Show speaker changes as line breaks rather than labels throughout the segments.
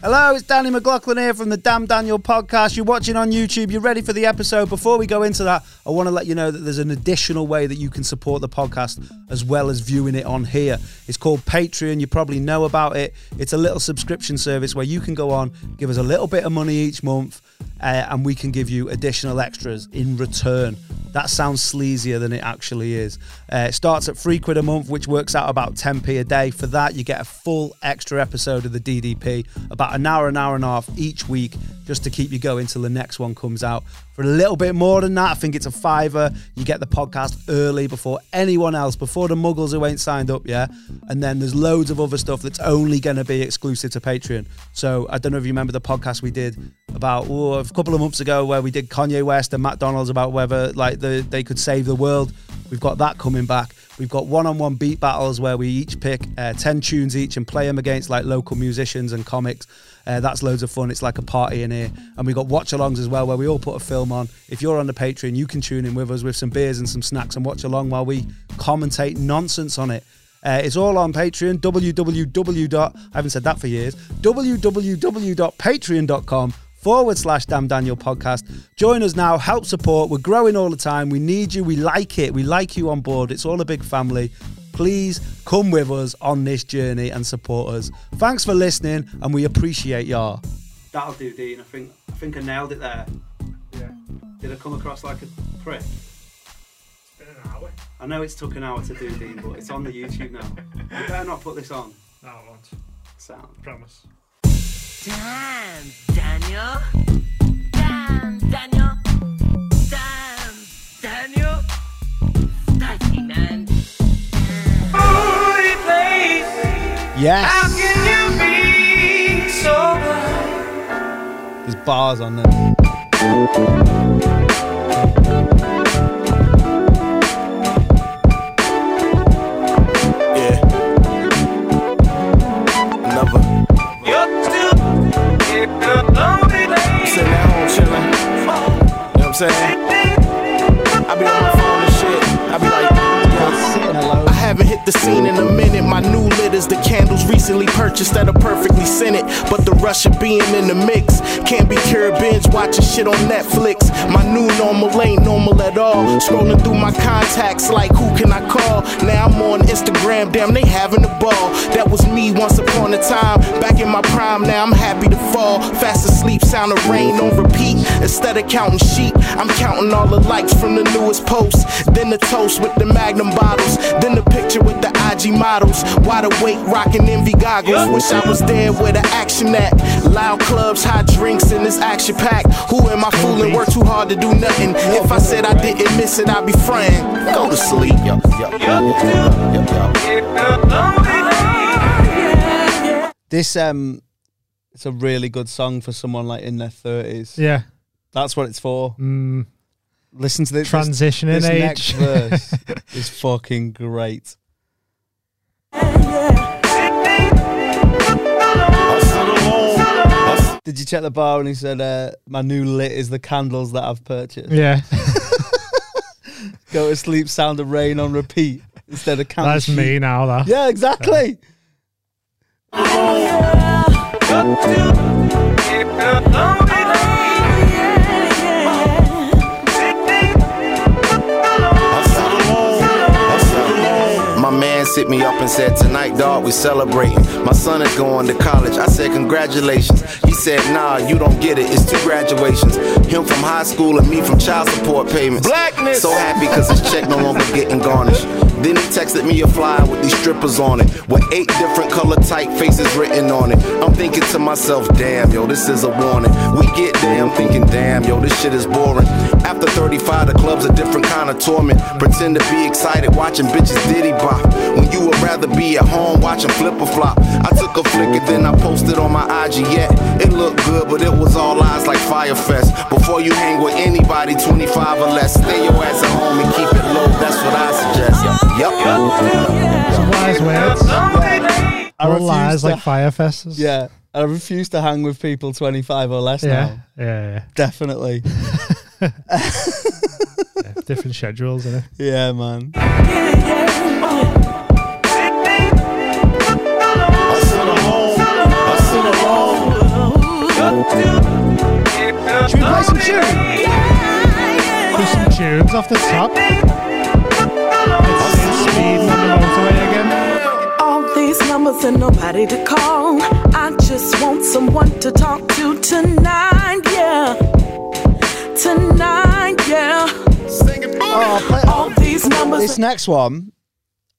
Hello, it's Danny McLaughlin here from the Damn Daniel podcast. You're watching on YouTube, you're ready for the episode. Before we go into that, I want to let you know that there's an additional way that you can support the podcast as well as viewing it on here. It's called Patreon. You probably know about it. It's a little subscription service where you can go on, give us a little bit of money each month, uh, and we can give you additional extras in return. That sounds sleazier than it actually is. Uh, it starts at three quid a month, which works out about 10p a day. For that, you get a full extra episode of the DDP, about an hour, an hour and a half each week, just to keep you going till the next one comes out. For a little bit more than that, I think it's a fiver. You get the podcast early before anyone else, before the muggles who ain't signed up, yeah? And then there's loads of other stuff that's only going to be exclusive to Patreon. So I don't know if you remember the podcast we did about oh, a couple of months ago where we did Kanye West and Matt Donald's about whether like the, they could save the world. We've got that coming back. We've got one-on-one beat battles where we each pick uh, ten tunes each and play them against like local musicians and comics. Uh, that's loads of fun. It's like a party in here. And we've got watch-alongs as well where we all put a film on. If you're on the Patreon, you can tune in with us with some beers and some snacks and watch along while we commentate nonsense on it. Uh, it's all on Patreon. www. I haven't said that for years. www.patreon.com forward slash Damn Daniel podcast. Join us now. Help support. We're growing all the time. We need you. We like it. We like you on board. It's all a big family. Please come with us on this journey and support us. Thanks for listening, and we appreciate y'all.
That'll do, Dean. I think I think I nailed it there.
Yeah.
Did I come across like a prick?
It's been an hour.
I know it's took an hour to do, Dean, but it's on the YouTube now. You better not put this on
No, it won't.
sound.
Promise.
Damn, Daniel. Damn, Daniel. Damn, Daniel. Spicy, man.
Holy place, how
Yes,
can you be so blind?
there's bars on there.
Yeah. Another.
You're still in the lonely place.
Sitting at home chilling. You know what I'm saying? I be on the phone and shit. I be like, yeah.
Sitting alone.
I haven't hit the scene in a minute. My new lit is the candles recently purchased that are perfectly scented. But the rush of being in the mix can't be cured. Binge watching shit on Netflix. My new normal ain't normal at all. Scrolling through my contacts like, who can I call? Now I'm on Instagram. Damn, they having a ball. That was me once upon a time. Back in my prime, now I'm happy to fall. Fast asleep, sound of rain on repeat. Instead of counting sheep, I'm counting all the likes from the newest post. Then the toast with the magnum bottles. Then the picture with the IG models. Wide awake, rocking envy goggles. Wish I was there where the action at. Loud clubs, hot drinks, and this action pack. Who am I fooling? Work too hard to do nothing. If I said I didn't miss it, I'd be fronting. Go to sleep. Yo, yo, yo, yo, yo, yo.
In the lonely place.
This um, it's a really good song for someone like in their thirties.
Yeah.
That's what it's for.
Mm,
Hmm. Listen to this. this-
transitioning
this next
age.
verse is fucking great. Did you check the bar and he said, uh, "My new lit is the candles that I've purchased."
yeah.
Go to sleep, sound of rain on repeat instead of candles.
That's me now, that.
Yeah, exactly.
In the lonely place.
My man hit me up and said, Tonight, dog, we celebrating. My son is going to college. I said, Congratulations. He said, Nah, you don't get it. It's two graduations. Him from high school and me from child support payments. Blackness! So happy because his check no longer getting garnished. Then he texted me a flyer with these strippers on it, with eight different color typefaces written on it. I'm thinking to myself, damn, yo, this is a warning. We get there, I'm thinking, damn, yo, this shit is boring. After 35, the club's a different kind of torment. Pretend to be excited watching bitches diddy bop. When you would rather be at home watching flip or flop. I took a flicker, then I posted on my IG yet. It looked good, but it was all eyes like Firefest. Before you hang with anybody 25 or less, stay your ass at home and keep it low. That's what I suggest. Yup.
Some wise words.
I
All
refuse
lies
to-
like firefests.
Yeah, I refuse to hang with people 25 or less
Yeah.
now.
Yeah.
Definitely.
yeah. Different schedules, innit?
Yeah, man.
I sit alone. I sit alone.
comes off the top. It's it's speeding on the motorway again.
All these numbers and nobody to call. I just want someone to talk to tonight, yeah. Tonight, yeah.
Oh, play-
All these numbers.
this next one.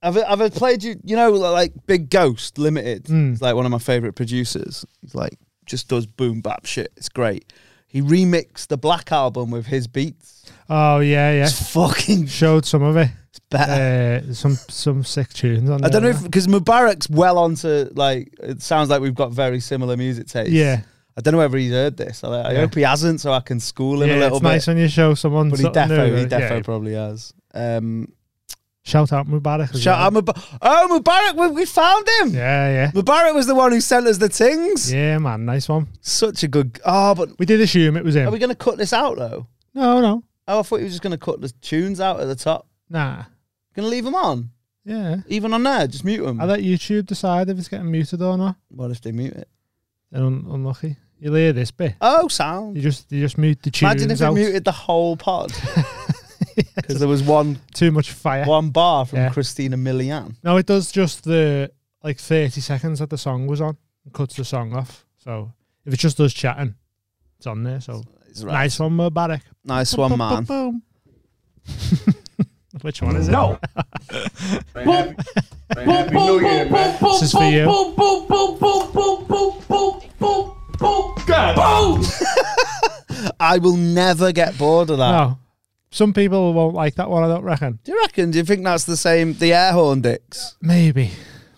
I've, I've played you, you know, like Big Ghost Limited.
Hmm.
It's like one of my favorite producers. He's like, just does boom bap shit. It's great. He remixed the Black album with his beats.
Oh yeah, yeah.
It's fucking
Showed some of it.
better.
Uh, some some sick tunes on
I
there.
don't know if, because Mubarak's well onto, like, it sounds like we've got very similar music tastes.
Yeah.
I don't know whether he's heard this. I, I
Yeah.
hope he hasn't, so I can school him
yeah,
a little
it's
bit.
nice when you show someone.
but he
something
defo,
new,
he
uh,
defo
yeah.
probably has. Um,
Shout out Mubarak. as
shout
well.
out Mubarak. Oh, Mubarak, we, we found him.
Yeah, yeah.
Mubarak was the one who sent us the things.
Yeah, man, nice one.
Such a good. Oh, but
We did assume it was him.
are we going to cut this out though?
no, no,
Oh, I thought you were just going to cut the tunes out at the top.
nah.
Going to leave them on,
Yeah,
even on there. Just mute them.
I let YouTube decide if it's getting muted or not.
what if they mute it?
And un- unlucky, you'll hear this bit.
Oh,
You
sound.
just you just mute the tunes
Imagine if they
out.
muted the whole pod because there was one
Too much fire.
one bar from
Yeah.
Christina Milian.
No, it does just the like thirty seconds that the song was on. It cuts the song off. So if it just does chatting, it's on there. So
It's right.
nice one, Mubarak.
nice one, man.
Boom. Which one is it? No. This is for you.
I will never get bored of that.
No. Some people won't like that one, I don't reckon.
Do you reckon? Do you think that's the same? The air horn dicks.
Maybe.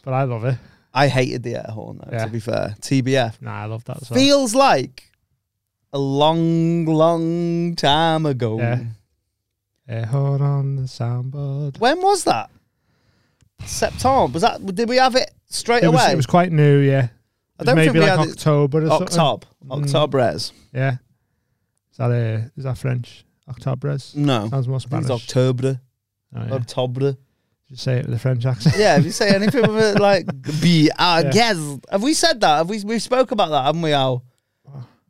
But I love it.
I hated the air horn though.
Yeah.
To be fair, TBF.
Nah, I love that song.
feels like a long, long time ago.
Yeah. Yeah, Eh, hold on the soundboard.
When was that? September. Was that? Did we have it straight
It was,
away?
it was quite new, yeah.
I
It was
don't
maybe
think we
like
had it-
October or something. Mm,
Octob. Octobres.
Yeah. Is that, uh, is that French? Octobres?
No.
Sounds more
I think
Spanish.
it's October.
Oh, yeah.
October.
Just say it with a French accent.
Yeah. If you say anything with it, like be our
Yeah.
guest. Have we said that? Have we? We spoke about that, haven't we? Al?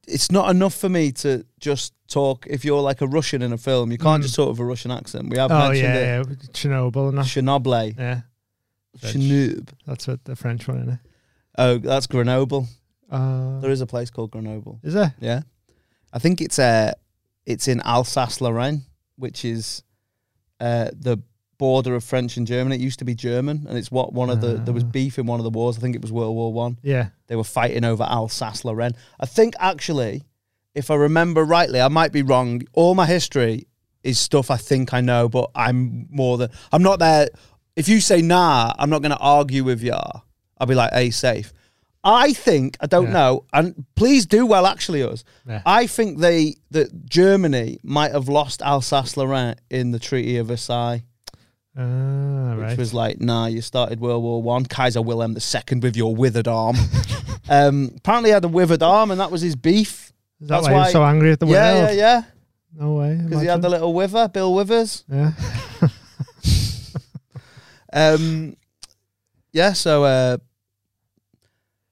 It's not enough for me to just talk. If you're like a Russian in a film, you can't
Mm.
just talk with a Russian accent. We have
oh, yeah,
mentioned it.
yeah. with Chernobyl and that.
Chernobyl.
yeah. French.
Chernobyl.
That's what the French one, isn't it?
Oh, that's Grenoble.
Uh,
There is a place called Grenoble.
is there?
Yeah, I think it's uh it's in Alsace-Lorraine, which is uh, the border of French and German. It used to be German, and it's what one of the there was
Ah.
beef in one of the wars. I think it was World War One.
Yeah.
They were fighting over Alsace-Lorraine. I think actually, if I remember rightly, I might be wrong. All my history is stuff I think I know, but I'm more than I'm not there. If you say nah, I'm not going to argue with you. I'll be like, hey, safe. I think I don't
Yeah.
know, and please do well. Actually, us.
Yeah.
I think they that Germany might have lost Alsace-Lorraine in the Treaty of Versailles
Ah,
which
right.
was like, nah, you started World War One, Kaiser Wilhelm II with your withered arm. um, apparently, he had a withered arm, and that was his beef.
Is that
That's
why, you're
why-
so angry at the
yeah, yeah,
world?
yeah,
No way.
because he had the
imagine.
little wither, Bill Withers.
yeah.
Um, yeah, so uh,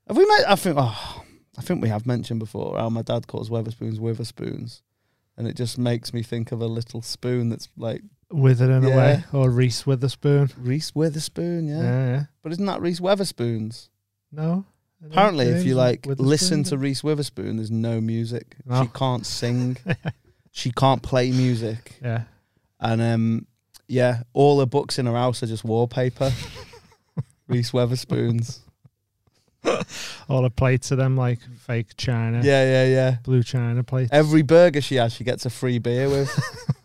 have we met? I think, oh, I think we have mentioned before how my dad calls Weatherspoons Witherspoons. And it just makes me think of a little spoon that's like
Withered in a
Yeah.
way, or Reese Witherspoon.
Reese Witherspoon, yeah.
Yeah, yeah.
But isn't that Reese Weatherspoons?
No. I don't
Apparently,
think
if you
James
like
Witherspoon Oh.
listen to
did.
Reese Witherspoon, there's no music.
No.
She can't sing. she can't play music.
yeah,
And um, yeah, all her books in her house are just wallpaper. Reese Witherspoon's.
all the plates of them like fake china,
Yeah, yeah, yeah.
blue china plates.
Every burger she has, she gets a free beer with.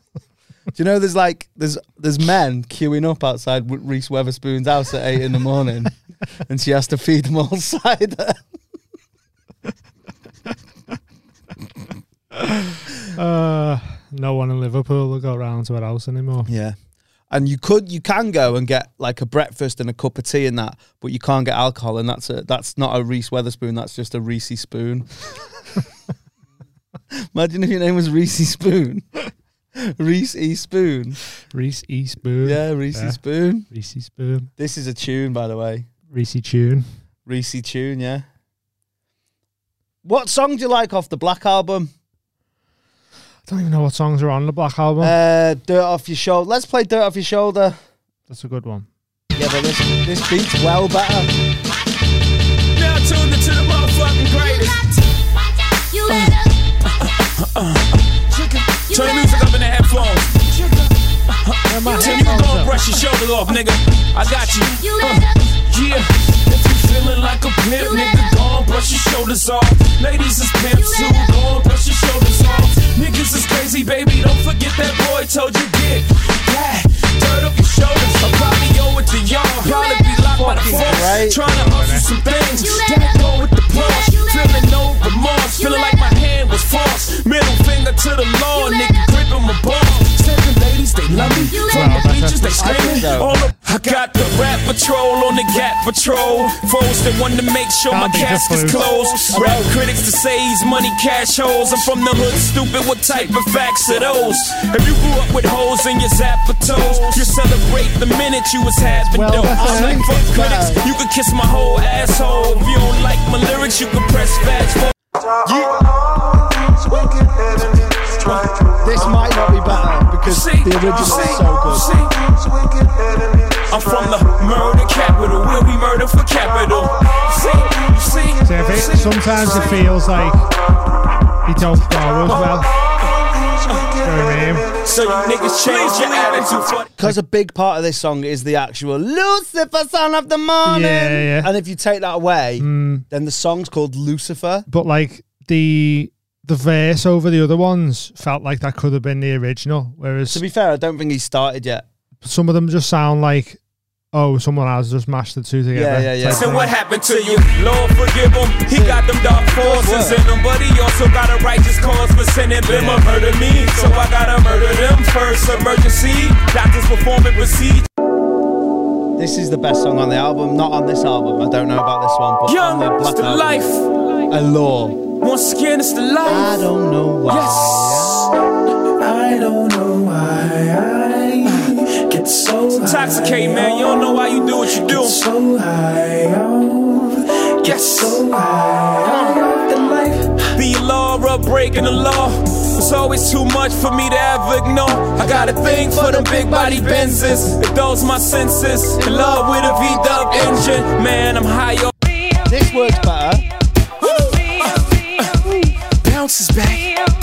Do you know there's like there's there's men queuing up outside Wi- Reese Witherspoon's house at eight in the morning, and she has to feed them all cider.
Uh, no one in Liverpool will go round to her house anymore.
Yeah. And you could you can go and get like a breakfast and a cup of tea and that, but you can't get alcohol and that's a that's not a Reese Weatherspoon, that's just a Reese spoon. Imagine if your name was Reese Spoon. Reese E Spoon.
Reese Eastboon.
Yeah, Reese E
Yeah.
Spoon.
Reese E Spoon.
This is a tune, by the way.
Reese Tune.
Reese E tune, yeah. What song do you like off the Black album?
don't even know what songs are on the Black Album.
Uh, dirt off your shoulder. Let's play dirt off your shoulder.
That's a good one.
Yeah, but this this beat's well better.
Now tuned into the motherfucking greatest. Uh, Turn the music up in the headphones. Tell me you gon' brush your shoulder off, nigga. I got you. Uh, Yeah. If you feeling like a pimp, nigga, go and brush your shoulders off. Ladies is pimps too, go and brush your shoulders off. Niggas is crazy, baby, don't forget that boy told you dick. Yeah, dirt up your shoulders. I probably owe it to y'all. Probably be locked by the force.
right.
Tryna hustle some things. That go with the Porsche. Feeling no remorse. Feeling like my hand was forced. Middle finger to the law, nigga, gripping my balls. Stepping ladies, they love me. From the beaches, they screaming. All the- I got the rap patrol on the gap patrol. Foes that want to make sure my
Can't be
casket's
different.
closed. Rap critics to say he's money cash holes. I'm from the hood, stupid. What type of facts are those? If you grew up with holes in your zappatos, you celebrate the minute you was having
Well,
dope.
that's
I'm like, fuck critics. You could kiss my whole asshole. If you don't like my lyrics, you can press fast forward.
This might not be better because
See,
the original is
see,
so good.
see. I'm from the murder capital, where we murder for capital. See, see,
So if it, sometimes it feels like you don't go as well. You know what I mean?
So you niggas change your attitude for
Because a big part of this song is the actual Lucifer, son of the morning.
Yeah, yeah. Hmm.
And if you take that away, then the song's called Lucifer.
But like the the verse over the other ones felt like that could have been the original, whereas
To be fair, I don't think he started yet.
some of them just sound like, oh, someone has just mashed the two together.
Yeah, yeah, yeah.
type
So
thing.
what happened to you? Lord forgive him. He got them dark forces in him, but he also got a righteous cause for sending them a murder me. So I gotta murder them first. Emergency. Doctors performing procedure.
This is the best song on the album. Not on this album. I don't know about this one, but
Young,
on the
it's
Black
the
album.
life.
A law.
Once again, it's the
I
life.
don't know why.
Yes.
I don't know why I get so
Intoxicate, man. You don't know why you do what you do.
so high off,
Yes. Uh-huh.
high off the life.
The law of breaking the law. It's always too much for me to ever ignore. I got a thing for them big body Benzes. If those my senses, in love with a V-Dub engine. Man, I'm high off.
This works better.
Bounces back,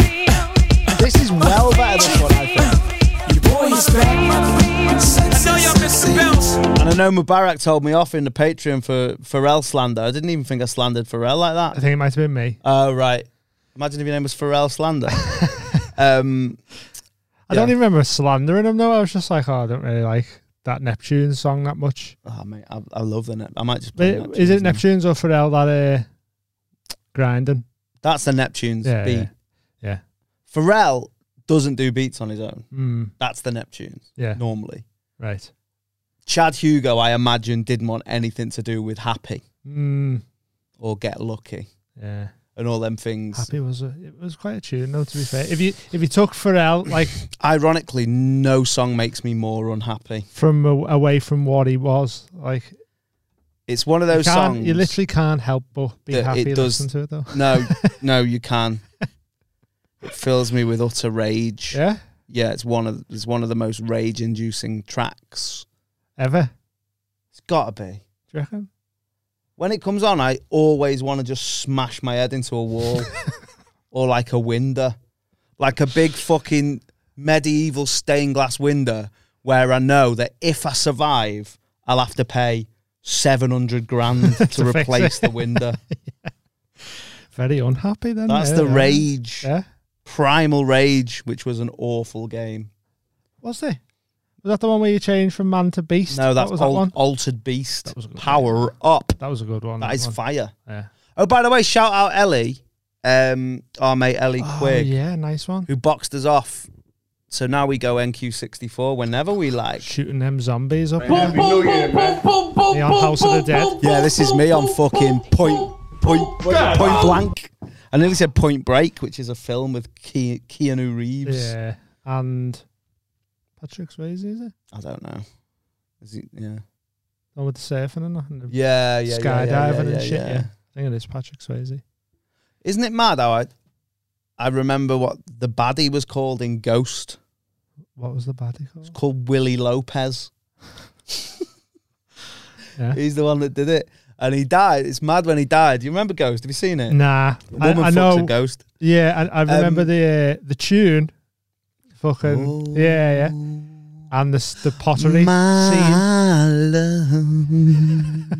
This is well better than this one, I think.
your boy is back. I know y'all miss the bounce.
And I know Mubarak told me off in the Patreon for Pharrell slander. I didn't even think I slandered Pharrell like that.
I think it might have been me.
Oh, right. Imagine if your name was Pharrell Slander. um,
I don't
Yeah.
even remember slandering him though. I was just like, oh, I don't really like that Neptune song that much.
oh, mate, I, I love the net. I might
Is
just play Neptunes
it
now.
Neptune's or Pharrell that uh, grinding?
That's the Neptunes
Yeah,
beat.
yeah, yeah.
Pharrell doesn't do beats on his own.
Mm,
That's the Neptunes
yeah,
normally.
right.
Chad Hugo, I imagine, didn't want anything to do with happy
Mm,
or get lucky
yeah.
and all them things.
Happy was a, it was quite a tune though. To be fair, if you if you took Pharrell like
Ironically, no song makes me more unhappy.
from a, away from what he was, like
It's one of
you,
those
can't,
songs.
you literally can't help but be
that
happy.
it does-
Listen to it though.
No, no, you can. It fills me with utter rage.
Yeah,
yeah, it's one of it's one of the most rage inducing tracks.
ever?
It's gotta be.
Do you reckon?
When it comes on, I always want to just smash my head into a wall or like a window. Like a big fucking medieval stained glass window where I know that if I survive, I'll have to pay seven hundred grand to,
fix
replace
it.
the window.
Very unhappy then.
That's
yeah,
the
yeah.
rage.
Yeah,
Primal Rage, which was an awful game.
was it? Was that the one where you changed from man to beast?
No, that's
what was
Al-
that one.
Altered Beast.
was a good
Power up.
That was a good one.
That is
one.
fire.
Yeah.
Oh, by the way, shout out Ellie, um, our mate Ellie
Oh,
Quigg,
yeah, nice one.
who boxed us off. So now we go NQ64 whenever we like.
Shooting them zombies up.
Every new year, man.
Neon House of the Dead.
Yeah, this is me on fucking point, point, point blank. I nearly said Point Break, which is a film with Ke- Keanu Reeves.
Yeah, and Patrick Swayze is it?
I don't know. Is he, yeah.
The one with the surfing and nothing. the
Yeah, yeah, yeah, yeah,
skydiving
yeah, yeah,
and shit.
yeah.
Yeah. I think it is Patrick Swayze.
Isn't it mad how I, I remember what the baddie was called in Ghost.
What was the baddie called?
Called Willie Lopez.
Yeah.
He's the one that did it, and he died. It's mad when he died. You remember Ghost? Have you seen it?
Nah,
The
I,
woman
I
fucks
know.
a ghost. Um,
Yeah, I, I remember the uh, the tune. Fucking yeah, yeah, and the s- the pottery scene.
Oh. My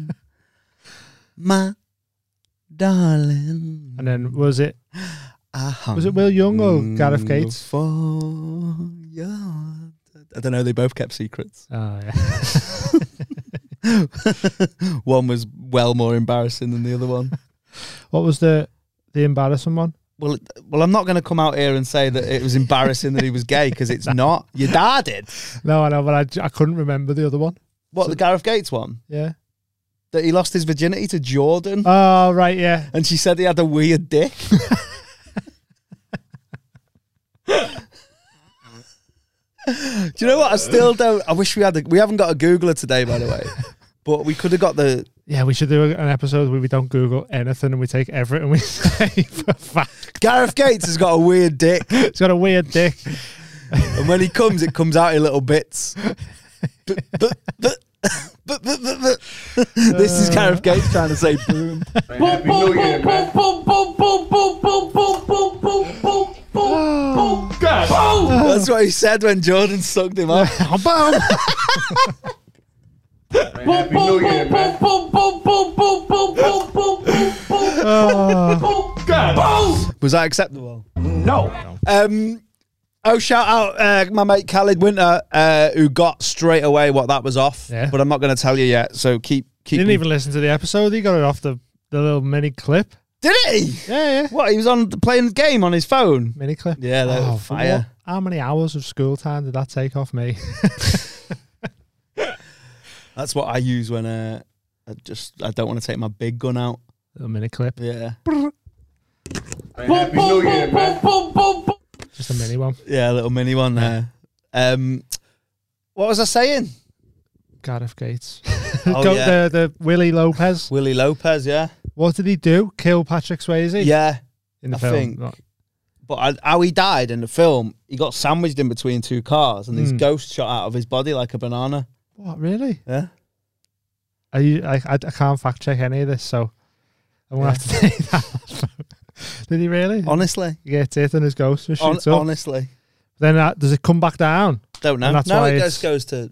love, my darling.
And then was it
I
was it Will Young or Gareth
hunger
Gates?
for your- I don't know. They both kept secrets.
Oh yeah,
One was well more embarrassing than the other one.
what was the the embarrassing one?
Well, it- well, I'm not going to come out here and say that it was embarrassing that he was gay because it's not. Your dad did.
No, I know, but I, j- I couldn't remember the other one.
What the Gareth Gates one
Yeah.
that he lost his virginity to Jordan,
Oh right, yeah.
and she said he had a weird dick. Do you know what? I still don't. I wish we had. A, we haven't got a Googler today, by the way. But we could have got the.
Yeah, we should do a- an episode where we don't Google anything and we take everything we say for fact.
Gareth Gates has got a weird dick,
It's got a weird dick.
and when he comes, it comes out in little bits. But, but, but, but, but, but. This
Uh.
is Gareth Gates trying to say boom. That's what he said when Jordan sucked him up. Was that acceptable? No. Um, oh, shout out uh, my mate Khaled Winter, uh, who got straight away what that was off.
Yeah.
But I'm not going to tell you yet. So keep
He
keep.
didn't even listen to the episode. He got it off the, the little mini clip.
Did he?
Yeah, yeah.
What he was on playing the game on his phone.
Mini clip. Oh,
Yeah, that was
for
fire.
what- How many hours of school time did that take off me?
That's what I use when uh, I just I don't want to take my big gun out.
little mini clip.
Yeah,
Just a mini one.
yeah, a little mini one there. Um, what was I saying?
Gareth Gates.
Oh,
Go-
yeah.
The, the Willie Lopez.
Willie Lopez. Yeah,
What did he do? Kill Patrick Swayze?
yeah.
In the
I
film.
think-
Not-
But I, how he died in the film, he got sandwiched in between two cars, and these
Mm.
ghosts shot out of his body like a banana.
What, really?
Yeah.
Are you, I, I, I can't fact check any of this, so I won't have to take that. did he really?
Honestly,
yeah, it's it and his ghost was
Hon-
shoots up.
honestly,
Then uh, does it come back down?
don't know.
And that's
no,
why
it
it's-
just goes to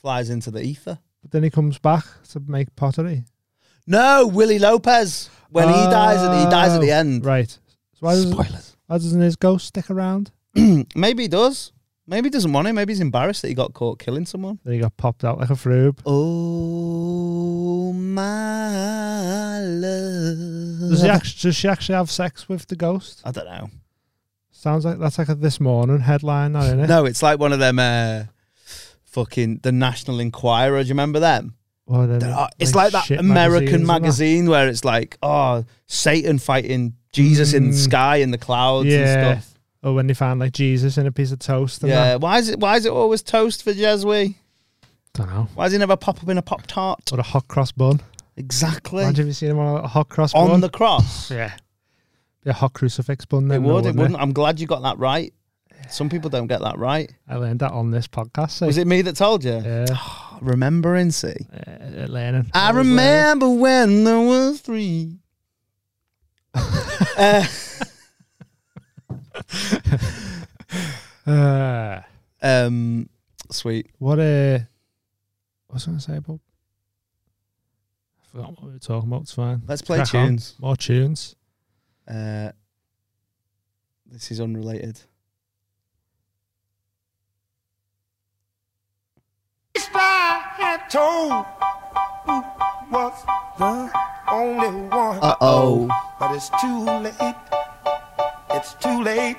flies into the ether.
But then he comes back to make pottery.
No, Willie Lopez. When he dies, and he dies at the
Oh,
end.
Right. So why, does,
Spoilers.
why doesn't his ghost stick around?
Maybe he does. Maybe he doesn't want it. Maybe he's embarrassed that he got caught killing someone.
Then he got popped out like a froob.
Oh my love.
Does, he act- does she actually have sex with the ghost?
I don't know.
Sounds like that's like a this morning headline, now, isn't it?
No, it's like one of them. Uh, fucking the National Enquirer. Do you remember them?
Or the-
Uh, it's like, that
Oh, shit magazines
American
and that.
magazine where it's like, oh, Satan fighting Jesus in the
Mm.
sky in the clouds
Yeah.
and stuff.
Or when they found like Jesus in a piece of toast and
Yeah.
that.
Why is it why is it always toast for Jeswe?
Don't know.
Why does he never pop up in a pop tart?
Or a hot cross bun.
Exactly.
Imagine if you seen him on a hot cross
On
bun.
the cross.
yeah. Be a hot crucifix bun
it
then. though,
would, it
wouldn't
wouldn't. I'm glad you got that right. Some people don't get that right.
I learned that on this podcast. so-
Was it me that told you?
Yeah.
Remembering, see.
uh, learning.
I
was learning.
remember when there were three. uh,
Uh,
um, sweet.
what a. What was I going to say about? I forgot what we were talking about. It's fine.
Let's play
Crack on.
tunes.
More tunes.
Uh, this is unrelated. Uh oh.
But it's too late. It's too late.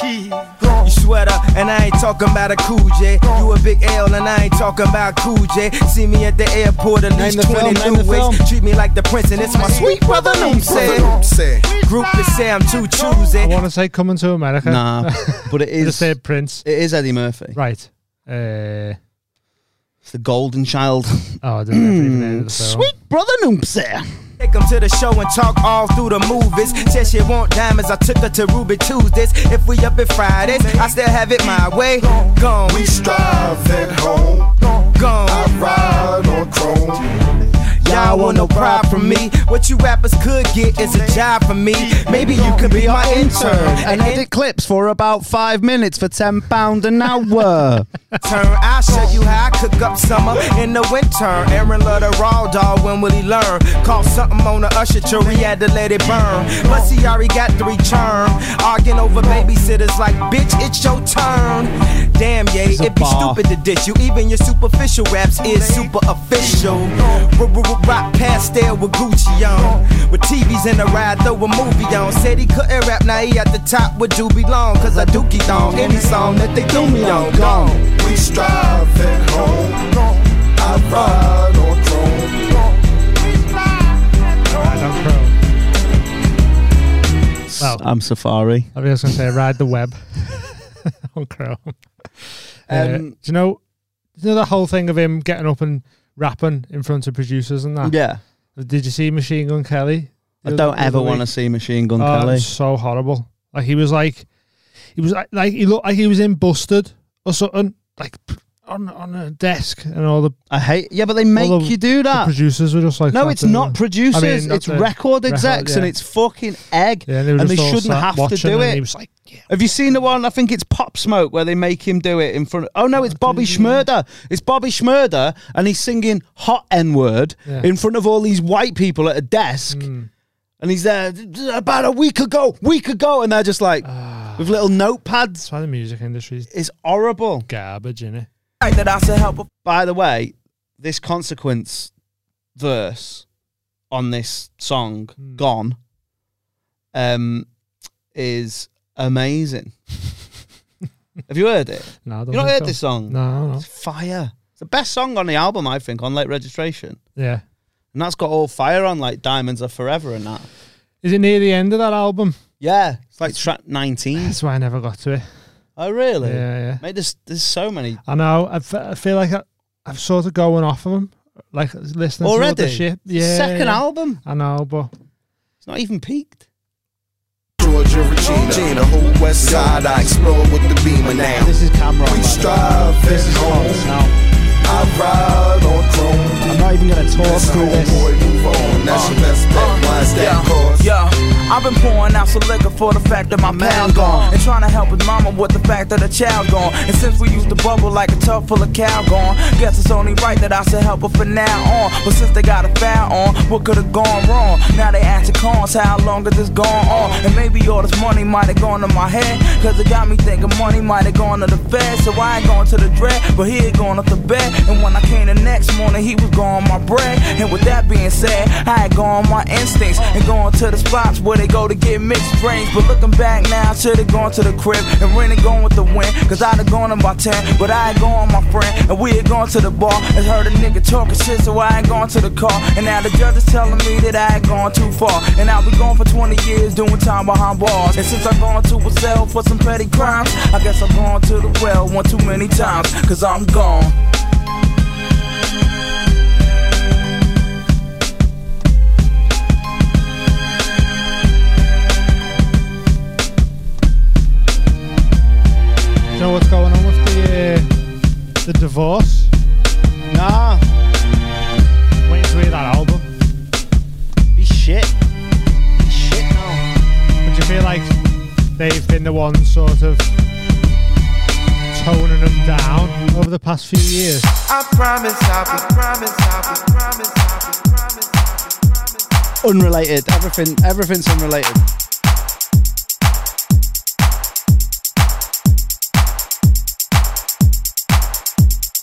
He's
You sweater, and I ain't talking about a cool J. You a big L, and I ain't talking about cool J. See me at the airport, at least
the film,
20
name the
new
film.
Treat me like the prince, and it's my sweet brother Noom said. Group is say I'm too choosy.
I want to say coming to America.
Nah, but it
I just
is. It
said Prince.
is Eddie Murphy.
Right. Uh,
It's the golden child. Mm.
oh, I didn't even know the film.
Sweet brother Noompsy.
Take 'em to the show and talk all through the movies. Said she want diamonds, I took her to Ruby Tuesdays. If we up at Fridays, I still have it my way. Gone. We strive at home. Gone. I ride on chrome. Y'all want no pride from me. What you rappers could get is a job for me. Maybe you could be my intern.
and edit clips for about five minutes for ten pound an hour.
Turn, I'll show you how I cook up summer in the winter. Aaron love the raw dog, when will he learn? Caught something on the usher, till he had to let it burn. Plus, he already got three churn. Arguing over babysitters like, bitch, it's your turn. Damn, yay, it'd be stupid to dish you. Even your superficial raps is super official. Rock pastel with Gucci on. With TVs in the ride, throw a movie on. Said he couldn't rap, now he at the top with Doobie Long. Cause I dookie on any song that they do me on. Gone.
We strive at home. I ride on
Well,
I'm Safari.
I was going to say ride the web on Chrome. Uh,
Um,
do you know? You know the whole thing of him getting up and rapping in front of producers and that.
Yeah.
Did you see Machine Gun Kelly?
I don't ever want to see Machine Gun
oh,
Kelly.
It was so horrible. Like he was like, he was like, like he looked like he was in Busted or something. Like p- on on a desk and all the.
I hate. Yeah, but they make
all the-
you do
The
that.
producers were just like,
no,
that,
it's
didn't
not
they?
producers.
I mean, not
it's
the-
record execs, and
yeah.
it's fucking egg.
Yeah,
and
they were
they,
just all
shouldn't
sat
have to
watching
do
and
it.
He was like, yeah,
Have you seen the one? I think it's Pop Smoke where they make him do it in front. Of, oh no, it's Bobby Schmurder. It's Bobby Schmurder, and he's singing "Hot N Word"
Yeah. Hmm.
in front of all these white people at a desk, and he's there about a week ago, week ago, and they're just like with little notepads.
Ah. that's why the music industry's
It's horrible.
garbage, innit?
Right, that I should help a
By the way, this consequence verse on this song,
Hmm.
"Gone," um, is amazing. Have you heard it?
No, I don't
You not
think
heard
so.
this song?
No, no.
It's fire. It's the best song on the album, I think, on late registration.
Yeah.
And that's got all fire on, like Diamonds Are Forever and that.
Is it near the end of that album?
Yeah. It's like track 19.
That's why I never got to it.
Oh, really?
Yeah, yeah.
Mate, there's, there's so many.
I know. I, f- I feel like I, I'm sort of going off of them, like listening to
Already?
all the shit. Yeah,
Second
yeah.
album.
I know, but
It's not even peaked.
Georgia, Regina, Gina, whole west side, I explore with the beamer now.
This is Cameron.
We strive at home. I ride on chrome.
I'm not even going to talk
That's how
through
a boy
this.
move on. That's your best bet. Why is that cost?
Uh, Yeah, I've been pouring out some liquor for the fact that my pound gone. And trying to help his mama with the fact that the child gone. And since we used to bubble like a tub full of cow gone, guess it's only right that I should help her from now on. But since they got a foul on, what could have gone wrong? Now they asking cons how long has this gone on? And maybe all this money might have gone to my head. Cause it got me thinking money might have gone to the fed. So I ain't going to the dread, but he ain't going up to bed. And when I came the next morning, he was gone my bread. And with that being said, I had gone my instincts and going to the spots where they go to get mixed drinks. But looking back now, I should have gone to the crib and rented going with the wind. Cause I'd have gone to my tent, but I ain't gone my friend. And we had gone to the bar and heard a nigga talking shit, so I ain't gone to the car. And now the judge is telling me that I had gone too far. And I'll be gone for 20 years doing time behind bars. And since I've gone to a cell for some petty crimes, I guess I've gone to the well one too many times. Cause I'm gone.
do you know what's going on with the uh, the divorce?
Nah.
Waiting to hear that album.
Be shit. Be shit now.
But you feel like they've been the ones sort of toning them down over the past few years?
I promise I'll be, promise I'll be, promise I'll be, promise
Unrelated. Everything. Everything's unrelated.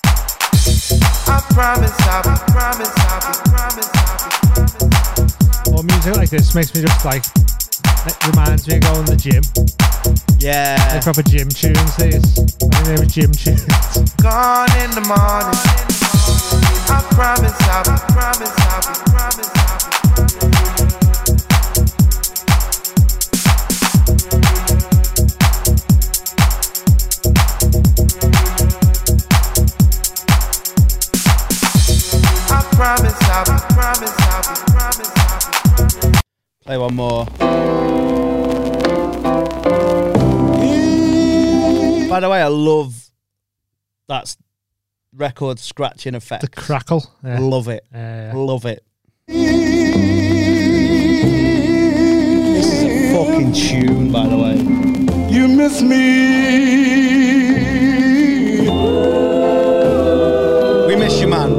I promise I'll be, promise I'll be, promise I'll be, promise
Or music like this makes me just like it reminds me of going to the gym.
Yeah.
Like proper gym tunes. These. I think they were gym tunes.
Gone in the morning. I promise I'll be, promise I'll be, promise I'll be. I promise I'll be, promise I'll be, promise I'll be.
one more. By the way, I love that record scratching effect.
The crackle. Yeah.
Love it.
Yeah, yeah.
Love it. This is a fucking tune, by the way. You miss me. We miss you, man.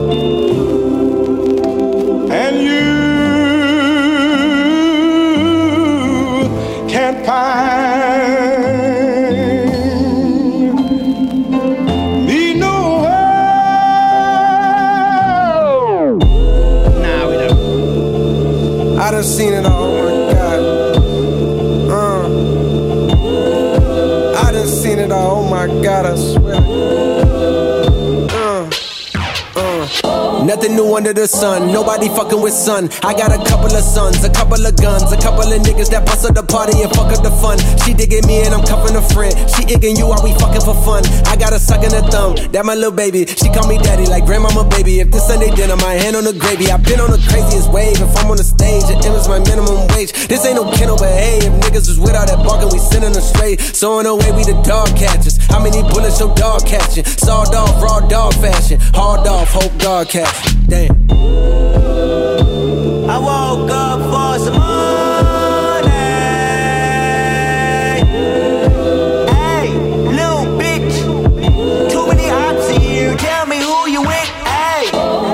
And you can't find me nowhere.
Nah, we don't.
I done seen it all. Oh my god. Uh. I done seen it all. Oh my god. I swear. Uh. Uh. Nothing new under the sun, nobody fucking with sun. I got a couple of sons, a couple of guns, a couple of niggas that bust up the party and fuck up the fun. She digging me and I'm cuffing a friend. She igging you while we fucking for fun. I got a suck in her thumb, that my little baby. She call me daddy like grandmama baby. If this Sunday dinner, my hand on the gravy. I've been on the craziest wave. If I'm on the stage, it is my minimum wage. This ain't no kennel, but hey, if niggas was with all that barking, we sending them straight. So in a way, we the dog catchers. How many bullets your dog catching? Sawed off, raw dog fashion. Hard off, hope dog catch. Damn.
I woke up for some money. Hey, little bitch. Too many hops in you. Tell me who you with. Hey.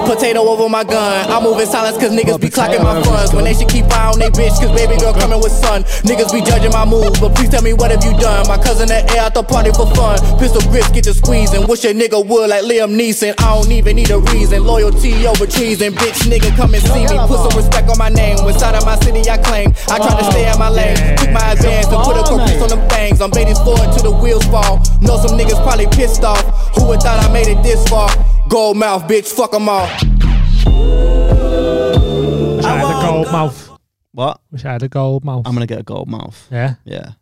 Potato over my gun. I move in silence cause niggas be clocking my funds. When they should keep eye on they bitch cause baby girl coming with son. Niggas be judging my moves, but please tell me what have you done? My cousin at air out the party for fun. Pistol grips get to squeezing. Wish a nigga would like Liam Neeson. I don't even need a reason. Loyalty over treason. Bitch nigga come and see me. Put some respect on my name. When side of my city I claim. I try to stay in my lane. Took my advance and put a caprice on them things. I'm baited forward till the wheels fall. Know some niggas probably pissed off. Who would thought I made it this far? Gold mouth, bitch, fuck them all.
Wish I had a gold mouth.
What?
Wish I had a gold mouth.
I'm gonna get a gold mouth.
Yeah.
Yeah.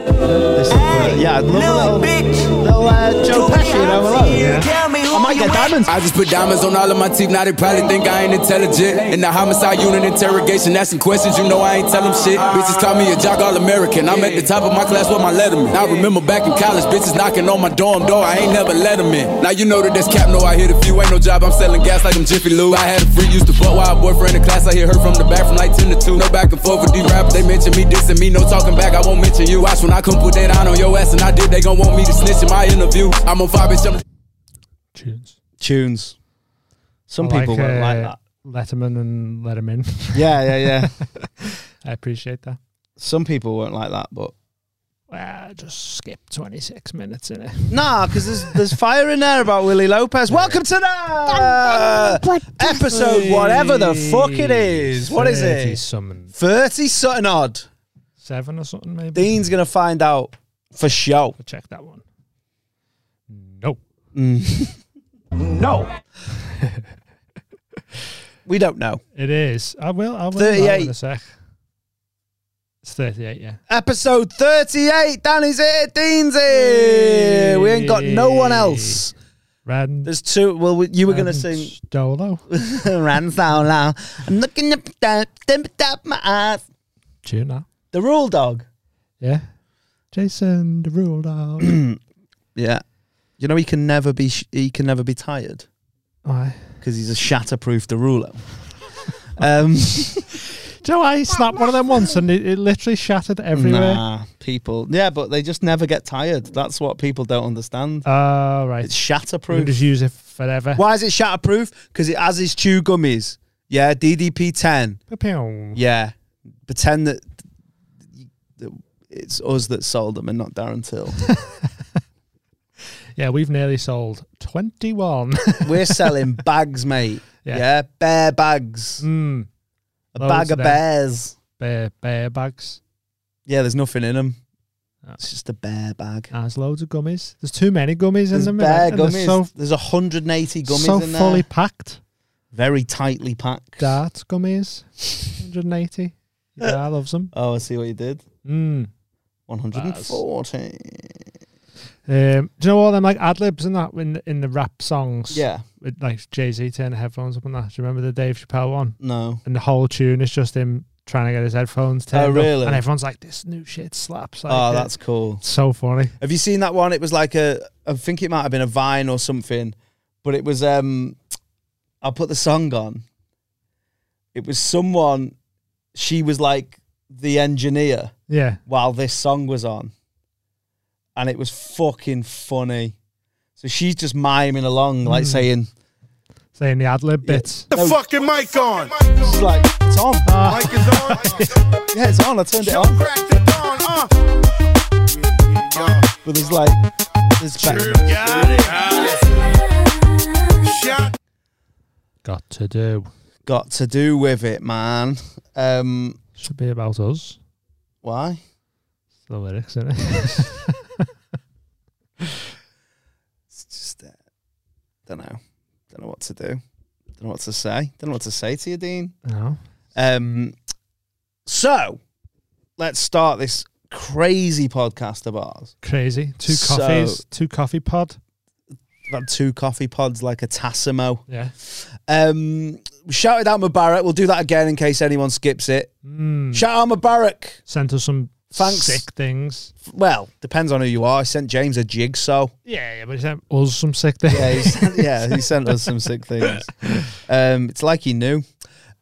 This is, uh, yeah, I'd love a little,
bitch.
little uh, Joe
Too many
Pesci, you know,
hops
hello.
in you. Tell me who
I might
you
get
with.
diamonds.
I just put diamonds on all of my teeth, now they probably think I ain't intelligent. In the homicide unit interrogation, asking questions, you know I ain't tell them shit. Bitches call me a jock all American, I'm at the top of my class with my letterman. I remember back in college, bitches knocking on my dorm door, I ain't never let 'em in. Now you know that that's cap, no, I hit a few, ain't no job, I'm selling gas like I'm Jiffy Lou. I had a free, used to fuck while a boyfriend in class, I hear her from the back from like 10 to 2. No back and forth with these rappers, they mention me, dissing me, no talking back, I won't mention you. Watch when I come put that on on your ass, and I did, they gon' want me to snitch in my interview. I'm on fire, bitch, I'm
Tunes.
Tunes. Some
I
people won't like
uh,
that.
Letterman and Letterman.
Yeah, yeah, yeah.
I appreciate that.
Some people won't like that, but
Well, just skip 26 minutes in it.
Nah, because there's there's fire in there about Willie Lopez. Welcome to the episode, whatever the fuck it is. What is
30
it?
Something.
Thirty something odd.
Seven or something, maybe.
Dean's gonna find out for sure.
I'll check that one. No.
No.
Mm. We don't know.
It is. I will. I will.
38.
In a sec. It's 38, yeah.
Episode thirty-eight. Danny's here. Dean's here. We ain't got no one else.
Rand.
There's two. Well, we- you were
Um,
gonna sing
Stolo.
"Ran so loud." I'm looking up, down, down, down my eyes.
Tune now.
The rule dog.
Yeah. Jason Derulo. out.
Yeah. You know he can never be sh- he can never be tired.
Why?
because he's a shatterproof Derulo. um,
Do you know I snapped one of them once and it, it literally shattered everywhere?
nah, people. Yeah, but they just never get tired. That's what people don't understand.
Ah, right.
It's
You can
shatterproof.
just use it forever.
Why is it shatterproof? Because it has his chew gummies. Yeah, DDP ten.
Pew.
Yeah, pretend that that it's us that sold them and not Darren Till.
Yeah, we've nearly sold 21.
We're selling bags, mate.
Yeah.
Yeah, bear bags,
mm,
a
Loads
bag
of
of
them.
bears.
bear, bear bags.
Yeah, there's nothing in them.
Ah.
It's just a bear bag.
There's loads of gummies. There's too many gummies
There's
in them.
bear
and they're
gummies.
So,
there's 180 gummies
so
in there.
fully packed.
very tightly packed.
Dart gummies. 180. Yeah, I loves them.
Oh, I see what you did.
Mm.
140.
Um, do you know all them like ad libs and that in in the rap songs?
Yeah.
with like Jay Z turning headphones up and that. Do you remember the Dave Chappelle one?
No. Oh,
And the whole tune is just him trying to get his headphones turned up,
really?
and everyone's like, "This new shit slaps." Like,
oh,
it-
that's cool.
so funny.
Have you seen that one? It was like a, I think it might have been a vine or something, but it was, um, I'll put the song on. It was someone, she was like the engineer
Yeah.
while this song was on. And it was fucking funny. So she's just miming along, like
Mm.
saying,
Saying the ad lib bits.
The
fucking mic on.
It's like, it's on. uh,
Mic is on.
yeah, it's on. I turned it on.
Crack the dawn, uh.
But there's like, there's back.
Shot.
Got to do.
Got to do with it, man. Um,
Should be about us.
Why?
It's The lyrics, isn't it?
It's just, uh, don't know. Don't know what to do. Don't know what to say. Don't know what to say to you, Dean.
no.
Um, so let's start this crazy podcast of ours.
Crazy. Two
So-
coffees. two coffee pod.
I've had two coffee pods like a Tassimo.
Yeah.
Um, we shouted out Mubarak. We'll do that again in case anyone skips it.
Mm.
Shout out Mubarak.
Sent us some
Thanks.
sick things.
Well, depends on who you are. I sent James a jigsaw.
Yeah, yeah, but he sent us some sick things.
Yeah, he sent, yeah, he sent us some sick things. Um, it's like he knew.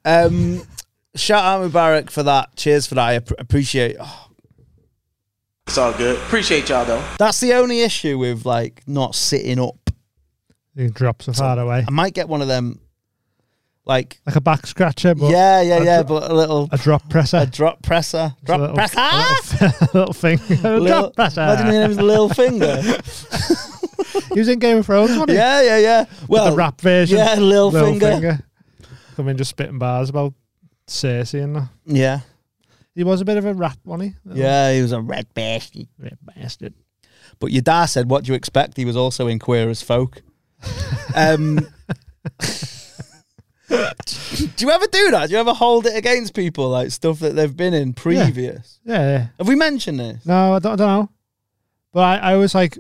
Um, shout out Mubarak for that. Cheers for that. I app- appreciate. oh,
It's all good. Appreciate y'all though.
That's the only issue with like not sitting up.
He drops a far away.
I might get one of them. Like
Like a back scratcher. But
yeah, yeah,
a
yeah,
dro-
but a little
a drop presser.
a drop presser,
It's a
drop
little-
presser.
A little, a little thing. A
Little,
drop presser.
imagine his name is Lil Finger.
He was in Game of Thrones, wasn't he?
yeah, yeah, yeah. Well,
the rap version.
yeah, Lil Finger.
Come in just spitting bars about Cersei and that.
Yeah,
He was a bit of a rat, wasn't he?
yeah, he was a red bastard.
Rat Oh. bastard.
But your dad said, "What do you expect?" He was also in Queer as Folk. um, do you ever do that? Do you ever hold it against people like stuff that they've been in previous?
Yeah, yeah.
Have we mentioned this?
No, I don't, I don't know. But I, I always like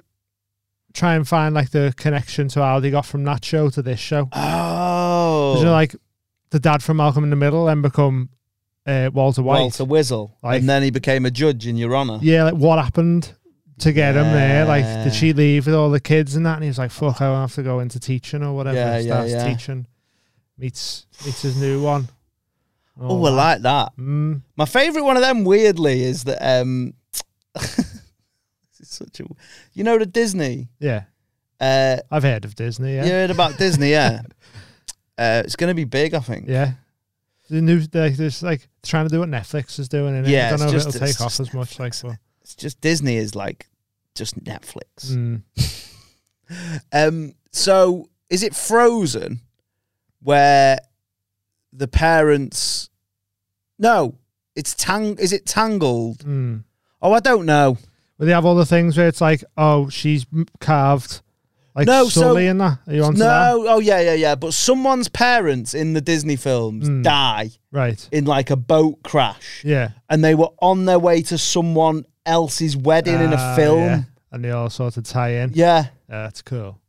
try and find like the connection to how they got from that show to this show. 'Cause,
Oh,
You know, like the dad from Malcolm in the Middle then become uh, Walter White.
Walter Wizzle,
Like-
and then he became a judge in Your Honor.
Yeah, like what happened to get him there? Like,
Yeah.
did she leave with all the kids and that? And he was like, "Fuck, I have to go into teaching or whatever."
Yeah,
and
yeah,
starts
yeah.
teaching. Meets meets his new one.
Oh, I like that.
Mm.
My favourite one of them, weirdly, is that um, this is such a you know the Disney.
Yeah,
Uh,
I've heard of Disney. Yeah,
You
yeah.
heard about Disney? Yeah, uh, it's going to be big, I think.
The new, they- there's like trying to do what Netflix is doing, and
Yeah,
I
it's
don't know
just-
if it'll
it's
take off
just
as much. Like, but,
It's just Disney is like just Netflix.
mm.
Um, so is it Frozen where the parents? No, it's Tang. Is it Tangled?
Mm.
Oh, I don't know.
But they have all the things where it's like, oh, she's m- carved, like
No, so-
Sully and that. Are you
No.
onto that?
Oh, yeah, yeah, yeah. But someone's parents in the Disney films
Mm.
die
Right.
in like a boat crash,
Yeah.
and they were on their way to someone else's wedding in a
Ah,
film.
yeah. And they all sort of tie in.
yeah.
Yeah, that's cool.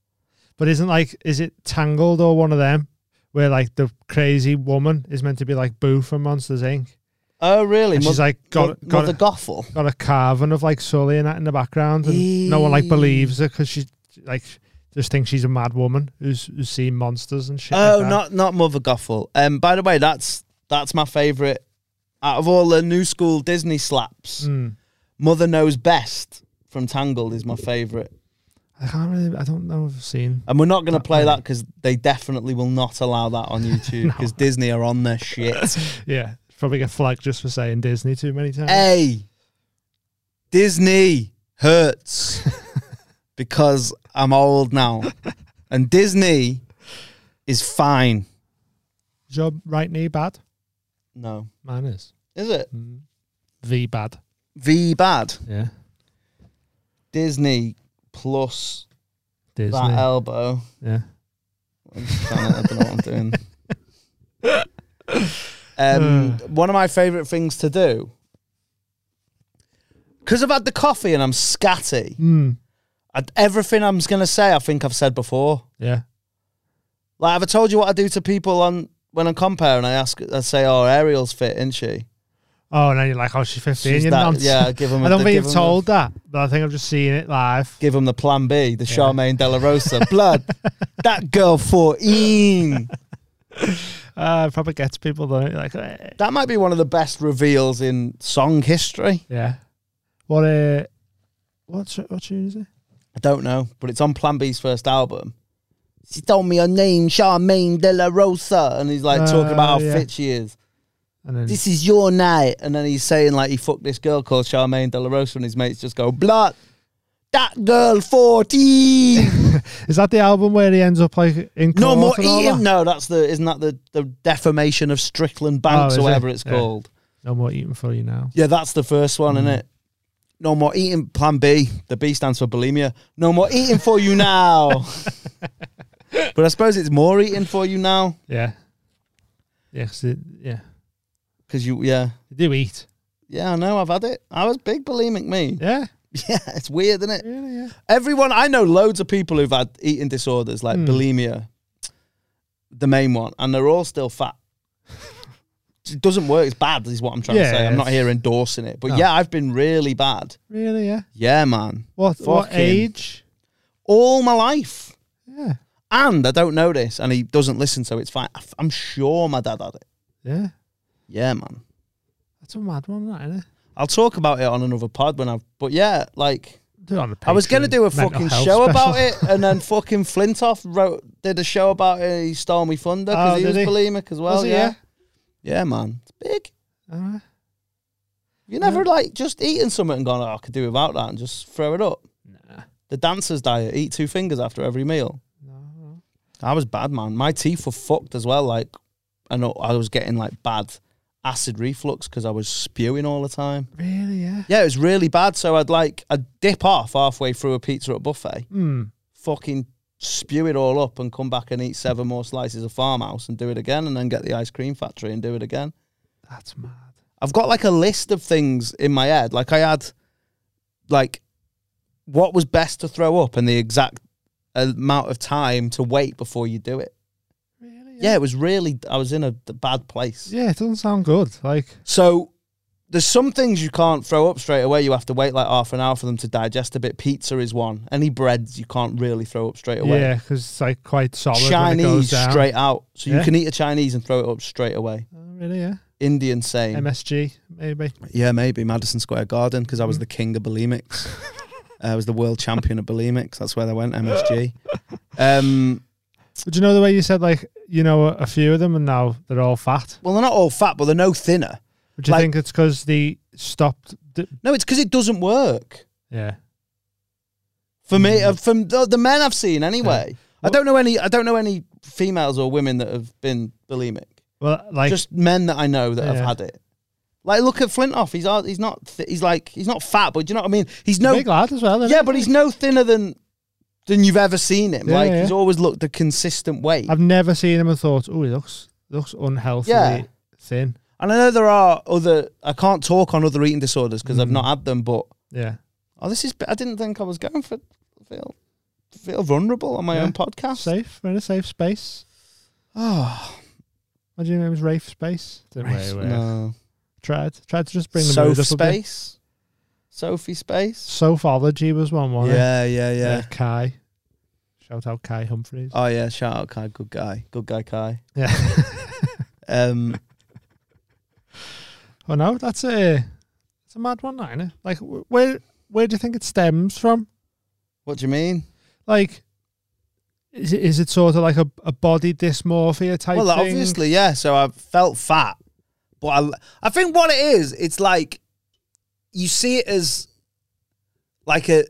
But isn't like, is it Tangled or one of them where like the crazy woman is meant to be like Boo from Monsters Inc.
Oh, really?
And she's
Mo-
like got
Mo-
got
Mother
a,
Gothel.
got a carving of like Sully and that in the background, and no one like believes her because she's like just thinks she's a mad woman who's who's seen monsters and shit. like
Oh,
that.
not not Mother Gothel. Um, by the way, that's that's my favorite out of all the new school Disney slaps.
Mm.
Mother knows best from Tangled is my favorite,
I can't really. I don't know. if I've seen.
and we're not going to
Not
play
really.
that because they definitely will not allow that on YouTube
No.
because Disney are on their shit.
Yeah, probably get flagged just for saying Disney too many times.
hey, Disney hurts because I'm old now, and Disney is fine.
Is your right knee bad?
No,
Mine is.
is it
Mm. V bad.
V bad?
Yeah.
Disney plus
Disney.
that elbow.
yeah.
I'm just trying to- I don't know what I'm doing. Um, one of my favourite things to do, because I've had the coffee and I'm scatty,
Mm.
I, everything I'm going to say, I think I've said before.
Yeah.
Like, have I told you what I do to people on when I'm comparing? I ask, I say, "Oh, Ariel's fit, isn't she?"
Oh, no, you're like, oh, she's 15.
She's
you
that-
nonce.
yeah, give 'em
I
a-
don't
give
think you've
'em a-
told that, but I think I've just seen it live.
Give him the plan B, the Charmaine De La Rosa. Blood. that girl 14.
Uh, it probably gets people, though. Like, eh.
That might be one of the best reveals in song history.
Yeah. What, uh, what, what tune is it?
I don't know, but it's on Plan B's first album. She told me her name, Charmaine De La Rosa. And he's like talking about
Oh,
how
yeah.
fit she is.
And then,
This is your night. And then he's saying, like, he fucked this girl called Charmaine De La Rosa. And his mates just go, Blood. That girl 14.
is that the album where he ends up, like, in
No
court
more
and all
eating.
that?
No, that's the isn't that the, the defamation of Strickland Banks
Oh,
or
is
whatever
it?
it's
Yeah.
called.
No more eating for you now.
Yeah, that's the first one,
Mm.
isn't it? No more eating. Plan B. The B stands for bulimia. No more eating for you now. but I suppose it's more eating for you now
Yeah. Yeah, 'cause it, yeah.
because you, yeah,
You do eat.
yeah. I know. I've had it. I was big bulimic me.
Yeah.
Yeah, it's weird, isn't it? Everyone I know, loads of people who've had eating disorders like
Hmm.
bulimia, the main one, and they're all still fat. it doesn't work. It's bad. Is what I'm trying
Yeah,
to say. I'm not
it's-
here endorsing it, but
No.
yeah, I've been really bad.
Really, yeah.
Yeah, man.
What, what
Fucking-
age?
All my life.
Yeah.
And I don't know this, and he doesn't listen, so it's fine. I f- I'm sure my dad had it.
Yeah.
Yeah, man.
That's a mad one, that, isn't it?
I'll talk about it on another pod when I've. But yeah, like.
Do it on the
I was going to
Patreon
do a
mental
fucking
health
show about it,
special.
and then fucking Flintoff wrote, did a show about it, and he stole me thunder because
Oh,
he
did
was
he?
bulimic as well.
Was he,
yeah. Yeah, man. It's big.
Alright.
You never, like, just eating something and gone, oh, I could do without that, and just throw it up. Nah. The dancer's diet eat two fingers after every meal. I was bad, man. My teeth were fucked as well. Like, I know I was getting like bad acid reflux because I was spewing all the time.
Really, yeah.
Yeah, it was really bad. So I'd like I'd dip off halfway through a pizza at buffet,
Hmm.
fucking spew it all up, and come back and eat seven more slices of farmhouse and do it again, and then get the ice cream factory and do it again.
That's mad.
I've got like a list of things in my head. Like I had, like, what was best to throw up and the exact amount of time to wait before you do it. Really? Yeah, it was really. I was in a d- bad place.
Yeah, it doesn't sound good. Like,
So there's some things you can't throw up straight away. You have to wait like half an hour for them to digest a bit. Pizza is one. Any breads you can't really throw up straight away.
yeah, because it's like quite solid. when it goes
Chinese
down.
straight out. So
Yeah.
you can e- eat a Chinese and throw it up straight away.
Oh, really, yeah.
Indian same.
MSG, maybe.
Yeah, maybe Madison Square Garden because I was the
Mm.
king of bulimics. Uh, I was the world champion of bulimics. That's where they went. MSG. Um,
But you know the way you said, like, you know, a, a few of them and now they're all fat?
well, they're not all fat, but they're no thinner.
Would you
Like-
think it's because they stopped? The,
No, it's because it doesn't work
yeah.
for me.
Mm.
Uh, from the, the men I've seen, anyway. I don't know any. I don't know any females or women that have been bulimic.
Well, like,
Just men that I know that
Yeah.
have had it. Like, look at Flintoff. He's hard- he's not th- he's like he's not fat, but do you know what I mean? He's no
big lad as well. isn't
yeah,
he?
but he's no thinner than than you've ever seen him.
Yeah,
like
yeah.
he's always looked a consistent weight.
I've never seen him and thought, oh, he looks looks unhealthily
Yeah.
thin.
And I know there are other. I can't talk on other eating disorders because I've not had them. But
Mm. Yeah.
oh, this is. I didn't think I was going for feel feel vulnerable on my
Yeah.
own podcast.
Safe. We're in a safe space.
Oh,
What do you name was Rafe Space? Didn't
Rafe-
we?
no.
Tried. Tried to just bring the mood
Soph
up a bit.
space, Sophie space.
Sophology was one, wasn't it?
Yeah, yeah, yeah,
Uh, Kai. Shout out Kai Humphreys.
Oh yeah, shout out Kai, good guy, good guy Kai.
Yeah.
Um,
oh no, that's a it's a mad one, that, isn't it? Like, wh- where where do you think it stems from?
what do you mean?
Like, is it, is it sort of like a, a body dysmorphia type?
well,
thing?
obviously, yeah. So I felt fat, but I, I think what it is, it's like you see it as like a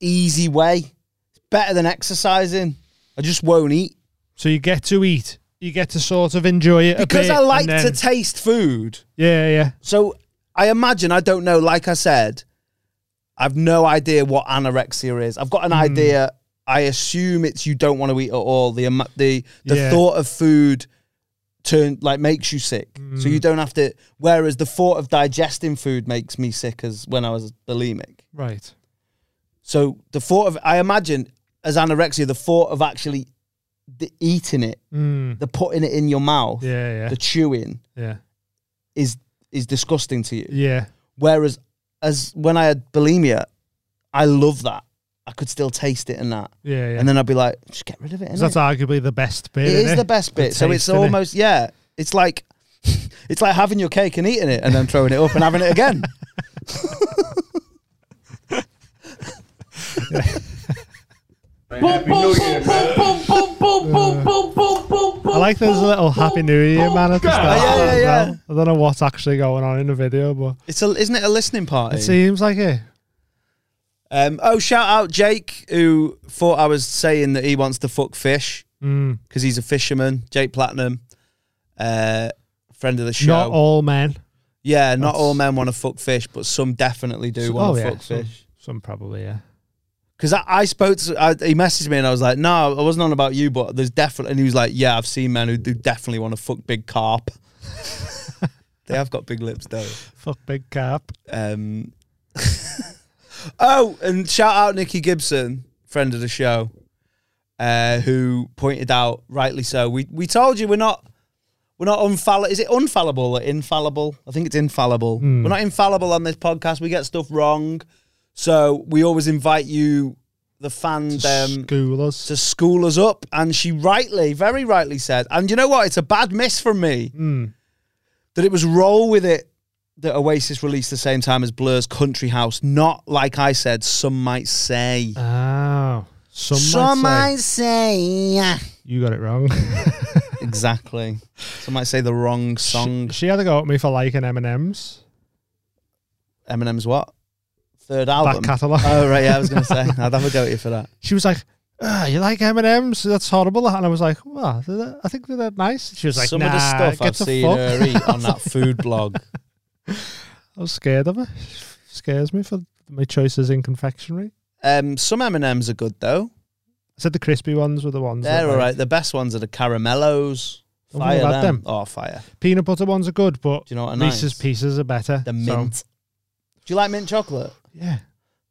easy way. It's better than exercising. I just won't eat
So you get to eat, you get to sort of enjoy it a
because
bit,
I like
and
to
then-
taste food.
yeah, yeah.
So I imagine I don't know. Like I said, I've no idea what anorexia is. I've got an
Hmm.
idea. I assume it's you don't want to eat at all. The ama- the the
Yeah.
thought of food turn like makes you sick. So
Hmm.
you don't have to. Whereas the thought of digesting food makes me sick as when I was bulimic.
Right.
So the thought of I imagine as anorexia, the thought of actually the eating it,
Mm.
the putting it in your mouth,
Yeah, yeah,
the chewing
yeah.
is is disgusting to you.
Yeah.
Whereas, as when I had bulimia, I love that. I could still taste it and that.
Yeah, yeah.
And then I'd be like, just get rid of it.
'Cause that's
innit?
arguably the best bit.
It
innit?
is the best bit. so
taste,
it's
innit?
almost yeah. It's like it's like having your cake and eating it, and then throwing it up and having it again.
Boom, boom, boom, boom, boom, boom, boom, boom, boom, boom, boom,
I like there's a little Happy New Year, man, at the
Yeah,
start.
yeah,
as
yeah.
well. I don't know what's actually going on in the video, but
It's a, isn't it a listening party?
it seems like it.
Um, oh, shout out Jake, who thought I was saying that he wants to fuck fish
Mm.
because he's a fisherman. Jake Platinum, uh, friend of the show.
Not all men.
yeah, not
That's-
all men want to fuck fish, but some definitely do want
Oh,
to
yeah,
fuck
some-
fish.
Some probably, yeah.
Because I, I spoke to, I, he messaged me and I was like, no, I wasn't on about you, but there's definitely, and he was like, yeah, I've seen men who do definitely want to fuck big carp. they have got big lips though.
Fuck big carp.
Um, oh, and shout out Nikki Gibson, friend of the show, uh, who pointed out, rightly so, we, we told you we're not, we're not unfallible. Is it unfallible or infallible? I think it's infallible.
Hmm.
We're not infallible on this podcast. We get stuff wrong. So we always invite you, the fan, to
school us.
to school us up. And she rightly, very rightly said, and you know what? It's a bad miss from me
Mm.
that it was Roll With It that Oasis released the same time as Blur's Country House, not like I said, some might say.
Oh. Some,
Some
might
might
say,
say, yeah.
you got it wrong.
exactly. Some might say the wrong song.
she had to go at me for liking M&M's.
Eminem's what? Third album.
catalogue.
Oh, right. Yeah, I was going to say. I'd have a go at you for that.
She was like, "Ah, you like M&M's? That's horrible. And I was like, well, they're- they're- I think they're that nice. She was like,
Some
nah,
of the stuff
get
I've
the
seen
fuck.
her eat on that food blog.
I was scared of her. She scares me for my choices in confectionery.
Um, some M&Ms are good, though.
I said the crispy ones were the ones.
They're
that,
all
like,
right. The best ones are the caramellos.
I've
Fire
never had
them.
them.
Oh, fire.
Peanut butter ones are good, but
Do you know what are
Reese's
nice?
Pieces are better.
The
So,
mint. Do you like mint chocolate?
Yeah.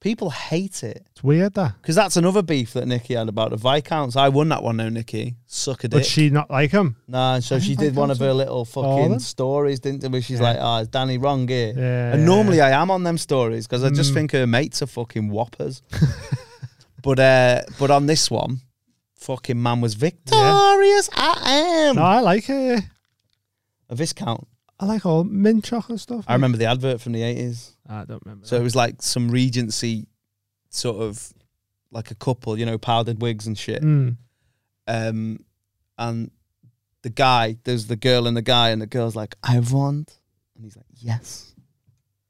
People hate it.
it's weird that.
Because that's another beef that Nikki had about the Viscounts. I won that one, though, Nikki. Suck a dick.
But she not like them.
Nah, so she did one of her little fucking stories, didn't she? Where she's like, oh, is Danny wrong here?
Yeah.
And normally I am on them stories because I just
Mm.
think her mates are fucking whoppers. but uh, but on this one, fucking man was victorious. I am.
No, I like it.
A Viscount.
I like all mint chocolate stuff.
I remember the advert from the 80s.
I don't remember.
So it was like some Regency sort of like a couple, you know, powdered wigs and shit.
Mm.
Um, and the guy, there's the girl and the guy, and the girl's like, I want. And he's like, yes.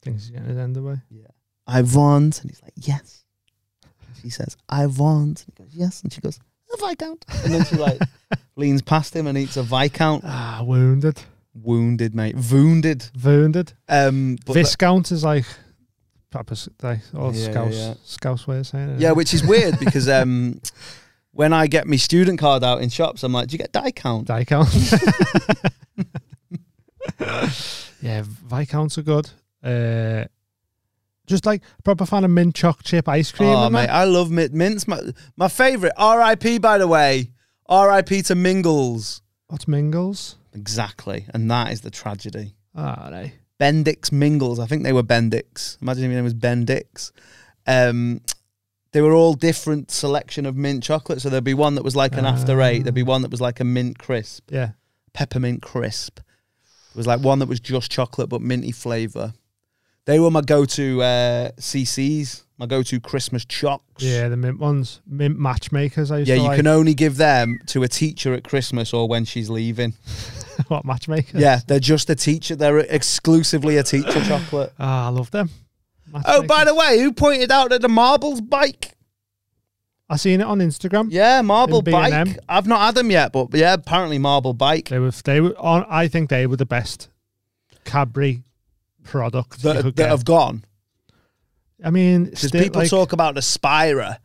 Things are getting underway.
Yeah. I want. And he's like, yes. She says, I want. And he goes, yes. And she goes, a Viscount. And then she like leans past him and eats a Viscount.
Ah, wounded.
Wounded, mate. Wounded.
Wounded.
Um, but that-
Viscount is like, proper, s- like, or
Yeah, yeah,
scouse,
yeah.
scouse way of saying it.
Yeah,
isn't it?
which is weird because um, when I get my student card out in shops, I'm like, do you get die count?
Die count. yeah, Viscounts are good. Uh, just like proper fan of mint choc chip ice cream.
Oh,
and
mate,
that.
I love mint mints. My, my favourite, RIP, by the way. RIP to Mingles.
What's Mingles?
Exactly. And that is the tragedy.
Ah, right.
Bendix Mingles. I think they were Bendix. Imagine if your name was Bendix. Um, they were all different selection of mint chocolate. So there'd be one that was like an after eight. There'd be one that was like a mint crisp,
Yeah.
peppermint crisp. There was like one that was just chocolate but minty flavour. They were my go-to uh, CCs, my go-to Christmas chocs.
Yeah, the mint ones. Mint matchmakers, I used
Yeah,
to
you
like.
can only give them to a teacher at Christmas or when she's leaving.
what, matchmakers?
yeah, they're just a teacher. They're exclusively a teacher chocolate.
Ah, I love them.
Oh, by the way, who pointed out that the marbles bike?
I seen it on Instagram.
Yeah, marble
In B&M.
bike. I've not had them yet, but yeah, apparently marble bike.
They were, they were on, I think they were the best Cadbury product. you
that,
could
that
get.
have gone.
I mean,
Because
still,
people
like,
talk about the Spira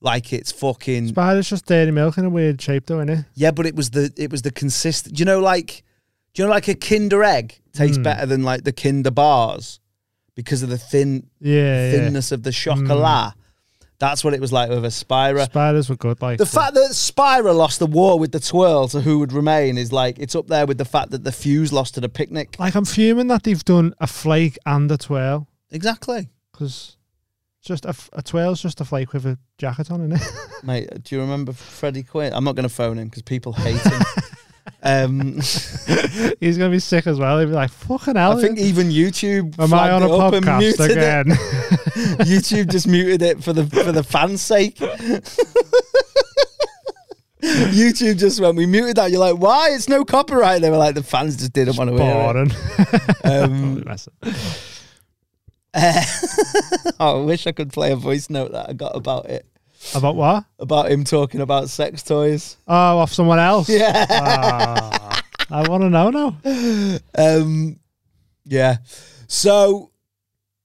like it's fucking
Spider's just dairy milk in a weird shape, though, innit?
yeah, but it was the it was the consistent. You know, like do you know, like a Kinder egg tastes
Mm.
better than like the Kinder bars because of the thin
Yeah, Hmm. yeah.
thinness of the chocolat. That's what it was like with Aspira.
Spiders Mm. were good. Like
The fact that Spira lost the war with the twirl to who would remain is like it's up there with the fact that the fuse lost to the picnic.
Like I'm fuming that they've done a flake and a twirl.
Exactly.
Because just a, f- a twirl's just a flake with a jacket on in it.
Mate, do you remember Freddie Quinn? I'm not going to phone him because people hate him. um,
He's gonna be sick as well. He'll be like, "Fucking hell!"
I think even YouTube.
Am I
flagged
on a
it up and
podcast
muted it.
again?
YouTube just muted it for the for the fans' sake. YouTube just went, we muted that. You're like, why? It's no copyright. They were like, the fans just didn't want to
boring.
hear it. Um, oh, I wish I could play a voice note that I got about it.
About what?
About him talking about sex toys.
oh, off someone else.
Yeah.
Ah, I want to know now.
Um, yeah. So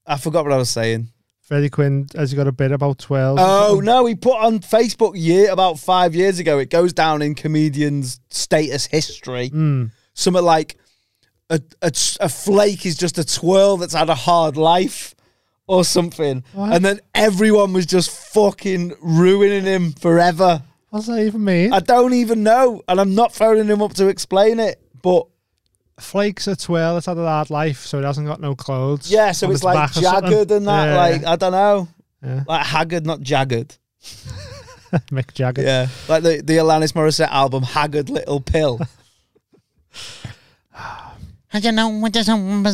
I forgot what I was saying.
Freddie Quinn has he got a bit about twelve.
Oh no, he put on Facebook year about five years ago. It goes down in comedians' status history.
Mm.
Something like a, a t- a flake is just a twirl that's had a hard life or something,
What?
and then everyone was just fucking ruining him forever.
What's that even mean?
I don't even know, and I'm not phoning him up to explain it. But
Flakes a twirl. It's had a hard life, so it hasn't got no clothes.
yeah, so
on
it's like
back or something.
jagged and that,
Yeah.
like I don't know,
Yeah.
like haggard, not jagged.
Mick Jagger.
Yeah, like the, the Alanis Morissette album, Haggard Little Pill.
I don't know what this woman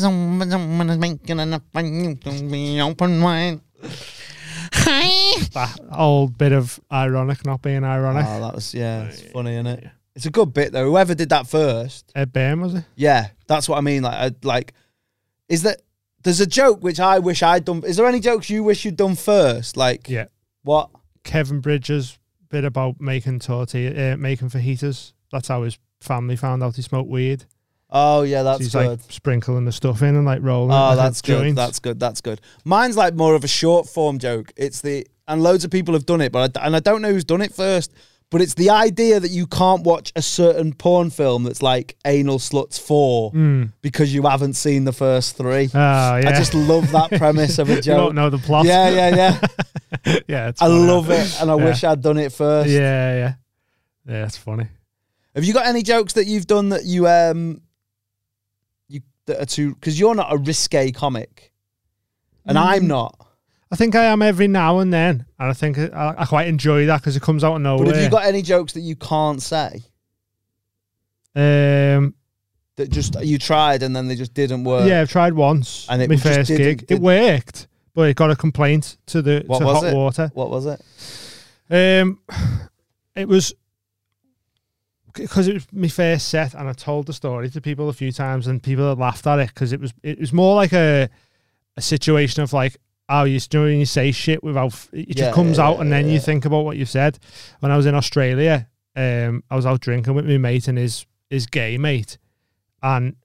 is making enough for you to be open wide. Hi.
That old bit of ironic not being ironic.
Oh, that was yeah, it's funny, isn't it? It's a good bit though. Whoever did that first,
Ed Bam was it?
yeah, that's what I mean. Like, I, like, is that there's a joke which I wish I'd done. Is there any jokes you wish you'd done first? Like,
Yeah.
what?
Kevin Bridges bit about making tortilla, uh, making fajitas. That's how his family found out he smoked weed.
Oh yeah, that's
he's like
good.
sprinkling the stuff in and like rolling. it
oh,
like a
that's good.
joint.
That's good. That's good. Mine's like more of a short form joke. It's the and loads of people have done it, but I, and I don't know who's done it first. But it's the idea that you can't watch a certain porn film that's like Anal Sluts Four
Mm.
because you haven't seen the first three.
Ah, yeah.
I just love that premise of a
You
joke.
don't know the plot.
Yeah, yeah, yeah.
yeah, it's
I
funny.
love it, and I
Yeah.
wish I'd done it first.
Yeah, yeah, yeah. It's funny.
Have you got any jokes that you've done that you um you that are too because you're not a risque comic, and I'm
Mm.
not.
I think I am every now and then, and I think I, I quite enjoy that because it comes out of nowhere.
But have you got any jokes that you can't say
um,
that just you tried and then they just didn't work?
yeah, I've tried once.
And it
my
just
first
didn't-
gig, it
didn't-
worked, but it got a complaint to the
What
to
was
hot
it?
water.
What was it?
Um, it was because it was my first set, and I told the story to people a few times, and people had laughed at it because it was it was more like a a situation of like, oh, you just- you know when you say shit without f- it
Yeah,
just comes
yeah,
out, and then you
yeah.
think about what you've said. When I was in Australia, um, I was out drinking with my mate and his his gay mate, and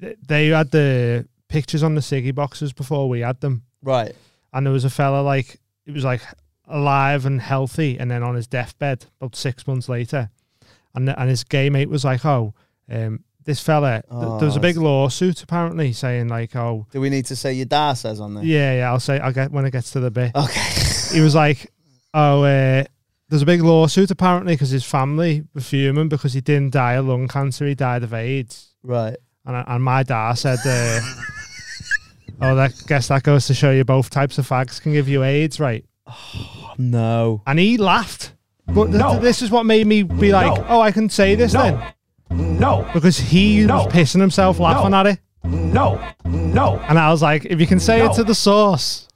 th- they had the pictures on the ciggy boxes before we had them.
Right.
And there was a fella like it was like alive and healthy, and then on his deathbed about six months later, and and his gay mate was like, oh, um, this fella. th- there was
Oh,
a big
that's-
lawsuit apparently saying like, oh,
Do we need to say your da says on there?
yeah, yeah. I'll say. I'll get when it gets to the bit.
Okay.
He was like, "Oh, uh, there's a big lawsuit apparently because his family were fuming because he didn't die of lung cancer. He died of AIDS."
Right.
And I, and my dad said, uh, "Oh, that guess that goes to show you both types of fags can give you AIDS, right?"
No.
And he laughed. But th-
No.
th- this is what made me be like, "Oh, I can say this then."
No.
Because he was pissing himself laughing at it.
No. No.
And I was like, if you can say it to the source,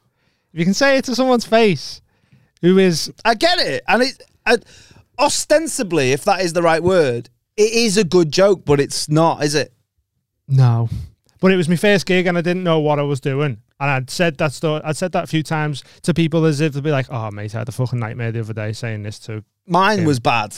if you can say it to someone's face, who is
I get it, and it I, ostensibly, if that is the right word, it is a good joke, but it's not, is it?
No. But it was my first gig and I didn't know what I was doing. And I'd said that story, I'd said that a few times to people as if they'd be like, oh, mate, I had a fucking nightmare the other day saying this to.
Mine
him."
was bad.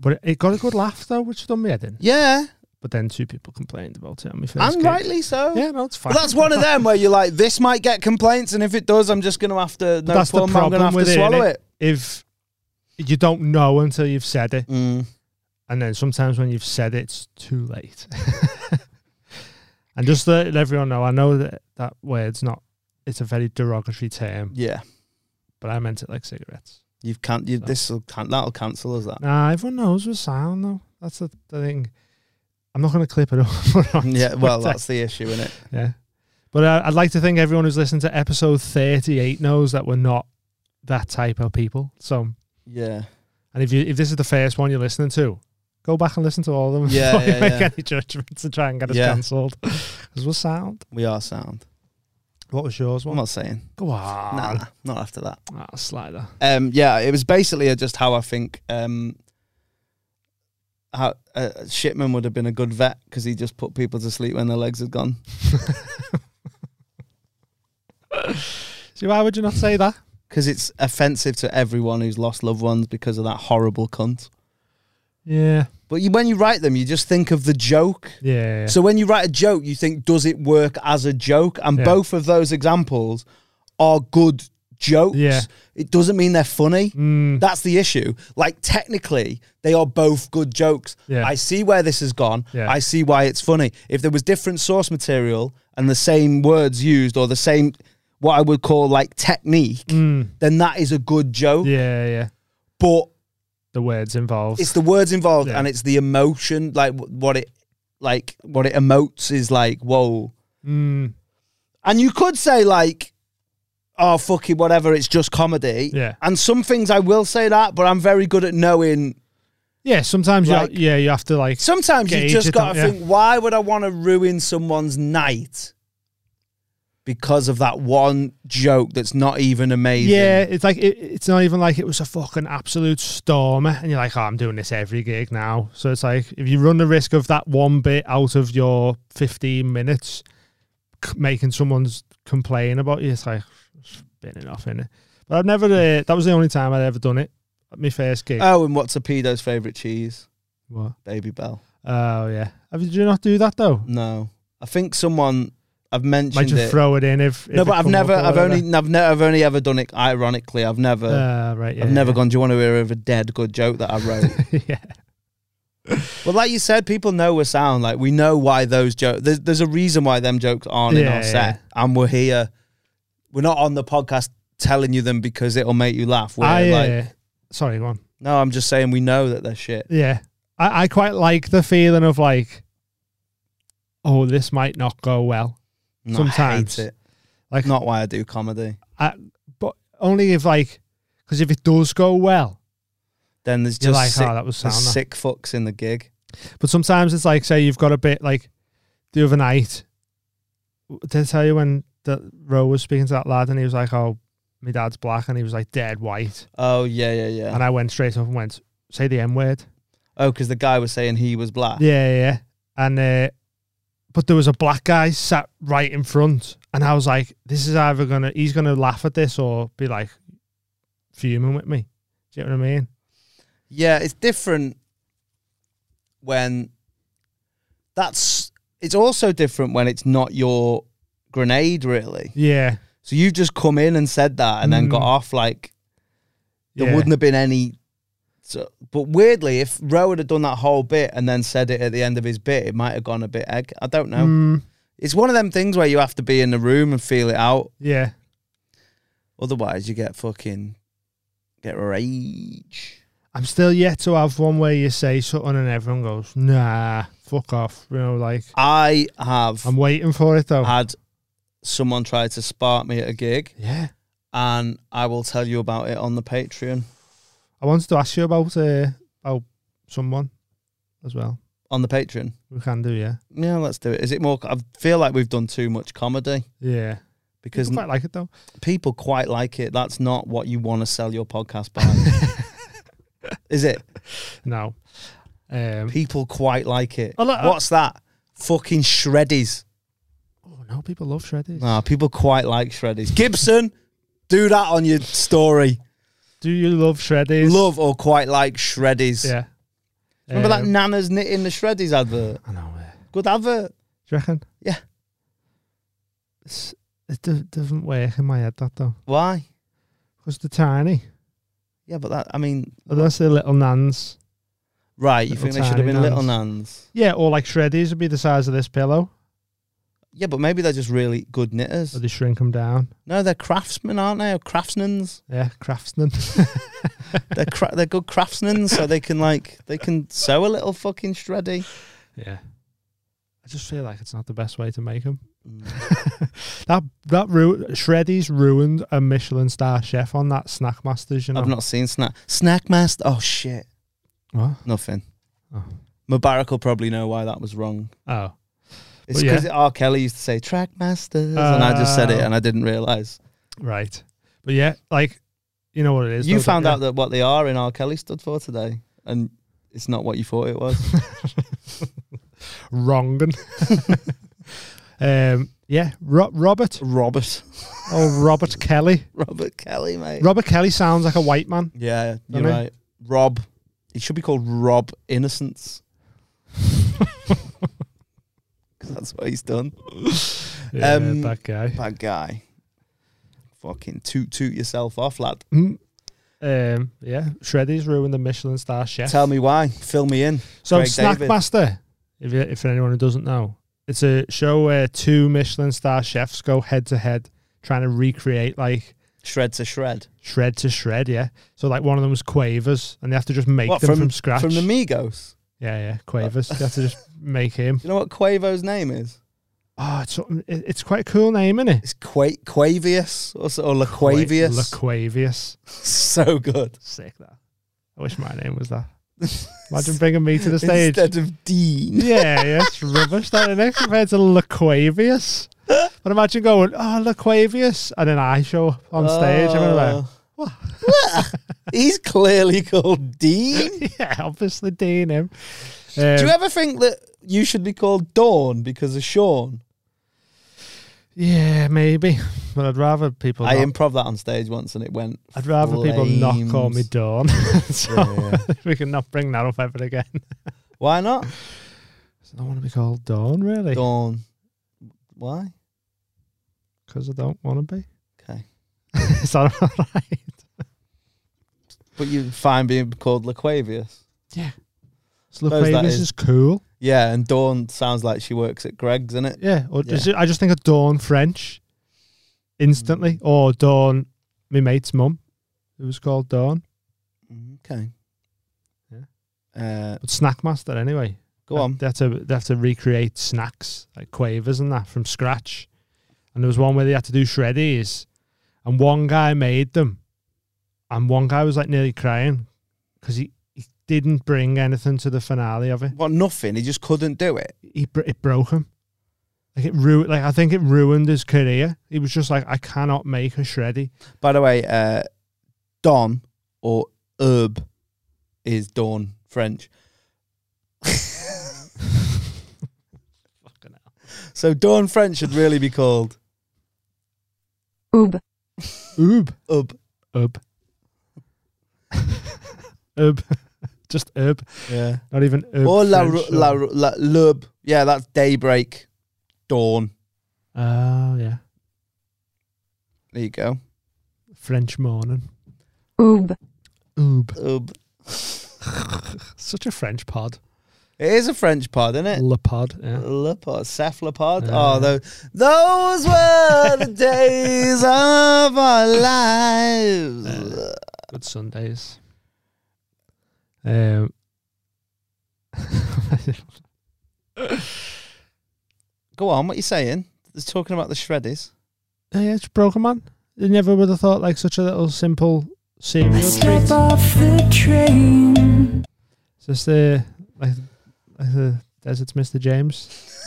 But it got a good laugh, though, which done me head in.
Yeah.
But then two people complained about it on my first
And
gig.
rightly so.
Yeah, no, it's fine.
But that's one of them where you're like, this might get complaints, and if it does, I'm just going to have to.
But
No
that's the
problem. I'm
problem
going to have
with
to
it,
swallow
innit?
it.
If you don't know until you've said it.
Mm.
And then sometimes when you've said it, it's too late. and just to let everyone know, I know that that word's not, it's a very derogatory term.
Yeah.
but I meant it like cigarettes.
You've can you this will can that'll cancel us that.
Nah, everyone knows we're silent though. That's the, the thing. I'm not going to clip it up.
Yeah, well, that's the issue, innit?
Yeah, but uh, I'd like to think everyone who's listened to episode 38 knows that we're not that type of people. So
Yeah.
and if you if this is the first one you're listening to, go back and listen to all of them
Yeah,
before you
yeah,
make
yeah.
any judgments and try and get us
Yeah.
cancelled because we're sound.
We are sound.
What was yours?
I'm not saying.
Go on.
Nah, nah, not after that.
Ah, slider.
Um, yeah, it was basically uh, just how I think um, how, uh, Shipman would have been a good vet because he just put people to sleep when their legs had gone.
See, why would you not say that?
Because it's offensive to everyone who's lost loved ones because of that horrible cunt.
Yeah.
But you, when you write them, you just think of the joke.
Yeah.
So when you write a joke, you think, does it work as a joke? And
Yeah.
both of those examples are good jokes.
Yeah. Mm.
It doesn't mean they're funny. That's the issue. Like, technically, they are both good jokes.
Yeah.
I see where this has gone.
Yeah.
I see why it's funny. If there was different source material and the same words used or the same, what I would call like technique,
Mm.
then that is a good joke.
Yeah, yeah.
But
the words involved.
it's the words involved and it's the emotion like wh- what it like what it emotes is like whoa
Mm.
and you could say like oh fucking whatever it's just comedy
Yeah.
and some things i will say that but i'm very good at knowing
Yeah, sometimes
Like-
you yeah you have to like
sometimes you
gauge
just
it and-
gotta
yeah.
think why would i want to ruin someone's night because of that one joke that's not even amazing
Yeah, it's like it, it's not even like it was a fucking absolute stormer, and you're like, oh, I'm doing this every gig now. So it's like if you run the risk of that one bit out of your 15 minutes c- making someone's complain about you, it's like been enough in it. But I've never uh, that was the only time I'd ever done it. at My first gig.
oh and what's a pedo's favorite cheese
What?
baby bell
Oh yeah. Have you- Did you not do that though?
No, I think someone I've mentioned.
Might just
it.
throw it in if-
no,
if
but
it
I've
come up
never.
or
I've
whatever.
only. I've, ne- I've only ever done it. Ironically, I've never.
Ah, right, yeah,
I've never
yeah.
gone. Do you want to hear of a dead good joke that I wrote?
yeah.
Well, like you said, people know we're sound. Like we know why those jokes. There's, there's a reason why them jokes aren't in
Yeah,
our set, and we're here. We're not on the podcast telling you them because it'll make you laugh. We're
I, uh,
like,
sorry, go on.
no, I'm just saying we know that they're shit.
Yeah. I, I quite like the feeling of like, oh, this might not go well.
No, I hate
Sometimes.
it.
Like
not why I do comedy.
I, but only if like, because if it does go well,
Then there's
You're
just
like,
sick,
"Oh, that was
there's
sound, that."
sick fucks in the gig.
but sometimes it's like, say you've got a bit like the other night. Did I tell you when the Roe was speaking to that lad and he was like, oh, my dad's black and he was like dead white.
Oh yeah, yeah, yeah.
And I went straight up and went, say the M word.
Oh, because the guy was saying he was black.
Yeah, yeah, yeah. And uh, but there was a black guy sat right in front, and I was like, "This is either gonna he's gonna laugh at this or be like fuming with me." Do you know what I mean?
Yeah, it's different when that's it's also different when it's not your grenade really.
Yeah.
So you've just come in and said that and then got
Mm.
off like there
Yeah.
wouldn't have been any so, but weirdly, if Rowan had done that whole bit and then said it at the end of his bit, it might have gone a bit egg. I don't know.
Mm.
It's one of them things where you have to be in the room and feel it out.
Yeah.
Otherwise, you get fucking get rage.
I'm still yet to have one where you say something and everyone goes, "Nah, fuck off." You know, like
I have.
I'm waiting for it though.
Had someone try to spark me at a gig.
Yeah.
And I will tell you about it on the Patreon.
I wanted to ask you about uh, about someone as well.
On the Patreon.
We can do, yeah.
Yeah, let's do it. Is it more? I feel like we've done too much comedy.
Yeah.
Because
People quite like it though.
People quite like it. That's not what you want to sell your podcast by. Is it?
No. Um,
people quite like it.
I like- I-
What's that? Fucking shreddies.
Oh no, people love shreddies.
Nah, people quite like shreddies. Gibson, do that on your story.
Do you love shreddies?
Love or quite like shreddies?
Yeah.
Remember that
Um,
Nana's knitting the shreddies advert? I
know.
Good advert.
Do you reckon?
Yeah.
It's, it do- doesn't work in my head, that though.
Why?
Because they're tiny.
Yeah, but that I mean,
Unless they're little nans.
right? You
Little
think they should have
tiny
been little
nans.
nans?
Yeah, or like shreddies would be the size of this pillow.
Yeah, but maybe they're just really good knitters.
Or they shrink them down.
No, they're craftsmen, aren't they? Or craftsnans.
Yeah, craftsmen.
they're cra- they're good craftsmen, so they can like they can sew a little fucking shreddy.
Yeah. I just feel like it's not the best way to make them. that that ru- Shreddy's ruined a Michelin star chef on that Snack Masters. You know,
I've not seen snack snack master. Oh shit.
What?
Nothing.
Oh.
Mubarak will probably know why that was wrong.
Oh.
It's
Well, yeah.
because R. Kelly used to say track masters, and I just said it,
Oh.
and I didn't realize.
right. But yeah, like you know what it is.
You
though, don't
found
you?
out that what they are in R. Kelly stood for today, and it's not what you thought it was.
wrong. um, yeah, Ro- Robert.
Robert.
Oh, Robert Kelly.
Robert Kelly, mate.
Robert Kelly sounds like a white man.
Yeah, you're
Don't I?
right. Rob. It should be called Rob Innocence. 'Cause that's what he's done.
Yeah, that guy.
That guy. Fucking toot toot yourself off, lad.
Mm. Um, yeah, Shreddy's ruined the Michelin star chef.
Tell me why. Fill me in.
So
Craig David.
Snackmaster, if you, if anyone who doesn't know, it's a show where two Michelin star chefs go head to head trying to recreate like
shred to shred,
shred to shred. Yeah. So like one of them was Quavers, and they have to just make
What,
them
from-
from, scratch
from the Migos?
Yeah, yeah, Quavers. they have to just make him.
You know what Quavo's name is?
Oh, it's something- it- it's quite a cool name, isn't it?
It's Qua- Quavius or, so- or Laquavius.
Laquavius.
so good.
Sick that. I wish my name was that. Imagine bringing me to the stage.
Instead of Dean.
yeah, yeah, it's rubbish that isn't it compared to Laquavius. But imagine going, oh, Laquavius, and then I show up on stage. and I'm like,
Oh. He's clearly called Dean.
yeah, obviously Dean him.
Do
Um,
you ever think that you should be called Dawn because of Sean?
yeah, maybe. But I'd rather people.
I
not-
improv that on stage once and it went.
I'd rather people not call me
flames.
Dawn. so we can not bring that up ever again.
Why not?
I don't want to be called Dawn, really,
Dawn. Why?
because I don't want to be.
Okay.
Is that all right?
But you find being called Laquavius.
Yeah. So
Suppose that
Laquavius is cool.
Yeah, and Dawn sounds like she works at Greg's, isn't it?
Yeah, or is it- I just think of Dawn French
Mm.
instantly, or Dawn, my mate's mum, who was called Dawn.
Okay. Uh,
But Snackmaster, anyway.
Go
They-
on.
They have to they have to recreate snacks like quavers and that from scratch. And there was one where they had to do shreddies, and one guy made them, and one guy was like nearly crying because he, he didn't bring anything to the finale of it.
What? Nothing. He just couldn't do it.
He br- it broke him. Like it ruined. Like I think it ruined his career. He was just like, I cannot make a shreddy.
By the way, uh, Don or Herb is Dawn French. So Dawn French should really be called
Oob.
Oob.
Ub.
Ub. Ub. Just Ub.
Yeah.
Not even Ub.
or La,
French, um,
La,
or-
La, Lub. Yeah, that's Daybreak. Dawn.
Oh, yeah.
There you go.
French morning.
Oob.
Oob.
Ub.
Such a French pod.
It is a French pod, isn't it?
Lepod, yeah.
Lepod, Seth Lepod.
Yeah.
oh, those, those were the days of our lives.
Good Sundays. Um.
Go on, what are you saying? It's talking about the shreddies.
Oh, yeah, it's broken, man. You never would have thought like such a little simple cereal
I
treat.
step off the train.
It's just uh, like, like the desert's Mr. James.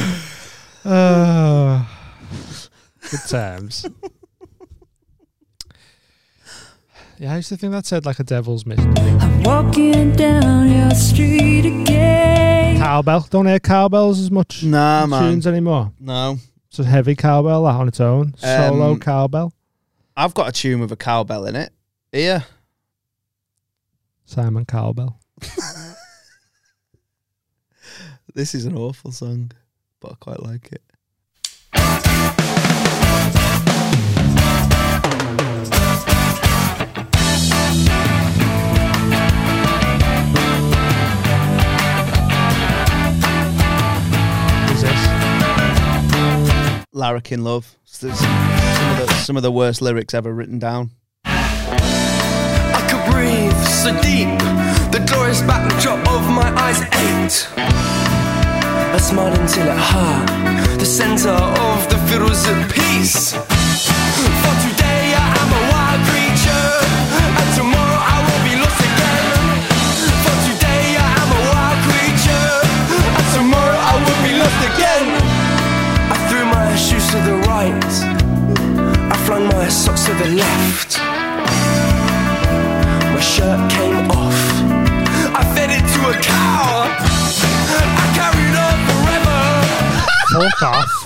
Oh, good times. yeah, I used to think that said like a devil's mystery.
Walking down your street again.
Cowbell. Don't hear cowbells as much
nah,
in
man.
tunes anymore.
No.
It's a heavy cowbell that on its own. Solo
Um,
cowbell.
I've got a tune with a cowbell in it. Here.
Simon Cowbell.
This is an awful song, but I quite like it.
Is
Larrikin Love. It's the- Some of, the, some of the worst lyrics ever written down.
I could breathe so deep. The glorious backdrop over my eyes ached. I smiled until it hurt. The center of the fiddle's at peace. For today I am a wild creature, and tomorrow I will be lost again. For today I am a wild creature, and tomorrow I will be lost again. I threw my shoes to the right. I flung my socks to the left. My shirt came off. I fed it to a cow. I carried on forever.
Fuck off.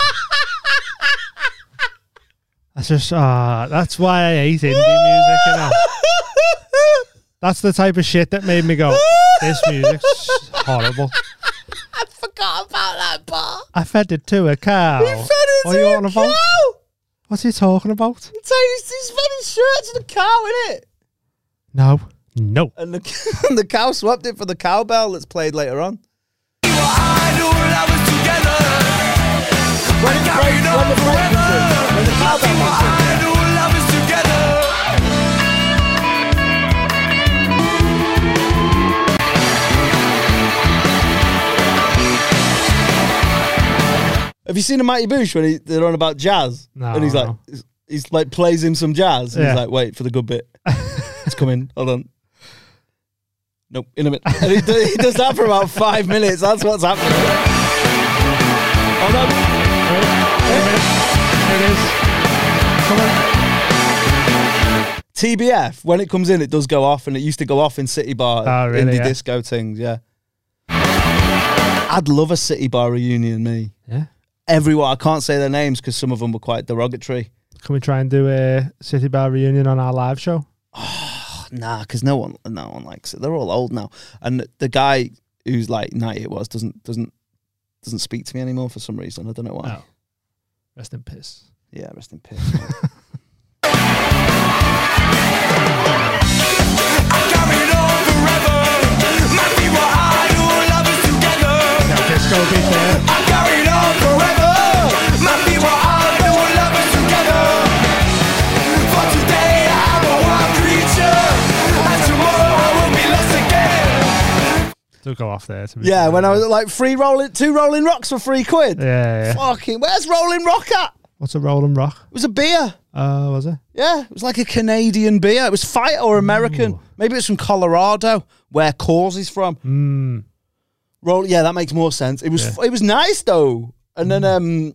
That's just ah. that's why I hate indie music. You know? That's the type of shit that made me go. This music's horrible.
I forgot about that bar.
I fed it to a cow.
You fed it
What
to
are you
a
on about?
cow!
What's he talking about?
It's his, his very shirt to the cow, in it?
No, no.
And the, and the cow swapped it for the cowbell that's played later on.
When it carried on forever. I knew love is together.
Have you seen a Mighty Boosh when he, they're on about jazz?
No,
And he's like,
no.
he's, he's like plays him some jazz. And
Yeah.
he's like, wait for the good bit. it's coming. Hold on. Nope, in a minute. And he, do- he does that for about five minutes. That's what's happening. Hold on. TBF, when it comes in, it does go off, and it used to go off in City Bar,
Oh, really,
indie
yeah.
disco things, yeah. I'd love a City Bar reunion, me.
Yeah.
Everyone, I can't say their names because some of them were quite derogatory.
Can we try and do a City Bar reunion on our live show?
Nah, because no one, no one likes it. They're all old now, and the guy who's like ninety, it was doesn't doesn't doesn't speak to me anymore for some reason. I don't know why.
Oh, Rest in piss.
Yeah, rest in peace.
I carried on forever. My feet were on, we were lovers together. For today I'm a wild creature, and tomorrow I will be lost again.
Don't go off there. To be
yeah, when I was like free rolling, two rolling rocks for three quid.
Yeah, yeah.
Fucking, where's Rolling Rock at?
What's a Rolling Rock?
It was a beer.
Uh, was it?
Yeah, it was like a Canadian beer. It was fight or American. Maybe it's from Colorado, where Cause is from.
Mm.
Roll, yeah, that makes more sense. It was
Yeah. Hmm.
it was nice though, and then um,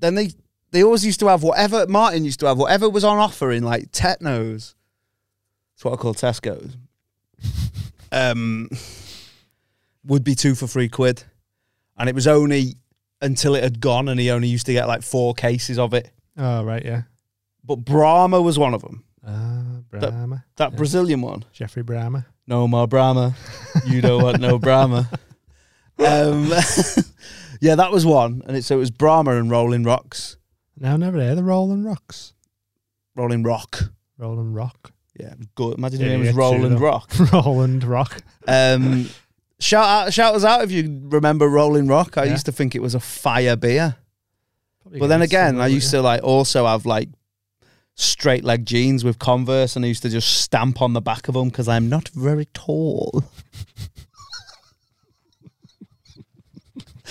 then they they always used to have whatever Martin used to have whatever was on offer in like Tetnos. It's what I call Tesco's. um, would be two for three quid, and it was only until it had gone, and he only used to get like four cases of it.
Oh, right, yeah.
But Brahma was one of them.
Ah,
That-
Brahma.
That
Yeah.
Brazilian one.
Jeffrey Brahma.
No more Brahma. You don't want no Brahma. Um, yeah, that was one. And it, so it was Brahma and Rolling Rocks.
Now, I've never heard of Rolling Rocks.
Rolling Rock.
Rolling Rock.
Yeah, it was good. Imagine
Yeah,
your name
you
was
get two
Roland
though.
Rock.
Roland Rock.
Um, shout out, shout us out if you remember Rolling Rock. I used to think it was a fire beer. but then
against
again,
them,
I
wouldn't
used to like also have like straight leg jeans with Converse, and I used to just stamp on the back of them because I'm not very tall.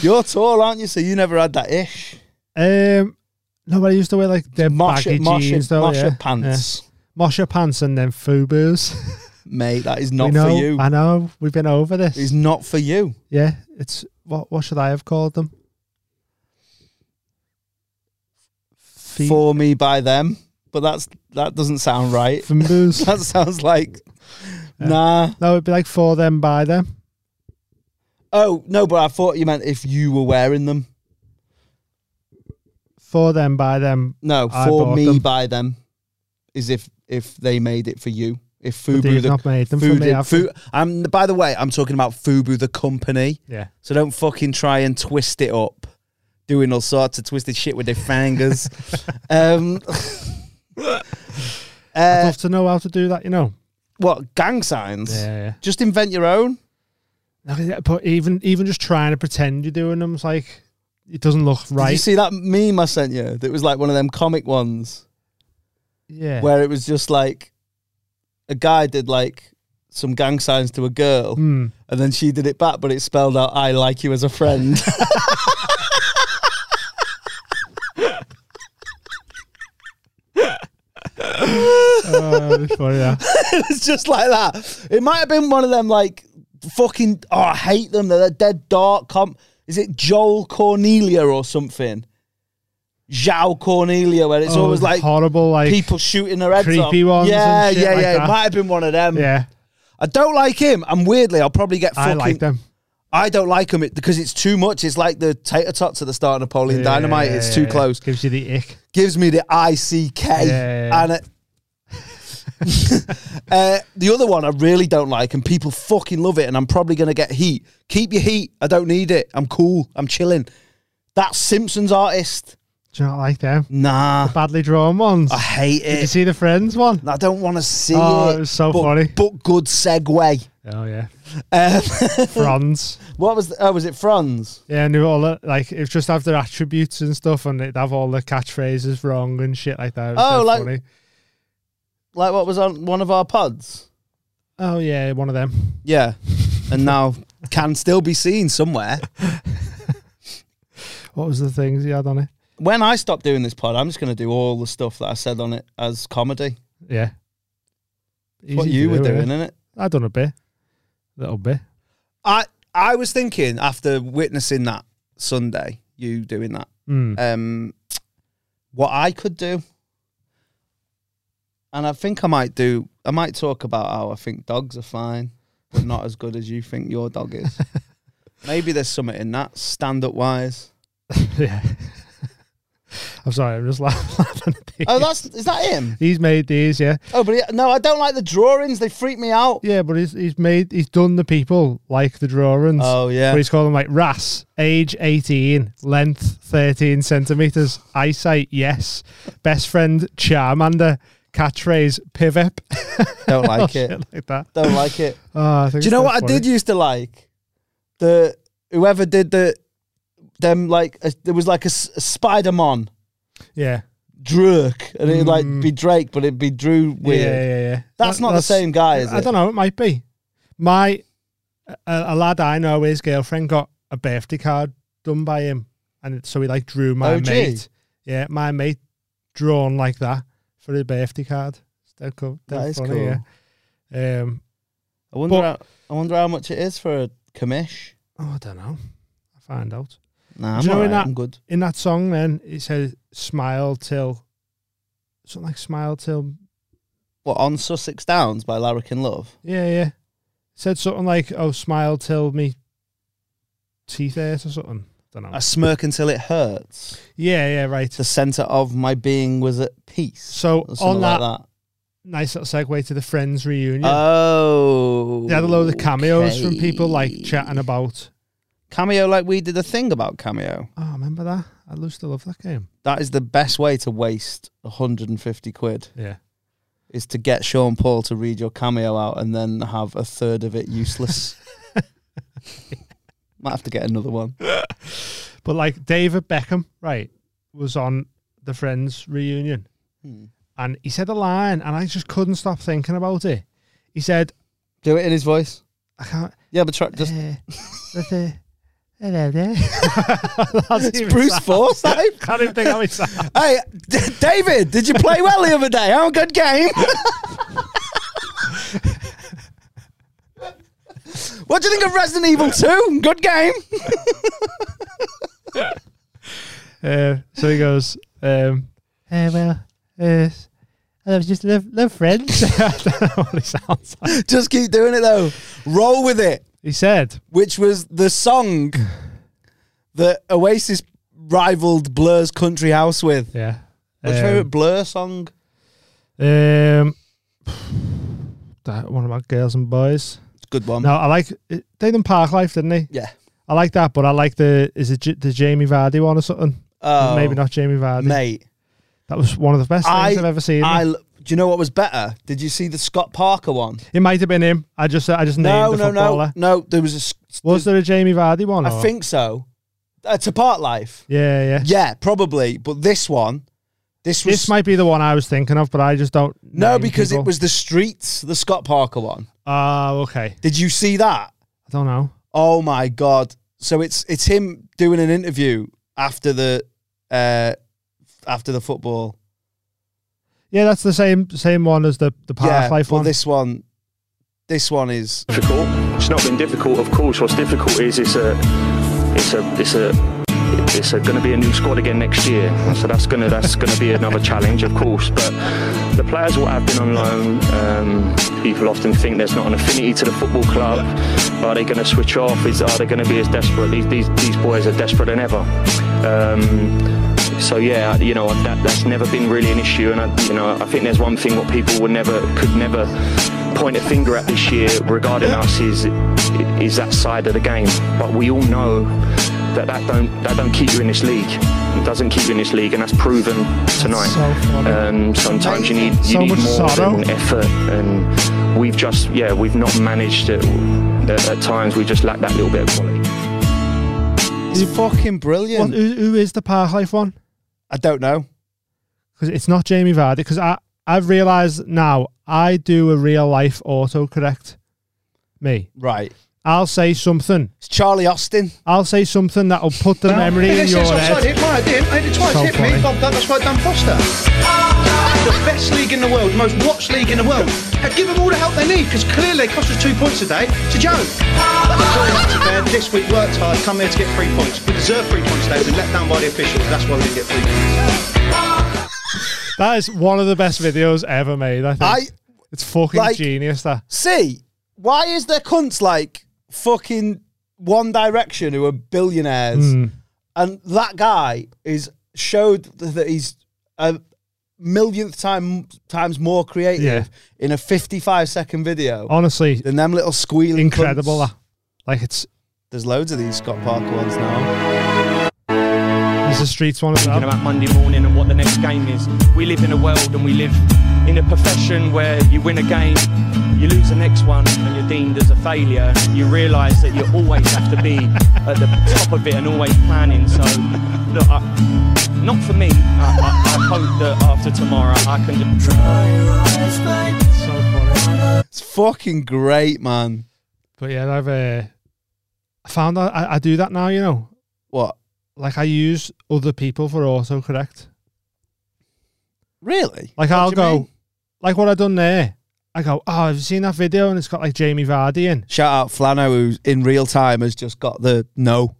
You're tall, aren't you? So you never had that ish.
Um, no, but I used to wear like their
Mosher-
baggy
mosher-
jeans, though.
mosher
yeah.
pants.
Yeah. Mosher pants and then Fubu's.
Mate, that is
We
not for
know-
you.
I know. We've been over this.
It's not for you.
yeah, it's what? What should I have called them?
For me by them. But that's that doesn't sound right.
Fumbus.
that sounds like nah.
No, it'd be like for them by them.
Oh no, but I thought you meant if you were wearing them.
For them by them.
No,
I
for
bought
me
them.
by them. is if if they made it for you. If
But
Fubu
they've
the
not made them for me,
Fubu-
have
Fu- I'm by the way, I'm talking about Fubu the company.
Yeah.
So don't fucking try and twist it up, doing all sorts of twisted shit with their fingers. um, uh,
I'd love to know how to do that. You know
what gang signs?
Yeah, yeah.
Just invent your own.
But even even just trying to pretend you're doing them, it's like it doesn't look right.
Did you see that meme I sent you? That was like one of them comic ones.
Yeah.
Where it was just like a guy did like some gang signs to a girl
Hmm.
and then she did it back, but it spelled out I like you as a friend.
Oh, it's funny, yeah.
it was just like that. It might have been one of them like fucking oh I hate them. They're the dead dark comp is it Joel Cornelia or something? Zhao Cornelia, where it's
Oh,
always like
horrible, like
people shooting their heads
creepy
off.
ones and
Yeah,
shit
yeah,
like
yeah. It
that.
might have been one of them.
Yeah.
I don't like him, and weirdly, I'll probably get
I
fucking.
like them.
I don't like him it- because it's too much. It's like the tater tots at the start of Napoleon
Yeah,
Dynamite.
yeah,
it's
yeah,
too
yeah.
close.
Gives you the ick.
Gives me the ICK,
Yeah.
and it, uh, the other one I really don't like, and people fucking love it, and I'm probably gonna get heat. Keep your heat. I don't need it. I'm cool. I'm chilling. That Simpsons artist.
Do you not like them?
Nah.
The badly drawn ones. I
hate it.
Did you see the Friends one?
I don't want to see
oh,
it.
it was so
but,
funny.
But good segue.
Oh yeah.
Um,
Franz.
What was? The, oh, was it Franz?
Yeah, and they were all the, like it was just have their attributes and stuff, and they'd have all the catchphrases wrong and shit like that. It was
Oh,
so
like-
funny.
Like what was on one of our pods?
oh yeah, one of them.
Yeah, and now can still be seen somewhere.
What was the things he had on it?
When I stop doing this pod, I'm just gonna do all the stuff that I said on it as comedy.
Yeah,
It's what
Easy
you
to
were
do,
doing,
innit?
isn't it?
I done a bit, little bit.
I I was thinking after witnessing that Sunday, you doing that,
Hmm.
um, what I could do, and I think I might do. I might talk about how I think dogs are fine, but not as good as you think your dog is. Maybe there's something in that stand up wise.
yeah. I'm sorry, I'm just laugh- laughing. At these.
Oh, that's is that him?
He's made these, yeah,
Oh, but he, no, I don't like the drawings. They freak me out.
yeah, but he's he's made he's done the people like the drawings.
Oh, yeah.
but he's called them like Ras, age 18, length 13 centimeters, eyesight yes, best friend Charmander, catchphrase Pivip.
Don't like
Oh, Shit
it.
like that.
Don't like it.
Oh, I think
Do you
it's
know
so
what I
funny.
did used to like? The whoever did the them like a, there was like a, s- a Spiderman
Yeah.
Drake, and it'd like be Drake, but it'd be Drew weird.
Mm. Yeah, yeah, yeah.
That's
That-
not the same guy, is it?
I don't know. It might be. My a, a lad I know, his girlfriend got a birthday card done by him, and it, so he like drew my
Oh, gee.
mate. Yeah, my mate drawn like that for his birthday card. It's dead cool. dead
That is
funny,
cool.
Yeah. Um,
I wonder.
But-
how, I wonder how much it is for a commish.
oh, I don't know. I find out. Do
Nah, I'm,
you know
alright,
in that
I'm good.
in that song? Then it says "smile till," something like "smile till."
What on Sussex Downs by Larrick and Love?
Yeah, yeah. Said something like, "Oh, smile till me teeth hurt" or something. Don't know.
I smirk until it hurts.
Yeah, yeah, right.
The center of my being was at peace.
So
Or something
on that,
like that. Uh,
nice little segue to the Friends reunion.
Oh,
they had a load of cameos from
okay.
people like chatting about.
cameo, like we did a thing about cameo.
Oh, I remember that? I used to love that game.
That is the best way to waste 150 quid.
Yeah.
Is to get Sean Paul to read your cameo out and then have a third of it useless. Might have to get another one.
But like David Beckham, right, was on the Friends reunion.
Hmm.
And he said a line, and I just couldn't stop thinking about it. He said,
Do it in his voice.
I can't. uh,
Yeah, but try, just.
That's it. Hello there. That's
It's
even
Bruce
sound-
Forsyth.
Can't even think how it sounds.
Hey, D- David, did you play well the other day? Have a good game. what do you think of Resident Evil 2? Good game.
Uh, so he goes, um, uh, well, uh, I just love, love friends. I don't know what he sounds like.
Just keep doing it though. Roll with it.
He said,
which was the song that Oasis rivaled Blur's Country House with.
yeah.
What's
Um,
your favorite Blur song?
Um, that one about girls and boys.
Good one.
No, I like it- they done Park Life, didn't they?
Yeah.
I like that, but I like the is it J- the Jamie Vardy one or something?
Oh.
maybe not Jamie Vardy,
Mate.
That was one of the best
I-
things I've ever seen.
I l- do you know what was better? Did you see the Scott Parker one?
it might have been him. I just I just
No,
named the
no, no,
footballer.
no. There was a. s-
Was there a Jamie Vardy one?
I
or-
think so. Uh, to part life.
Yeah, yeah.
Yeah, probably. But this one, this was
This might be the one I was thinking of, but I just don't.
no,
name
because
people.
it was the streets, the Scott Parker one.
Ah, okay.
Did you see that?
I don't know.
Oh my god! So it's it's him doing an interview after the uh after the football.
Yeah, that's the same same one as the the Park
yeah,
Life
but
one.
this one, this one is
difficult. It's not been difficult, of course. What's difficult is it's a, it's a, it's a, it's going to be a new squad again next year. So that's going to that's going to be another challenge, of course. But the players will have been on loan. Um, people often think there's not an affinity to the football club. Are they going to switch off? Is are they going to be as desperate? These these, these boys are desperate than ever. Um, so yeah, you know that, that's never been really an issue, and I, you know I think there's one thing what people would never could never point a finger at this year regarding us is is that side of the game. But we all know that that don't that don't keep you in this league. It doesn't keep you in this league, and that's proven tonight. um, sometimes you need you
So
need
much
more
sorrow.
than effort, and we've just yeah we've not managed it. At, at times we just lack that little bit of quality.
it's fucking brilliant.
What- who, who is the Park Life one?
I don't know.
Because it's not Jamie Vardy. Because I I've realised now I do a real life autocorrect. Me.
Right.
I'll say something.
It's Charlie Austin.
I'll say something that'll put the memory in your head.
It's twice
So
hit me.
funny.
Bob, that- that's why Dan Foster. the best league in the world, the most watched league in the world. Now, give them all the help they need because clearly it cost us two points a day. It's a joke. That's all that's fair. This week worked hard, come here to get three points. We deserve three points today. We've been let down by the officials. That's why we didn't get three points.
That is one of the best videos ever made. I think.
I-
it's fucking
like-
genius. That.
See, why is there cunts like fucking One Direction who are billionaires,
Mm.
and that guy is showed th- that he's a millionth time times more creative
Yeah. Oh.
in a fifty-five second video.
Honestly,
than them little squealing.
Incredible.
cunts.
that. Like it's
There's loads of these Scott Parker ones now.
there's a streets one as
thinking
well.
about Monday morning and what the next game is. We live in a world and we live in a profession where you win a game, you lose the next one, and you're deemed as a failure. You realise that you always have to be at the top of it and always planning. So, look, I, not for me. I, I, I hope that after tomorrow I can just.
It's fucking great, man.
But yeah, I've uh, I found that I, I do that now. You know
what?
Like I use other people for autocorrect.
Really?
Like I'll go, like what I done there. I go, oh, have you seen that video? And it's got like Jamie Vardy in.
Shout out Flano, who's in real time has just got the no.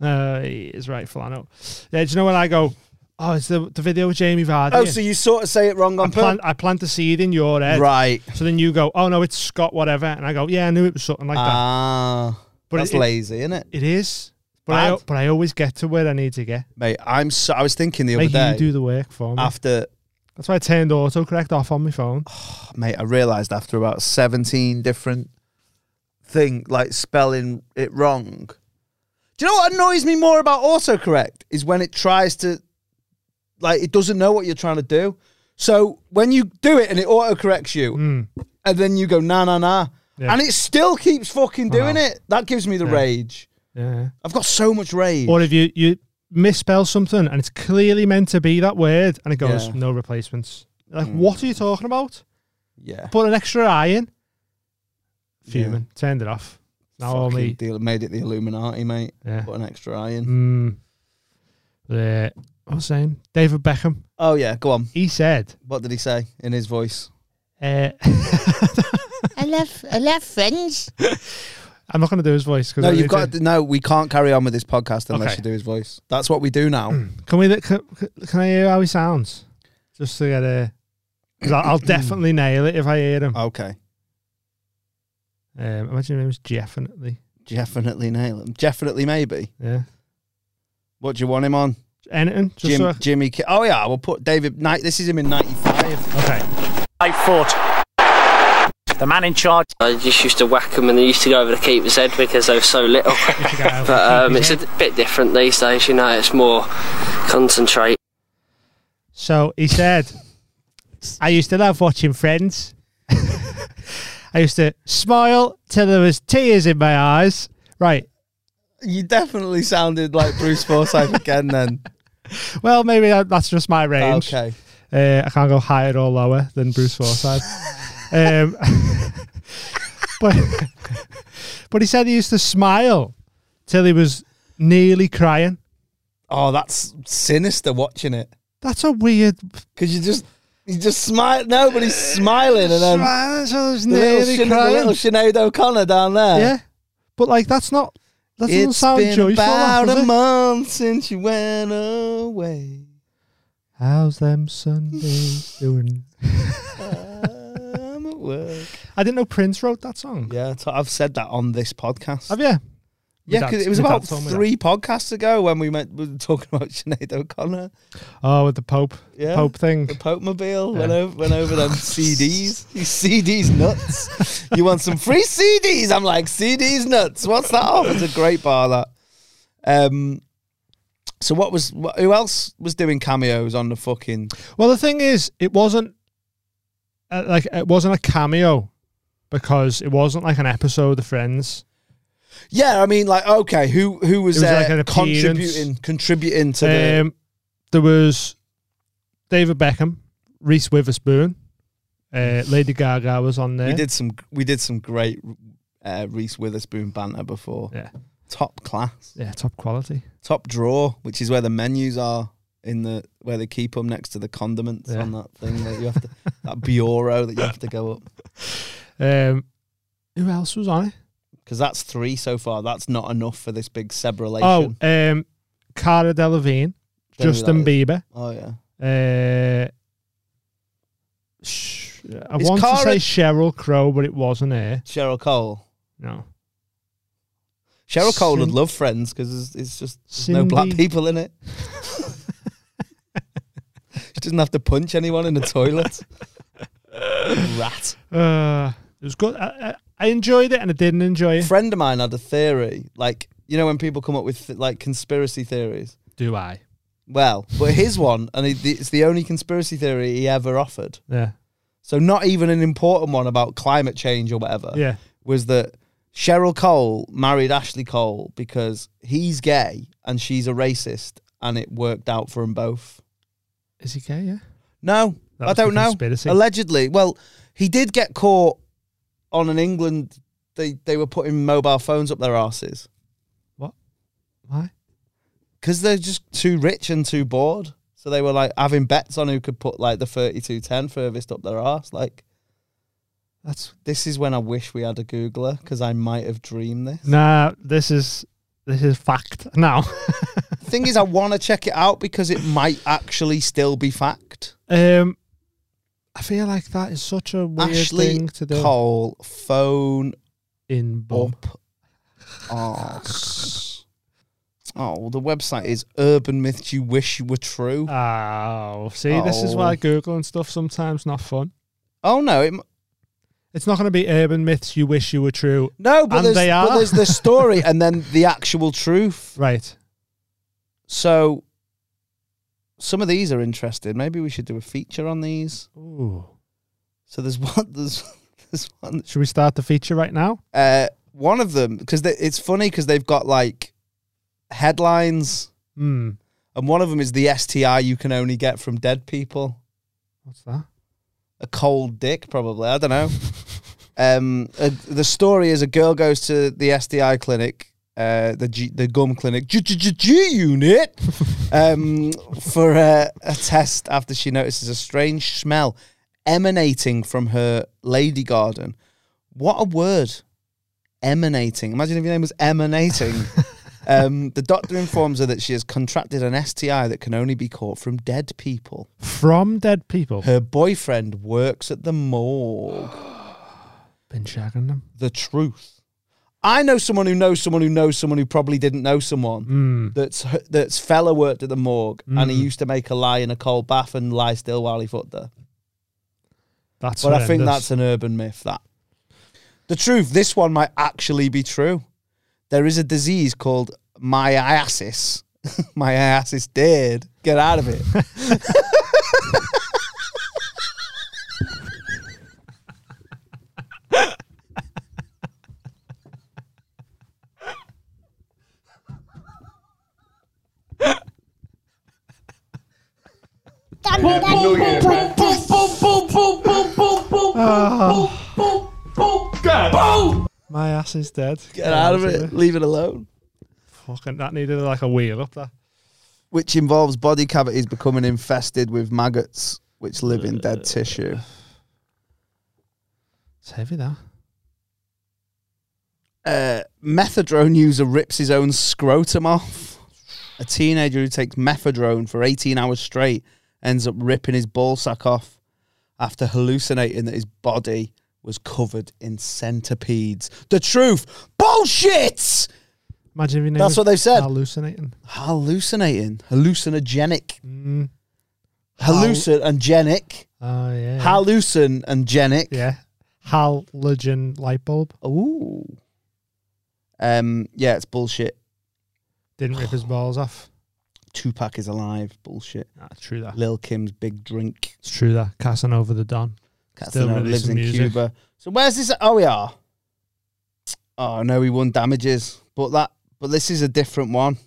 Uh, he is right, Flano. Yeah, do you know when I go? Oh, it's the the video with Jamie Vardy.
Oh,
in."
so you sort of say it wrong
I
on
plant,
purpose.
I plant the seed in your head.
Right.
So then you go, oh no, it's Scott whatever, and I go, yeah, I knew it was something like that.
Ah,
But
that's
it- it-
lazy, isn't it?
It is. But I,
Bad.
but I always get to where I need to get.
Mate, I'm so, I was thinking the other
Make
day.
you do the work for me.
After,
That's why I turned autocorrect off on my phone.
mate, I realised after about 17 different thing, like spelling it wrong. Do you know what annoys me more about autocorrect is when it tries to, like, it doesn't know what you're trying to do. So when you do it and it autocorrects you, and then you go nah nah nah,
Hmm. Yeah.
and it still keeps fucking
I
doing
know.
it. That gives me the
Yeah.
rage.
Yeah.
I've got so much rage.
Or if you you misspell something and it's clearly meant to be that word, and it goes
Yeah. Hmm.
no replacements. Like what are you talking about?
Yeah.
Put an extra I in. Fuming. Turned it off. Now all
Fucking
me.
deal- made it the Illuminati, mate.
Yeah.
Put an extra eye in.
Mm. Yeah. I Uh, was saying David Beckham.
Oh yeah, go on.
He said.
What did he say in his voice?
Uh,
I love, I love friends.
I'm not going to do his voice because
No, you've got to, no. We can't carry on with this podcast unless
Okay. Hmm.
you do his voice. That's what we do now.
Can we? Can, can I hear how he sounds? Just to get a. 'cause I'll, I'll definitely nail it if I hear him.
Okay.
Um, imagine it was definitely.
Definitely nail him. Definitely, maybe.
Yeah.
What do you want him on?
Anything? Just
Jim,
so I-
Jimmy. Ki- oh yeah, we'll put David. Knight. This is him in '95.
Okay.
five foot. The man in charge.
I just used to whack them and they used to go over the keeper's head because they were so little. but um, it's a bit different these days, you know, it's more concentrate.
So he said, I used to love watching Friends. I used to smile till there was tears in my eyes. Right.
You definitely sounded like Bruce Forsyth again then. Ah,
Well, maybe that- that's just my range.
Okay.
Uh, I can't go higher or lower than Bruce Forsyth. um, but, but he said he used to smile till he was nearly crying.
Oh, that's sinister watching it.
That's a weird.
Because you just. He's just smiling. Nobody's smiling, and then
Smiling, so there's
Um, the little,
nearly
Shin- the
crying.
little Sinead O'Connor down there.
Yeah. But like, that's not. That doesn't
It's
sound
been
joyful. that,
about
does
a
it?
month since you went away.
How's them Sundays doing?
I'm at work.
I didn't know Prince wrote that song.
Yeah, so I've said that on this podcast.
Have you?
Yeah,
My
because
dad-
it was
my dad
about
told me that.
three podcasts ago when we, met, we were talking about Sinead O'Connor.
Oh, with the Pope.
Yeah.
Pope thing.
The Pope Mobile went,
Yeah.
over, went over them CDs. These CDs nuts. you want some free CDs? I'm like, CDs nuts. What's that off? It's a great bar, that. Um, so what was, wh- who else was doing cameos on the fucking,
Well, the thing is, it wasn't uh, like it wasn't a cameo because it wasn't like an episode of Friends.
yeah, I mean like, okay, who, who was,
It was
there
like an appearance.
contributing, contributing to the,
Um, there was David Beckham, Reese Witherspoon, uh, Lady Gaga was on there.
We did some. We did some great uh, Reese Witherspoon banter before.
Yeah.
Top class.
Yeah, top quality.
Top drawer, which is where the menus are in the where they keep them next to the condiments
Yeah.
on that thing that you have to that bureau that you have to go up
Um, who else was on it?
because that's three so far. That's not enough for this big sebrelation.
Oh, um, Cara Delevingne,
Don't know who
Justin
that is.
Bieber.
Oh
Uh,
yeah.
sh- I
Is
want
Cara-
to say Cheryl Crow, but it wasn't her.
Cheryl Cole.
No.
Cheryl Cole would
Cin-
love Friends because it's, it's just there's no black
Cindy-
people in it. she doesn't have to punch anyone in the toilet. Rat.
Uh, it was good. I, I, I enjoyed it and I didn't enjoy it.
friend of mine had a theory, like you know when people come up with th- like conspiracy theories.
Do I?
Well, but his one, and it- it's the only conspiracy theory he ever offered.
Yeah.
So not even an important one about climate change or whatever.
Yeah.
Was that Cheryl Cole married Ashley Cole because he's gay and she's a racist, and it worked out for them both.
Is he gay? Yeah.
No,
That
I
was the
don't know.
conspiracy.
Allegedly, well, he did get caught on an England. They they were putting mobile phones up their asses.
What? Why?
Because they're just too rich and too bored. So they were like having bets on who could put like the thirty-two ten furthest up their ass. Like
that's
this is when I wish we had a Googler because I might have dreamed this.
Nah, this is this is fact now.
Thing is, I want to check it out because it might actually still be fact.
um, I feel like that is such a weird
Ashley
thing to do.
Cole phone
in bum.
up arse. Oh, well, the website is Urban Myths You Wish Were True.
Oh, See, this is why Google and stuff sometimes not fun.
Oh no, it, m-
it's not going to be urban myths you wish you were true.
No, but
and
there's,
they are.
but there's the story and then the actual truth.
Right.
So some of these are interesting. Maybe we should do a feature on these.
Ooh.
So there's one. There's there's one.
Should we start the feature right now?
Uh, one of them because it's funny because they've got like headlines,
Hmm.
and one of them is the STI you can only get from dead people.
What's that?
a cold dick, probably. I don't know. um, uh, the story is a girl goes to the SDI clinic, uh, the G, the gum clinic, G, G, G, G unit, um, for uh, a test after she notices a strange smell emanating from her lady garden. What a word! Emanating. Imagine if your name was emanating. um, the doctor informs her that she has contracted an STI that can only be caught from dead people.
From dead people.
Her boyfriend works at the morgue.
Been shagging them.
The truth. I know someone who knows someone who knows someone who probably didn't know someone
Mm.
that's that's fella worked at the morgue and he
Mm.
used to make a lie in a cold bath and lie still while he fucked her.
That's
but I think
horrendous.
that's an urban myth. That the truth, this one might actually be true. There is a disease called myiasis. myiasis dead. Get out of it.
Ah, My ass is dead.
Get out of it. Leave it alone.
Fucking that needed like a wheel up there.
Which involves body cavities becoming infested with maggots, which live in dead tissue.
It's heavy that.
Uh, methadone user rips his own scrotum off. A teenager who takes methadone for 18 hours straight ends up ripping his ballsack off after hallucinating that his body was covered in centipedes. The truth. Bullshit!
Imagine if your name
That's
was
what they've said.
Hallucinating.
Hallucinating. Hallucinogenic.
Mm.
Hallucinogenic.
Oh yeah.
Hallucin and genic.
Yeah. Halogen light bulb.
Ooh. Um, yeah, it's bullshit.
Didn't rip his balls off. Ah,
Tupac is alive. Bullshit.
true that.
Lil Kim's big drink.
It's true that. Casanova the Don. Still
Casanova lives
releasing
in
music.
Cuba. So where's this? Oh, we are. Oh no, he won damages, but that, but this is a different one.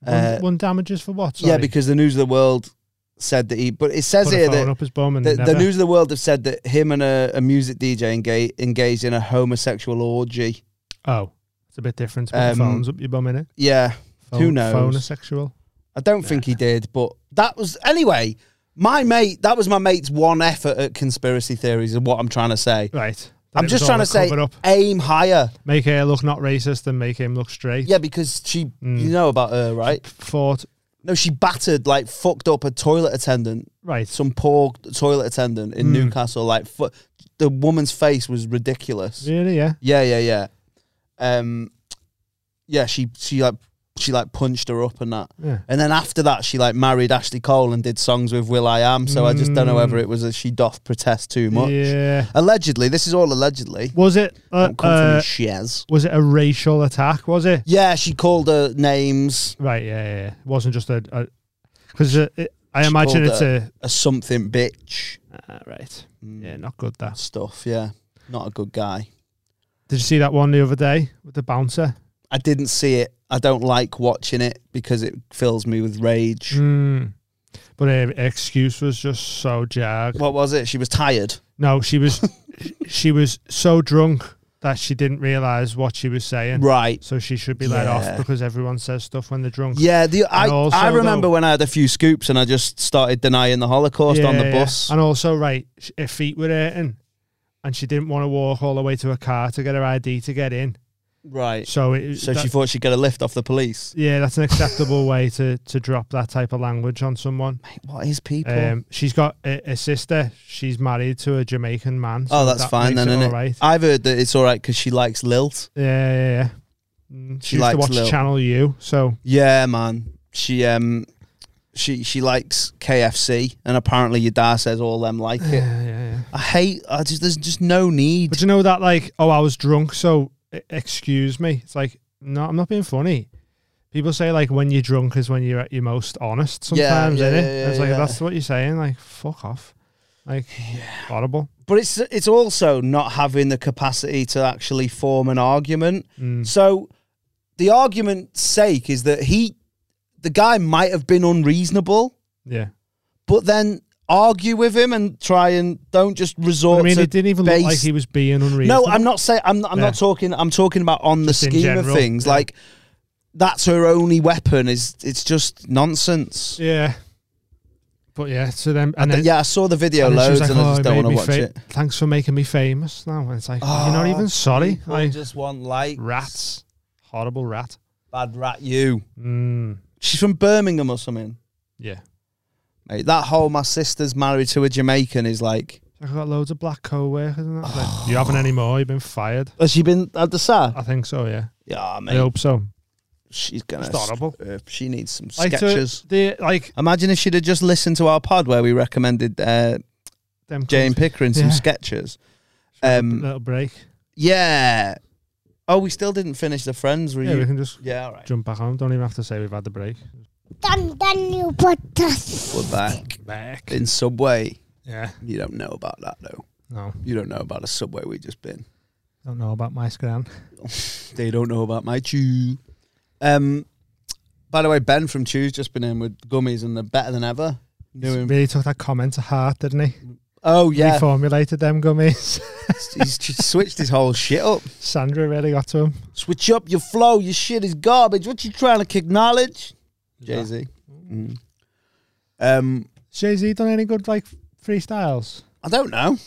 One,
Uh,
one damages for what?
Yeah,
Sorry.
because the News of the World said that he. But it says
Put a
here
phone
that
up his bum and
the, the
never-
News of the World have said that him and a, a music DJ engage, engaged in a homosexual orgy.
Oh, it's a bit different. to put the
Um,
phones up your bum in it.
Yeah, who knows?
Phonosexual.
I don't think he did, but that was anyway. My mate, that was my mate's one effort at conspiracy theories. Is what I'm trying to say.
Right. That
I'm
it
just
was
trying
all
to
a
say,
cover-up.
aim higher.
Make her look not racist and make him look straight.
Yeah, because she, you know about her, right?
Mm. Fought.
No, she battered, like fucked up a toilet attendant.
Right.
Some poor toilet attendant in
Mm.
Newcastle. Like, fu- the woman's face was ridiculous.
Really? Yeah.
Yeah, yeah, yeah. Um, yeah, she she like she like punched her up and that.
Yeah.
And then after that, she like married Ashley Cole and did songs with Will I Am. So I just don't know
Mm.
whether it was that she doth protest too much.
Yeah.
Allegedly, this is all allegedly.
Was it? Uh,
Don't come for me,
uh,
shiz.
Was it a racial attack? Was it?
Yeah, she called her names.
Right. Yeah. Yeah. yeah. It wasn't just a. Because I
She
imagine
called
it's
her
a. Ah,
a something bitch. Mm.
right. Yeah. Not good. That
stuff. Yeah. Not a good guy.
Did you see that one the other day with the bouncer?
I didn't see it. I don't like watching it because it fills me with rage.
Mm. But her excuse was just so jagged.
What was it? She was tired.
No, she was she was so drunk that she didn't realize what she was saying.
Right.
So she should be let
Yeah.
off because everyone says stuff when they're drunk.
Yeah, the,
And
I
also,
I remember
though-
when I had a few scoops and I just started denying the Holocaust on the
Yeah, yeah.
bus.
And also, right, sh- her feet were hurting, and she didn't want to walk all the way to a car to get her ID to get in.
Right.
So it,
So she
that-
thought she'd get a lift off the police.
Yeah, that's an acceptable way to to drop that type of language on someone. Um,
what is people?
she's got a, a sister. She's married to a Jamaican man. so
oh, that's
that
fine
makes
then,
it
isn't
all
it?
right.
I've heard that it's all right because she likes Lilt.
Yeah, yeah, yeah. Mm,
She
She, used
likes
to watch
Lil.
Channel U, so
Yeah, man. She um, she she likes KFC, and apparently your dad says all them like it.
Yeah, yeah, yeah.
I hate. I just there's just no need.
But you know that, like, oh, I was drunk, so e- excuse me. It's like, no, I'm not being funny. People say like when you're drunk is when you're at your most honest.
Yeah,
Sometimes,
yeah,
innit?
yeah,
And it's like
yeah.
if that's what you're saying. Like, fuck off. Like, horrible.
But it's it's also not having the capacity to actually form an argument.
Mm.
So the argument's sake is that he, the guy, might have been unreasonable.
Yeah.
but then argue with him and try and don't just resort.
I mean,
to
it didn't even
base-
look like he was being unreasonable.
No, I'm not saying. I'm. I'm
Yeah.
not talking. I'm talking about on
Just
the
in
scheme of
general,
things.
yeah.
Like that's her only weapon. Is it's just nonsense.
Yeah. But yeah, so then and,
And
then,
th- yeah, I saw the video
and then she was "Oh,
loads and I just
it
don't
made
wanna
me
watch it."
Thanks for making me famous. Now and it's like you're not even sorry.
I
Like
Oh, just want like
rats. Horrible rat.
Bad rat. You.
Mm.
She's from Birmingham or something.
Yeah.
Mate, that whole my sister's married to a Jamaican is like.
I've got loads of black co-workers and that. It's like, you haven't anymore. You've been fired.
Has she been at the SAR?
I think so. Yeah.
Yeah, Ah, mate.
I hope so.
She's gonna.
It's horrible.
Uh, she needs some
Like, so
sketches.
the- like
Imagine if she'd have just listened to our pod where we recommended uh,
Them
Jane
cunts.
Pickering some
Yeah.
sketches. Um,
little break.
Yeah. Oh, we still didn't finish the friends. Were
Yeah,
you?
we can just
yeah, all right.
jump back on. Don't even have to say we've had the break.
Dum Daniel Podcast.
We're back.
Back.
In Subway.
Yeah.
You don't know about that, though.
No.
You don't know about the Subway we just been.
Don't know about my scran.
They don't know about my chew. Um, by the way, Ben from Chew's just been in with gummies and they're better than ever. Knew him.
Really took that comment to heart, didn't he?
Oh, yeah.
Reformulated them gummies.
He's just switched his whole shit up.
Sandra really got to him.
Switch up your flow. Your shit is garbage. What you trying to kick knowledge? Jay Z. Mm. Um,
Jay Z done any good like freestyles? Oh.
I don't know.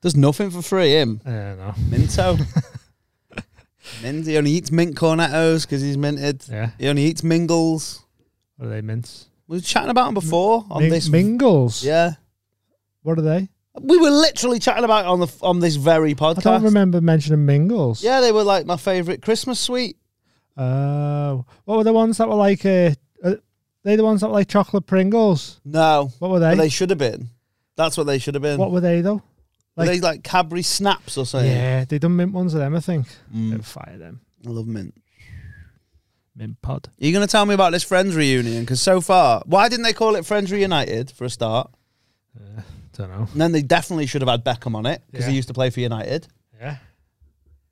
There's nothing for free, him.
Yeah, no.
Minto. Mint, he only eats mint cornetos because he's minted.
Yeah.
He only eats mingles.
What are they mints?
We were chatting about them before on
Ming-
this.
mingles.
Yeah.
What are they?
We were literally chatting about it on the on this very
I don't
podcast.
remember mentioning mingles.
Yeah, they were like my favorite Christmas sweet.
Oh, what were the ones that were like? Uh, uh, they the ones that were like chocolate Pringles.
No.
What were
But
they?
They should have been. That's what they should have been.
What were they though?
Were they like Cadbury snaps or something? Mm.
yeah, they done mint ones of them. I think. Don't fire them.
I love mint.
Mint pod.
Are you going to tell me about this Friends reunion? Because so far, why didn't they call it Friends Reunited for a start?
Uh, Don't know.
And then they definitely should have had Beckham on it because he
Yeah.
used to play for United.
Yeah.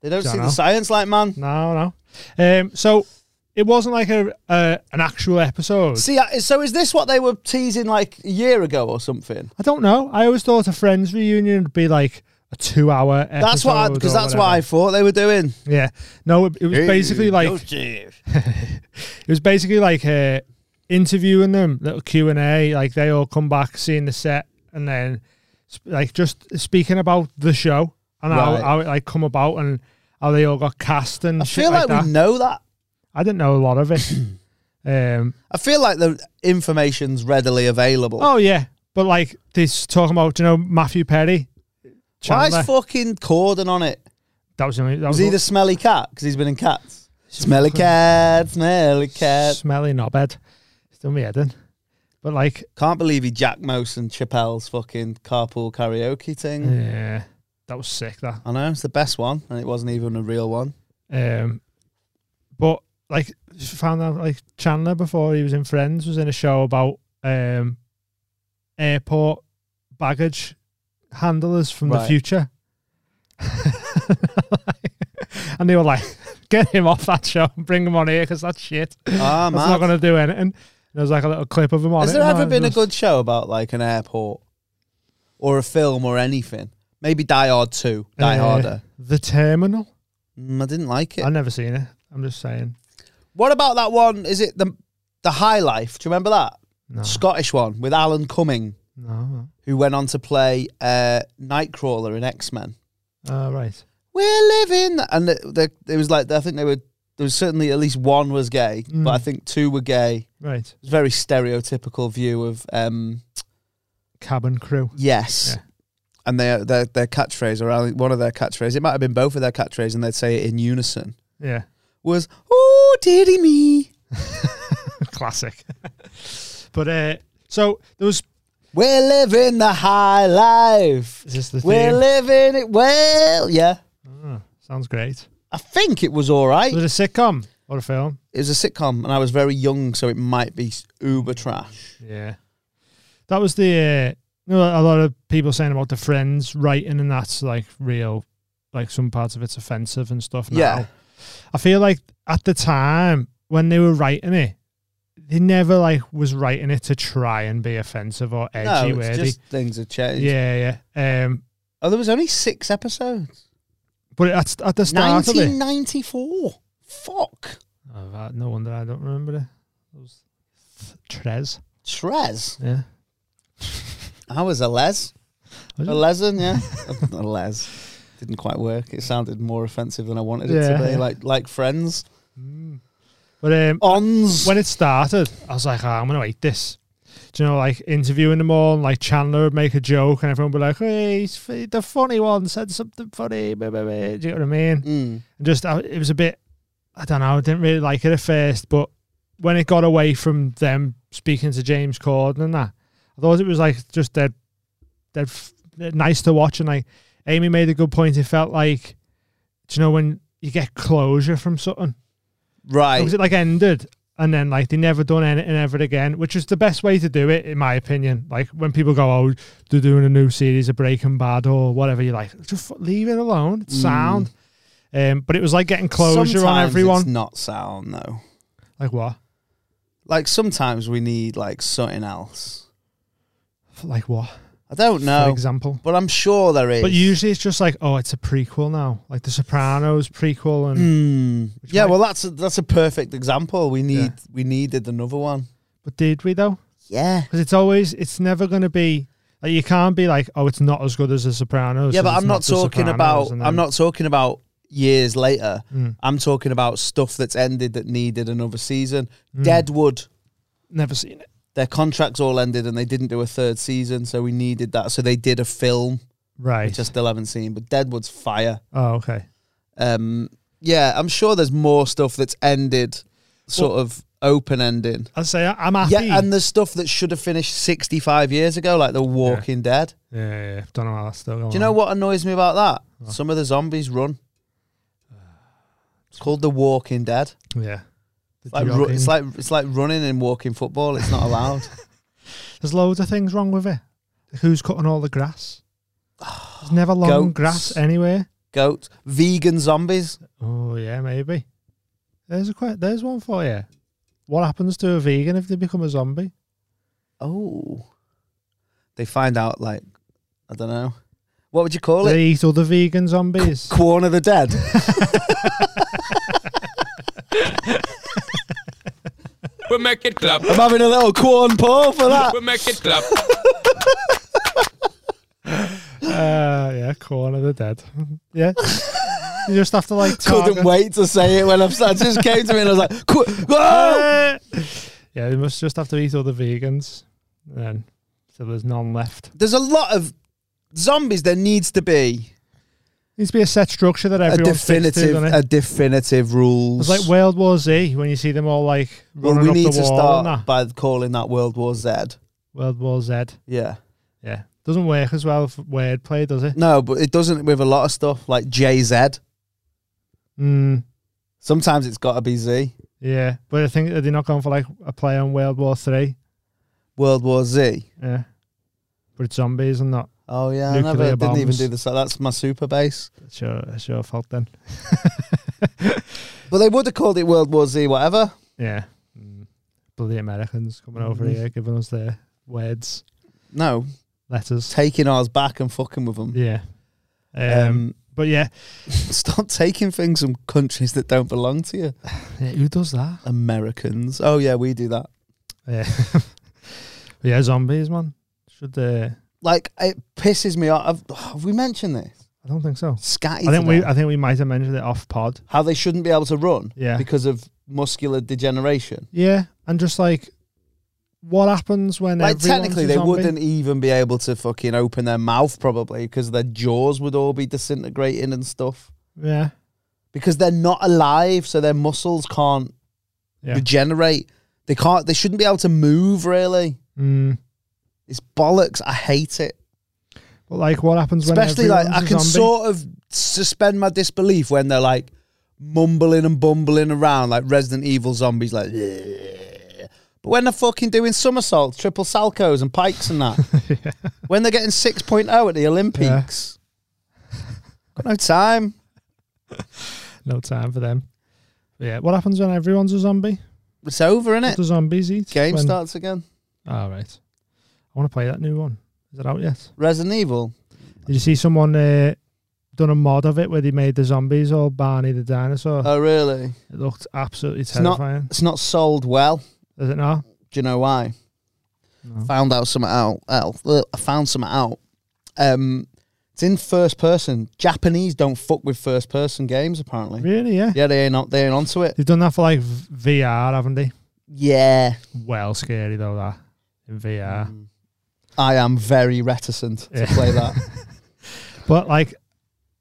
They don't, see
Dunno.
the science like man.
No, no. Um, so it wasn't like a uh, an actual episode.
See, I- so is this what they were teasing like a year ago or something?
I don't know. I always thought a friends reunion would be like a two hour. episode
That's what I- 'cause
or
that's what
whatever.
I thought they were doing.
Yeah. No, it, it was basically like it was basically like uh, interviewing them, little Q and A. Like they all come back, seeing the set, and then sp- like just speaking about the show and how,
Right.
how it like come about and how they all got cast and. I
feel like we know that.
I didn't know a lot of it. um,
I feel like the information's readily available.
oh yeah, but like this talking about, do you know, Matthew Perry.
Why
Chandler.
is fucking Corden on it?
That was the only. That
Was
was
he the smelly cat? Because he's been in cats. Smelly cat, smelly cat.
Smelly knobhead. It's done me head in. But like,
can't believe he Jack Mose and Chappelle's fucking carpool karaoke thing.
Yeah, that was sick. That
I know it's the best one, and it wasn't even a real one.
Um, but like found out like Chandler before he was in Friends was in a show about um airport baggage handlers from the
Right.
future. and they were like, get him off that show and bring him on here because that's shit.
Ah,
that's
mad.
not going to do anything. And there was like a little clip of him on
Has
it
there
and
ever
that
been a
was-
good show about like an airport or a film or anything? Maybe Die Hard Two, Die
uh,
Harder.
The Terminal?
Mm, I didn't like it.
I've never seen it. I'm just saying.
What about that one? Is it the the High Life? Do you remember that Scottish one with Alan Cumming,
No.
who went on to play uh, Nightcrawler in X Men?
Uh, right.
We're living, and it, they, it was like I think they were. There was certainly at least one was gay, but I think two were gay.
Mm. Right.
It was a very stereotypical view of um,
Cabin crew.
Yes. And their their their catchphrase or I- one of their catchphrases, it might have been both of their catchphrases, and they'd say it in unison.
Yeah.
Was oh dearie me.
Classic. but uh so there was
We're living the high life.
Is this the
We're
theme?
living it well. Yeah.
Ah, sounds great.
I think it was all right.
Was it a sitcom or a film?
It was a sitcom, and I was very young, so it might be s- uber trash.
Yeah. That was the uh, you know, a lot of people saying about the friends writing and that's like real like some parts of it's offensive and stuff now.
Yeah.
I feel like at the time when they were writing it, they never like was writing it to try and be offensive or edgy
no, it's
wordy.
just things have changed.
Yeah, yeah. Um
Oh, there was only six episodes.
but at, at the start of it,
1994. Fuck.
Oh, that- no wonder I don't remember it. It was Trez.
Trez.
Yeah.
I was a les.
Was
a
it?
lesin, yeah. a les. Didn't quite work. It sounded more offensive than I wanted it
Yeah,
to be.
yeah.
Like like friends.
But um,
ons
when it started, I was like, "Ah, I'm gonna hate this. Do you know, like interviewing them all, and, like Chandler would make a joke, and everyone would be like, "Hey, he's f- the funny one said something funny." Blah, blah, blah. Do you know what I mean?
Mm.
And just I, it was a bit, I don't know, I didn't really like it at first, but when it got away from them speaking to James Corden and that, I thought it was like just their they're, f- they're nice to watch. And like Amy made a good point. It felt like, do you know when you get closure from something?
Right.
It was it like ended, and then like they never done anything ever again, which is the best way to do it, in my opinion. Like when people go, "Oh, they're doing a new series of Breaking Bad or whatever," you're like, just f- leave it alone. It's
Mm.
sound. Um, but it was like getting closure on
Sometimes
everyone.
It's not sound though.
Like what?
Like sometimes we need like something else.
Like what?
I don't
For
know.
example.
but I'm sure there is.
But usually it's just like, oh, it's a prequel now, like The Sopranos prequel, and
Hmm. yeah, well, that's a, that's a perfect example. We need we needed another one.
But did we though?
Yeah,
because it's always it's never going to be like you can't be like, oh, it's not as good as The Sopranos.
yeah,
so
but
it's
I'm not
The
talking
Sopranos,
about
and
I'm
then-
not talking about years later.
Mm.
I'm talking about stuff that's ended that needed another season.
Mm.
Deadwood,
never seen it.
Their contracts all ended, and they didn't do a third season, so we needed that. So they did a film,
Right.
Which I still haven't seen, but Deadwood's fire.
Oh, okay.
Um, yeah, I'm sure there's more stuff that's ended, sort
Well-
of open ending.
I say I'm happy.
Yeah, and there's stuff that should have finished 65 years ago, like The Walking Dead.
Yeah, Oh. yeah, yeah. Don't know how that's still going.
Do you know what annoys me about that? Some of the zombies run. It's called The Walking Dead.
on. Yeah.
It's like, ru-
jogging.
it's like it's like running and walking football. It's not allowed.
There's loads of things wrong with it. Like, Who's cutting all the grass? There's never long
Goats.
grass anywhere.
Goats, vegan zombies.
Oh yeah, maybe. There's a quite. There's one for you. What happens to a vegan if they become a zombie?
Oh, They find out like I don't know. What would you call
Do
it?
they eat other vegan zombies.
Corn of the dead.
We make it clap.
I'm having a little corn pour for that.
We make it clap.
Uh, yeah, corn of the dead. yeah. You just have to like.
Couldn't
target-
wait to say it when I I just came to me and I was like, "Qu- whoa!"
Yeah, you must just have to eat other vegans. Then, so there's none left.
There's a lot of zombies. There needs to be
Needs to be a set structure that
a
everyone fits to,
definitive,
doesn't it?
a definitive rules.
It's like World War Z when you see them all like
well,
running
we
up
need
the
to
wall and
start
that.
by calling that World War Z.
World War Z.
Yeah.
Yeah. Doesn't work as well for wordplay, does it?
No, but it doesn't with a lot of stuff like JZ.
Mm,
Sometimes it's got to be Z.
yeah, but I think are they not going for like a play on World War Three?
World War Z.
Yeah, but it's zombies and not.
Oh yeah, I
nuclear
never
bombs.
didn't even do this. That's my super base.
It's your, it's your fault then.
But they would have called it World War Z, whatever.
Yeah. Mm. Bloody Americans coming over
Mhm.
here, giving us their words.
No
letters,
taking ours back and fucking with them.
Yeah. Um, but yeah,
stop taking things from countries that don't belong to you.
Yeah, who does that?
Americans. Oh yeah, we do that.
Yeah. But yeah, zombies, man. Should uh,
Like it pisses me off. I've, have we mentioned this?
I don't think so.
Scatty.
I think we
today.
I think we might have mentioned it off pod.
how they shouldn't be able to run.
Yeah.
Because of muscular degeneration.
Yeah, and just like what happens when
Like
everyone's
technically,
a
they
zombie?
wouldn't even be able to fucking open their mouth probably because their jaws would all be disintegrating and stuff.
Yeah.
because they're not alive, so their muscles can't
Yeah.
regenerate. They can't. They shouldn't be able to move. Really,
Mm.
it's bollocks. I hate it.
But like what happens when
Especially like I
everyone's a
can
zombie?
sort of suspend my disbelief when they're like mumbling and bumbling around like Resident Evil zombies, like. "Ugh." But when they're fucking doing somersaults, triple salcos and pikes and that, when they're getting 6.0 at the Olympics, got no time.
no time for them. But yeah, what happens when everyone's a zombie?
It's over,
What
innit?
do zombies eat?
Game
when-
starts again.
All right. I want to play that new one. Is it out yet?
Resident Evil.
Did you see someone uh, done a mod of it where they made the zombies all Barney the dinosaur?
Oh, really?
It looked absolutely
It's not.
terrifying.
It's not sold well.
Is it not?
Do you know why? Found out something out. out- uh, I found something out. Um, it's in first person. Japanese don't fuck with first person games. Apparently,
really? Yeah.
Yeah, they ain't on, they ain't onto it.
They've done that for like v- VR, haven't they?
Yeah.
Well, scary though that in VR.
Mm. I am very reticent to play that.
But like,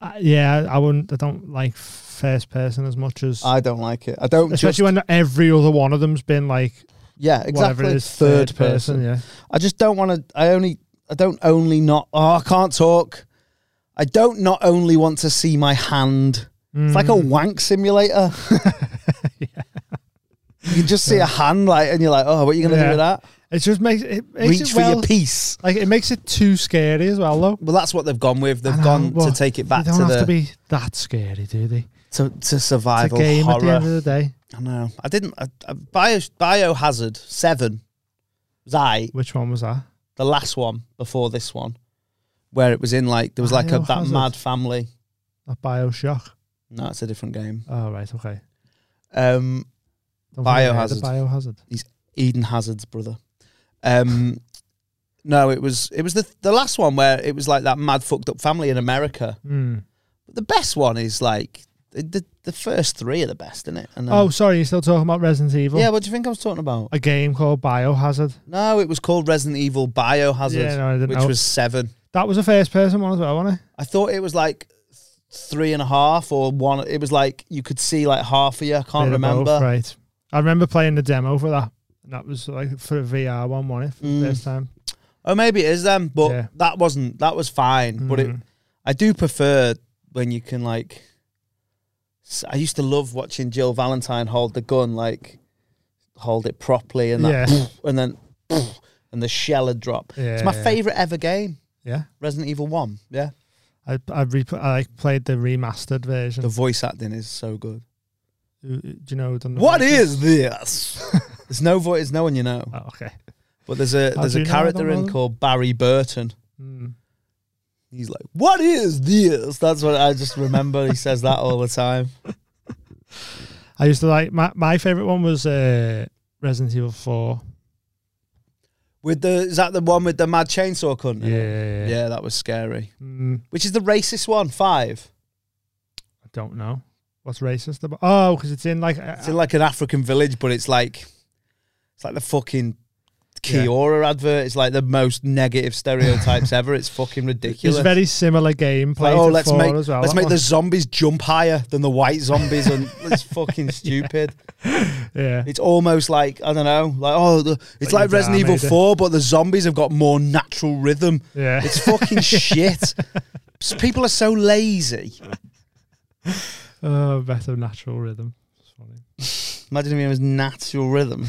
I yeah, I wouldn't. I don't like first person as much as
I don't like it. I don't. just,
especially when every other one of them's been like
yeah,
whatever
exactly.
it is third, person, Yeah,
I just don't want to. I only. I don't only not. Oh, I can't talk. I don't not only want to see my hand. It's like a
Mm.
wank simulator. You just see a hand, like, and you're like, oh, what are you gonna do
Yeah.
with that?
It just makes it makes
Reach
it
for your
well-
piece.
Like it makes it too scary as well, though.
Well, that's what they've gone with. They've gone to take it back
They don't
to
have
the
to be that scary, do they?
to to survival
game
horror.
at the end of the day.
I know. I didn't. I, I, bio Biohazard Seven was I.
Which one was that?
The last one before this one, where it was in like there was like a, that
Biohazard?
mad family.
A Bioshock.
No, it's a different game.
Oh right, okay.
Um,
think I heard of
Biohazard.
Biohazard.
He's Eden Hazard's brother. Um, no, it was it was the the last one where it was like that mad fucked up family in America.
Hmm.
But the best one is like the the, the first three are the best, isn't it? And then-
Oh, sorry, you're still talking about Resident Evil.
yeah. What do you think I was talking about?
a game called Biohazard.
No, it was called Resident Evil Biohazard,
Yeah, no, I didn't
which
know.
was seven.
That was a first person one as well, wasn't it?
I thought it was like three and a half or one. It was like you could see like half of you. I can't
Bit of
remember.
both, right. I remember playing the demo for that. And that was like for a VR one, wasn't it? For
Mm.
the first time.
Oh, maybe it is then, but that wasn't. That was fine. But
Hmm.
it, I do prefer when you can like. s- I used to love watching Jill Valentine hold the gun, like hold it properly, and that,
Yeah.
and then, and the shell would drop. it's
Yeah,
my
yeah.
favorite ever game.
Yeah.
Resident Evil One. Yeah,
I I, re- I like, played the remastered version.
the voice acting is so good.
Do do you know? done the
What
voice-
is this? there's no voice. There's no one you know.
Oh, okay.
But there's a
How
there's
do
a
you know? I
character
don't know
in
them.
called Barry Burton.
Hmm.
He's like, "What is this?" That's what I just remember. he says that all the time.
I used to like my my favorite one was uh, Resident Evil Four.
With the is that the one with the mad chainsaw cunt? in
Yeah.
it? yeah, that was scary.
Mm,
Which is the racist one? Five.
I don't know what's racist about. Oh, because it's in like uh,
It's in like an African village, but it's like it's like the fucking Kiora advert. It's like the most negative stereotypes ever. It's fucking
it's
ridiculous.
a very similar gameplay.
Like, oh,
to
let's
four
make
as well.
let's
that
make the
one.
zombies jump higher than the white zombies, and it's fucking stupid.
yeah.
It's almost like I don't know, like oh, the,
Like
it's like
your dad
Resident Evil
made it.
Four, but the zombies have got more natural rhythm.
Yeah.
it's fucking shit. S- People are so lazy.
Oh, better natural rhythm. It's funny.
Imagine if it was natural rhythm.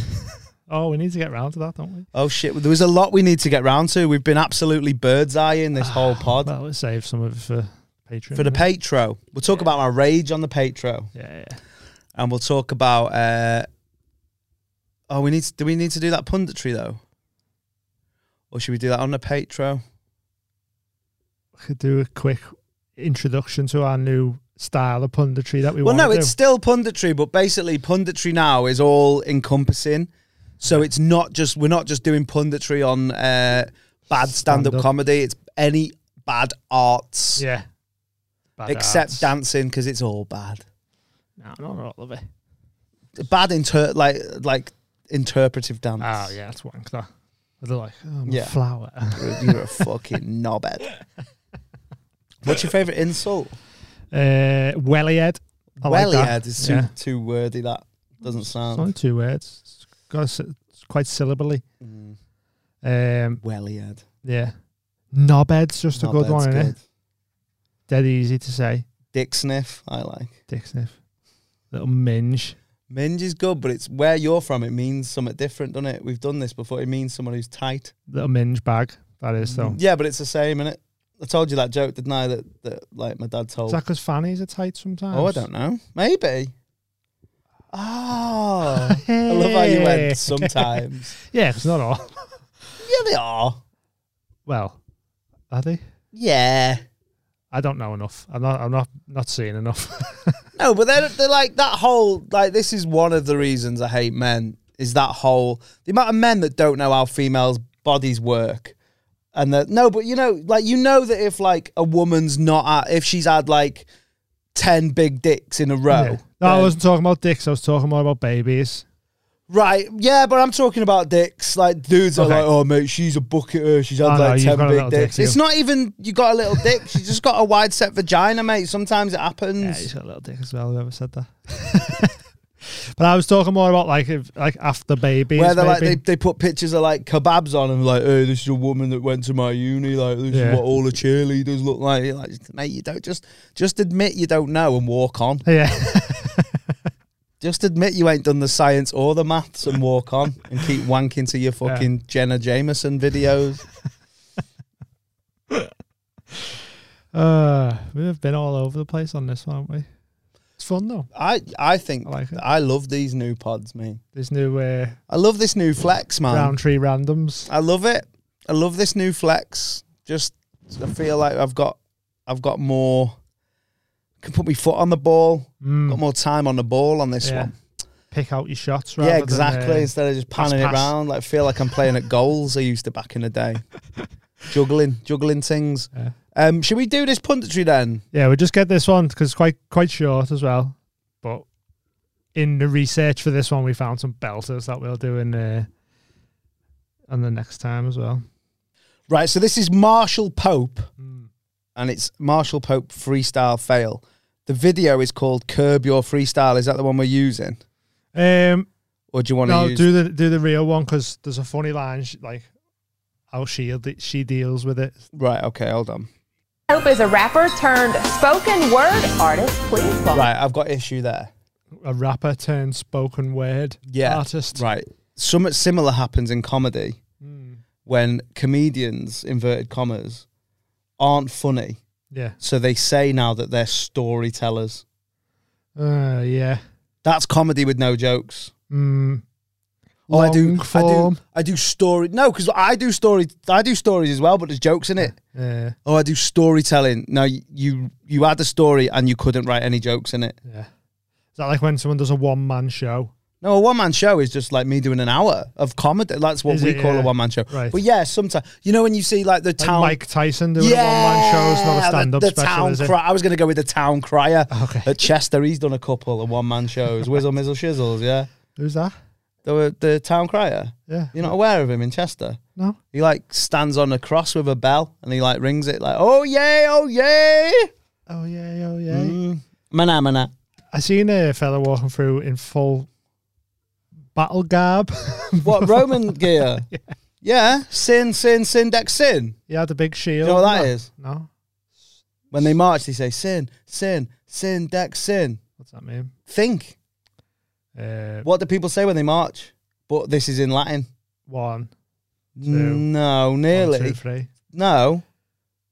Oh, we need to get round to that, don't we?
Oh shit, there was a lot we need to get round to. We've been absolutely bird's eyeing this whole pod
Well, let's save some of it for Patreon
for the
innit?
Patro. We'll talk about our rage on the Patro,
Yeah, yeah.
and we'll talk about. Uh, oh, we need to, do we need to do that punditry though, or should we do that on the Patro?
could do a quick introduction to our new style of punditry that we
Well,
want
no, it's still punditry, but basically punditry now is all encompassing. So it's not just we're not just doing punditry on uh, bad stand-up
Stand-up.
comedy. It's any bad arts,
yeah, Bad
except
arts.
dancing because it's all bad.
no, not all of it.
Bad inter like like interpretive dance.
Oh yeah, that's wank that. They're like, oh, I'm
Yeah.
a flower.
You're- You're a fucking knobhead. What's your favourite insult?
uh, welly head. I like
Wellyhead
that.
is too
Yeah.
too wordy. That doesn't
It's
sound
only two words. It's got a s- it's quite syllably.
Mm.
Um,
wellyhead.
yeah, knobhead's just a good
Knobhead's
one, isn't
good.
it? Dead easy to say.
Dick sniff. I like.
Dick sniff, little minge.
Minge is good, but it's where you're from. It means something different, doesn't it? We've done this before. It means someone who's tight.
little minge bag. That is though.
Yeah, but it's the same, innit? I told you that joke, didn't I? That, that like my dad told.
Is that because fannies are tight sometimes?
Oh, I don't know. Maybe. Oh, I love how you
Hey.
went sometimes.
Yeah, it's not all.
yeah, they are.
Well, are they?
Yeah.
I don't know enough. I'm not. I'm not. Not seeing enough.
No, but they're, they're like that whole, like, this is one of the reasons I hate men is that whole, the amount of men that don't know how females' bodies work. And that, no, but you know, like, you know that if, like, a woman's not, at, if she's had, like, 10 big dicks in a row.
Yeah. No,
um,
I wasn't talking about dicks. I was talking more about babies.
Right, yeah, but I'm talking about dicks. Like dudes
Okay.
are like, "Oh mate, she's a bucketer. She's had
I know,
like
you've
ten
got a
big
little dick,
dicks." it's
you.
not even you got a little dick. She's just got a wide set vagina, mate. Sometimes it happens.
Yeah, he's got a little dick as well. Whoever said that. But I was talking more about like if, like after babies.
Where they're like
maybe.
they, they put pictures of like kebabs on and like, oh, this is a woman that went to my uni. Like this
Yeah.
is what all the cheerleaders look like. You're like, mate, you don't just just admit you don't know and walk on.
Yeah.
just admit you ain't done the science or the maths and walk on and keep wanking to your fucking Jenna Jameson videos.
Uh, we have been all over the place on this, haven't we? It's fun though.
I I think I, love these new pods, mate.
This new uh,
I love this new flex, man.
round tree randoms.
I love it. I love this new flex. Just I feel like I've got I've got more can put my foot on the ball. Got more time on the ball on this
Mm. Yeah.
one.
Pick out your shots.
yeah,
rather
exactly.
Than, uh,
Instead of just
pass,
panning it
pass.
around, like feel like I'm playing at goals I used to back in the day. juggling, juggling things. Um, should we do this punditry then?
Yeah, we just get this one because it's quite quite short as well. But in the research for this one, we found some belters that we'll do in uh, on the next time as well.
Right, so this is Marshall Pope,
Mm.
and it's Marshall Pope freestyle fail. The video is called "Curb Your Freestyle." Is that the one we're using,
Um,
or do you want to
no,
use?
do the do the real one because there's a funny line sh- like how she she deals with it.
Right. Okay. Hold on.
Hope is a rapper turned spoken word artist. Please welcome.
Right, I've got issue there.
A rapper turned spoken word
yeah,
artist. Hmm.
Right. Something similar happens in comedy when comedians, inverted commas, aren't funny.
Yeah.
So they say now that they're storytellers.
Uh, yeah.
That's comedy with no jokes.
Mm.
Oh, I do,
Long
I do.
form.
I do story. No, because I do story. I do stories as well, but there's jokes in it.
Yeah.
Oh, I do storytelling. No, y- you you had a story and you couldn't write any jokes in it.
Yeah. Is that like when someone does a one man show?
No, a one man show is just like me doing an hour of comedy. That's what
Is
we
it?
call
Yeah.
a one man show.
Right.
But yeah, sometimes you know when you see like the town
Mike Tyson doing a one-man show is not a
Yeah, the-
stand-up
the,
special,
Town
is it?
Cri- I was going to go with the town crier at Chester. He's done a couple of one man shows. Whizzle Mizzle Shizzles. Yeah,
Who's that?
the were the town crier.
Yeah.
You're not aware of him in Chester?
No.
He like stands on a cross with a bell and he like rings it like, oh yay, oh yay.
Oh yeah, oh yeah.
Mm. Mana mana.
I seen a fella walking through in full battle garb.
What Roman gear? yeah. Sin, sin, sin, dex, sin.
He had a big shield.
You know what
No.
that is?
No.
When they march, they say sin, sin, sin, dex, sin.
What's that mean?
Think.
Uh,
What do people say when they march? But this is in Latin.
One. two,
no, nearly.
one, two, three.
No.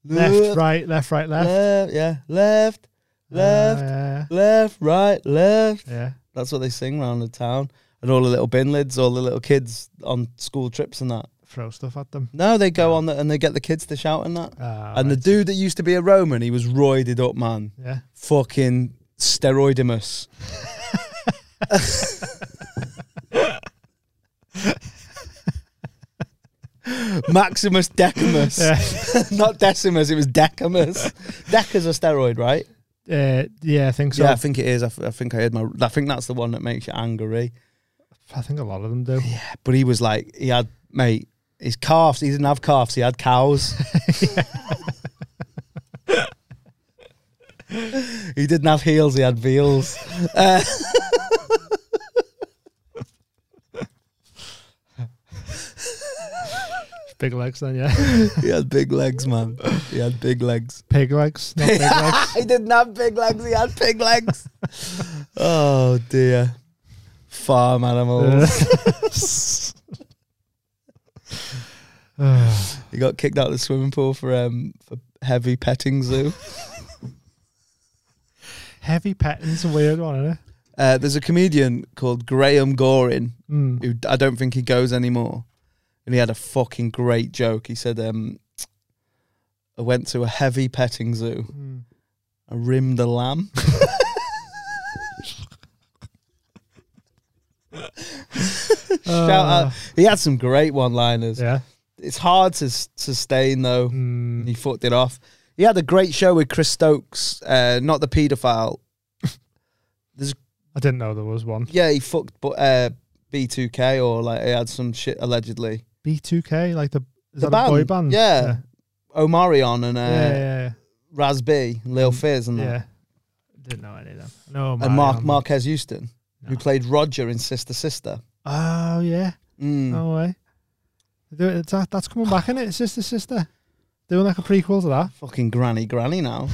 Left, right, left, right, left.
Left, yeah. Left, left, left, right, left.
Yeah.
That's what they sing round the town. And all the little bin lids, all the little kids on school trips and that.
Throw stuff at them.
No, they go on the, and they get the kids to shout and that.
Ah,
and the dude that used to be a Roman, he was roided up, man.
Yeah.
Fucking steroidimus. Maximus Decimus. Not Decimus, it was Decimus. Deca's a steroid, right?
Uh, yeah, I think so.
Yeah, I think it is. I, f- I think I heard my. I think that's the one that makes you angry.
I think a lot of them do. Yeah.
But he was like, he had mate, his calves. He didn't have calves. He had cows. he didn't have heels. He had veals. Uh,
Big legs then, yeah.
he had big legs, man. He had big legs.
Pig legs, not big legs.
he didn't have big legs. He had pig legs. oh dear, farm animals. he got kicked out of the swimming pool for um for heavy petting zoo.
Heavy patterns, a weird one, isn't it?
Uh, there's a comedian called Graham Gorin
Mm.
who I don't think he goes anymore, and he had a fucking great joke. He said, um, "I went to a heavy petting zoo.
Hmm.
I rimmed a lamb." Shout
Uh.
out! He had some great one-liners.
Yeah, Hmm.
it's hard to s- sustain though. He fucked it off. He had a great show with Chris Stokes, uh, not the paedophile.
I didn't know there was one.
Yeah, he fucked but uh, B2K or like he had some shit allegedly.
B2K, like the is that a boy band?
Yeah. Omarion and uh,
Yeah, yeah, yeah.
Raz B, Lil Fizz and that.
Yeah. Didn't know any of them. No,
and Mark
Omarion.
Marquez Houston. who played Roger in Sister Sister.
Oh yeah.
Mm.
No way. They do it- it's that- that's coming back in it. Sister, sister. Doing like a prequel to that.
Fucking granny, granny now.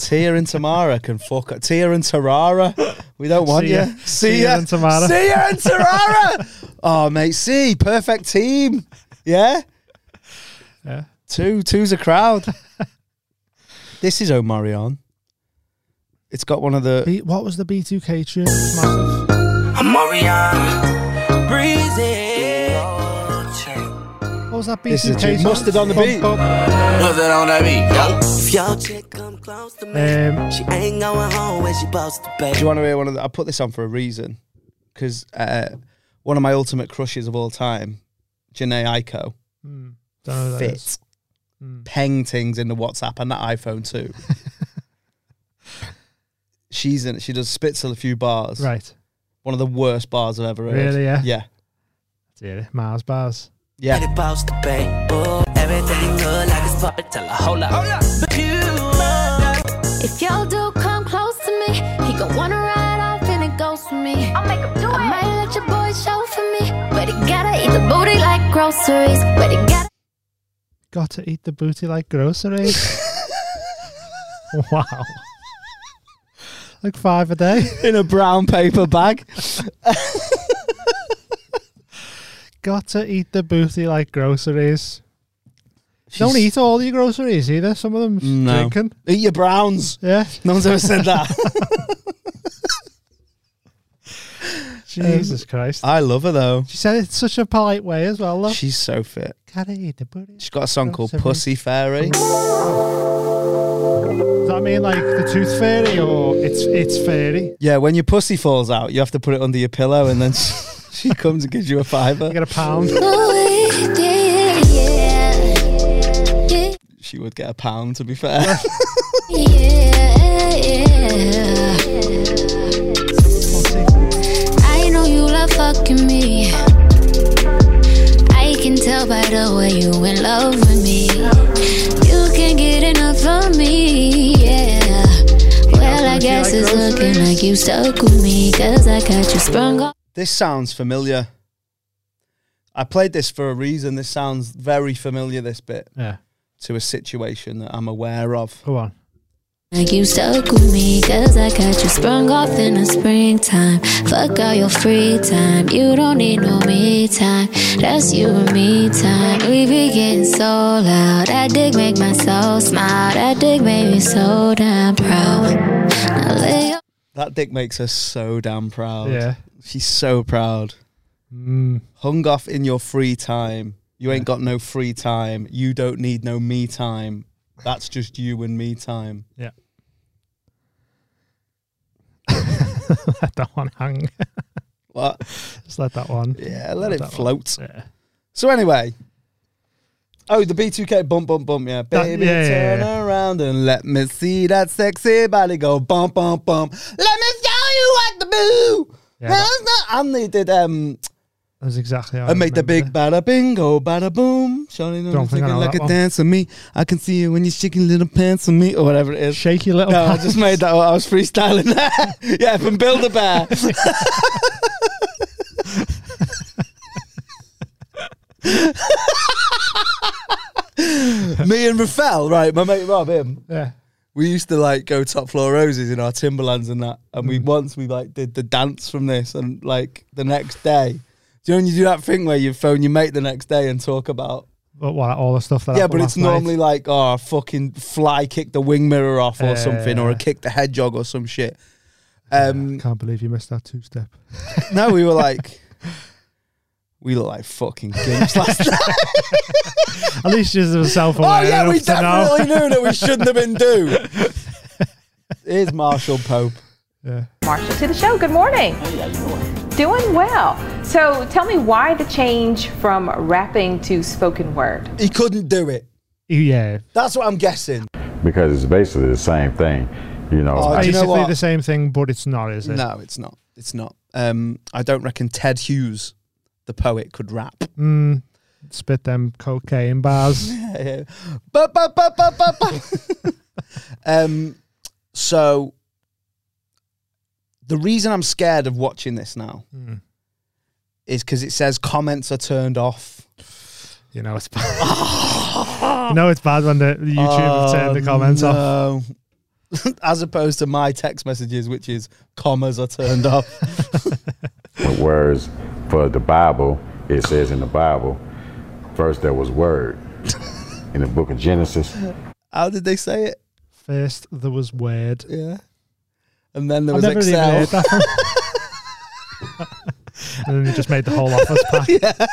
Tia and Tamara can fuck. Tia and Tarara, we don't want
See ya.
you. See ya
and Tamara.
See ya and Tarara. oh mate, see perfect team. Yeah.
Yeah.
Two, two's a crowd. this is Omarion. It's got one of the.
B- what was the B2K tune? Massive.
Marianne Breezy.
What was that B2K
This is
tune?
Mustard on the beat. Was it on that beat? If your chick come close to me,
Um,
she ain't going home when she supposed to
Do you want to hear one of the, I put this on for a reason because uh, one of my ultimate crushes of all time, Janae Aiko,
Hmm. Don't know who that
fit
is. Hmm.
paintings in the WhatsApp and that iPhone too. She's in. She does spits a few bars.
Right.
One of the worst bars I've ever heard.
Really, yeah?
Yeah.
Dear, Mars bars.
Yeah.
Get it boss to pay. Oh, everything good like it's puppet till I hold up.
If y'all do come close to me, he gon' wanna ride off and it goes for me. I'll make him do I it. might let your boy show for me, but he gotta eat the booty like groceries. But he gotta.
Got to eat the booty like groceries. wow. Like five a day.
In a brown paper bag.
Got to eat the booty like groceries. Don't eat all your groceries either. Some of them
No.
drinking.
Eat your browns.
Yeah.
No one's ever said that.
Jesus Christ.
Um, I love her though.
She said it in such a polite way as well, though.
She's so fit.
Gotta eat the booty.
She's got a song called
Groceries.
Pussy Fairy.
Does that mean like the tooth fairy or it's it's fairy?
Yeah, when your pussy falls out, you have to put it under your pillow, and then she, she comes and gives you a fiver. You
get a pound.
She would get a pound, to be fair.
I know you love fucking me. I can tell by the way you in love with me. You can't get enough of me, yeah. Well, I guess it's looking like you stuck with me, cause I got you sprung off.
this sounds familiar. I played this for a reason. This sounds very familiar. This bit,
Yeah.
to a situation that I'm aware of.
Come on.
Like you stuck with me, cause I got you sprung off in the springtime. Fuck all your free time, you don't need no me time. That's you and me time. We be getting so loud. That dick make my soul smile. That dick make me so damn proud. Now lay your
That dick makes her so damn proud.
Yeah.
she's so proud.
Mm.
Hung off in your free time. You ain't got no free time. You don't need no me time. That's just you and me time.
Yeah. let that one hang.
What?
Just let that one.
Yeah, let it
that one.
float. So anyway, oh the B2K bump bump bump yeah,
That-
baby
yeah, yeah,
turn
yeah.
around and let me see that sexy body go bump bump bump. Let me show you what the boo.
Yeah, that-
How's that? and they did um
That was exactly how I
and make the
remember
big bada bingo bada boom. Shawty know
Don't
you
think I
shaking
know
like
that
a
one.
dance with me. I can see you when you're shaking little pants with me or whatever it is.
Shaky little
no,
pants.
I just made that. up. I was freestyling there. yeah, from Build a Bear. Me and Rafael, right? My mate Rob, him.
Yeah.
We used to like go top floor roses in our Timberlands and that, and
Mm.
we once we like did the dance from this, and like the next day, do you know when you do that thing where you phone your mate the next day and talk about?
But what, all the stuff that
yeah,
happened
but it's
last night.
normally like oh, I fucking fly kicked the wing mirror off or
Yeah,
something, or I
yeah.
kicked the hedgehog or some shit. Um,
Can't believe you missed that two step.
no, we were like, we look like fucking gimps last night.
At least you were self aware.
Oh yeah, we
enough to know.
definitely knew that we shouldn't have been due. Here's Marshall Pope.
Marsha to the show. Good morning. Doing well. So tell me why the change from rapping to spoken word?
He couldn't do it.
Yeah.
That's what I'm guessing.
because it's basically the same thing. You know,
Oh, do you know
Basically
what?
the same thing, but it's not, is it?
No, it's not. It's not. Um, I don't reckon Ted Hughes, the poet, could rap.
Mm, spit them cocaine bars.
Yeah. Ba, ba, ba, ba, ba, ba. um, so the reason I'm scared of watching this now
Mm.
is because it says comments are turned off.
You know it's bad. no, it's bad when the, the YouTube have turned the comments off.
off. Oh, As opposed to my text messages, which is commas are turned off.
But words for the Bible, it says in the Bible, first there was word in the book of Genesis.
How did they say it?
First there was word.
Yeah. And then there
I've
was
never even
Excel.
heard that one. and then you just made the whole office pack.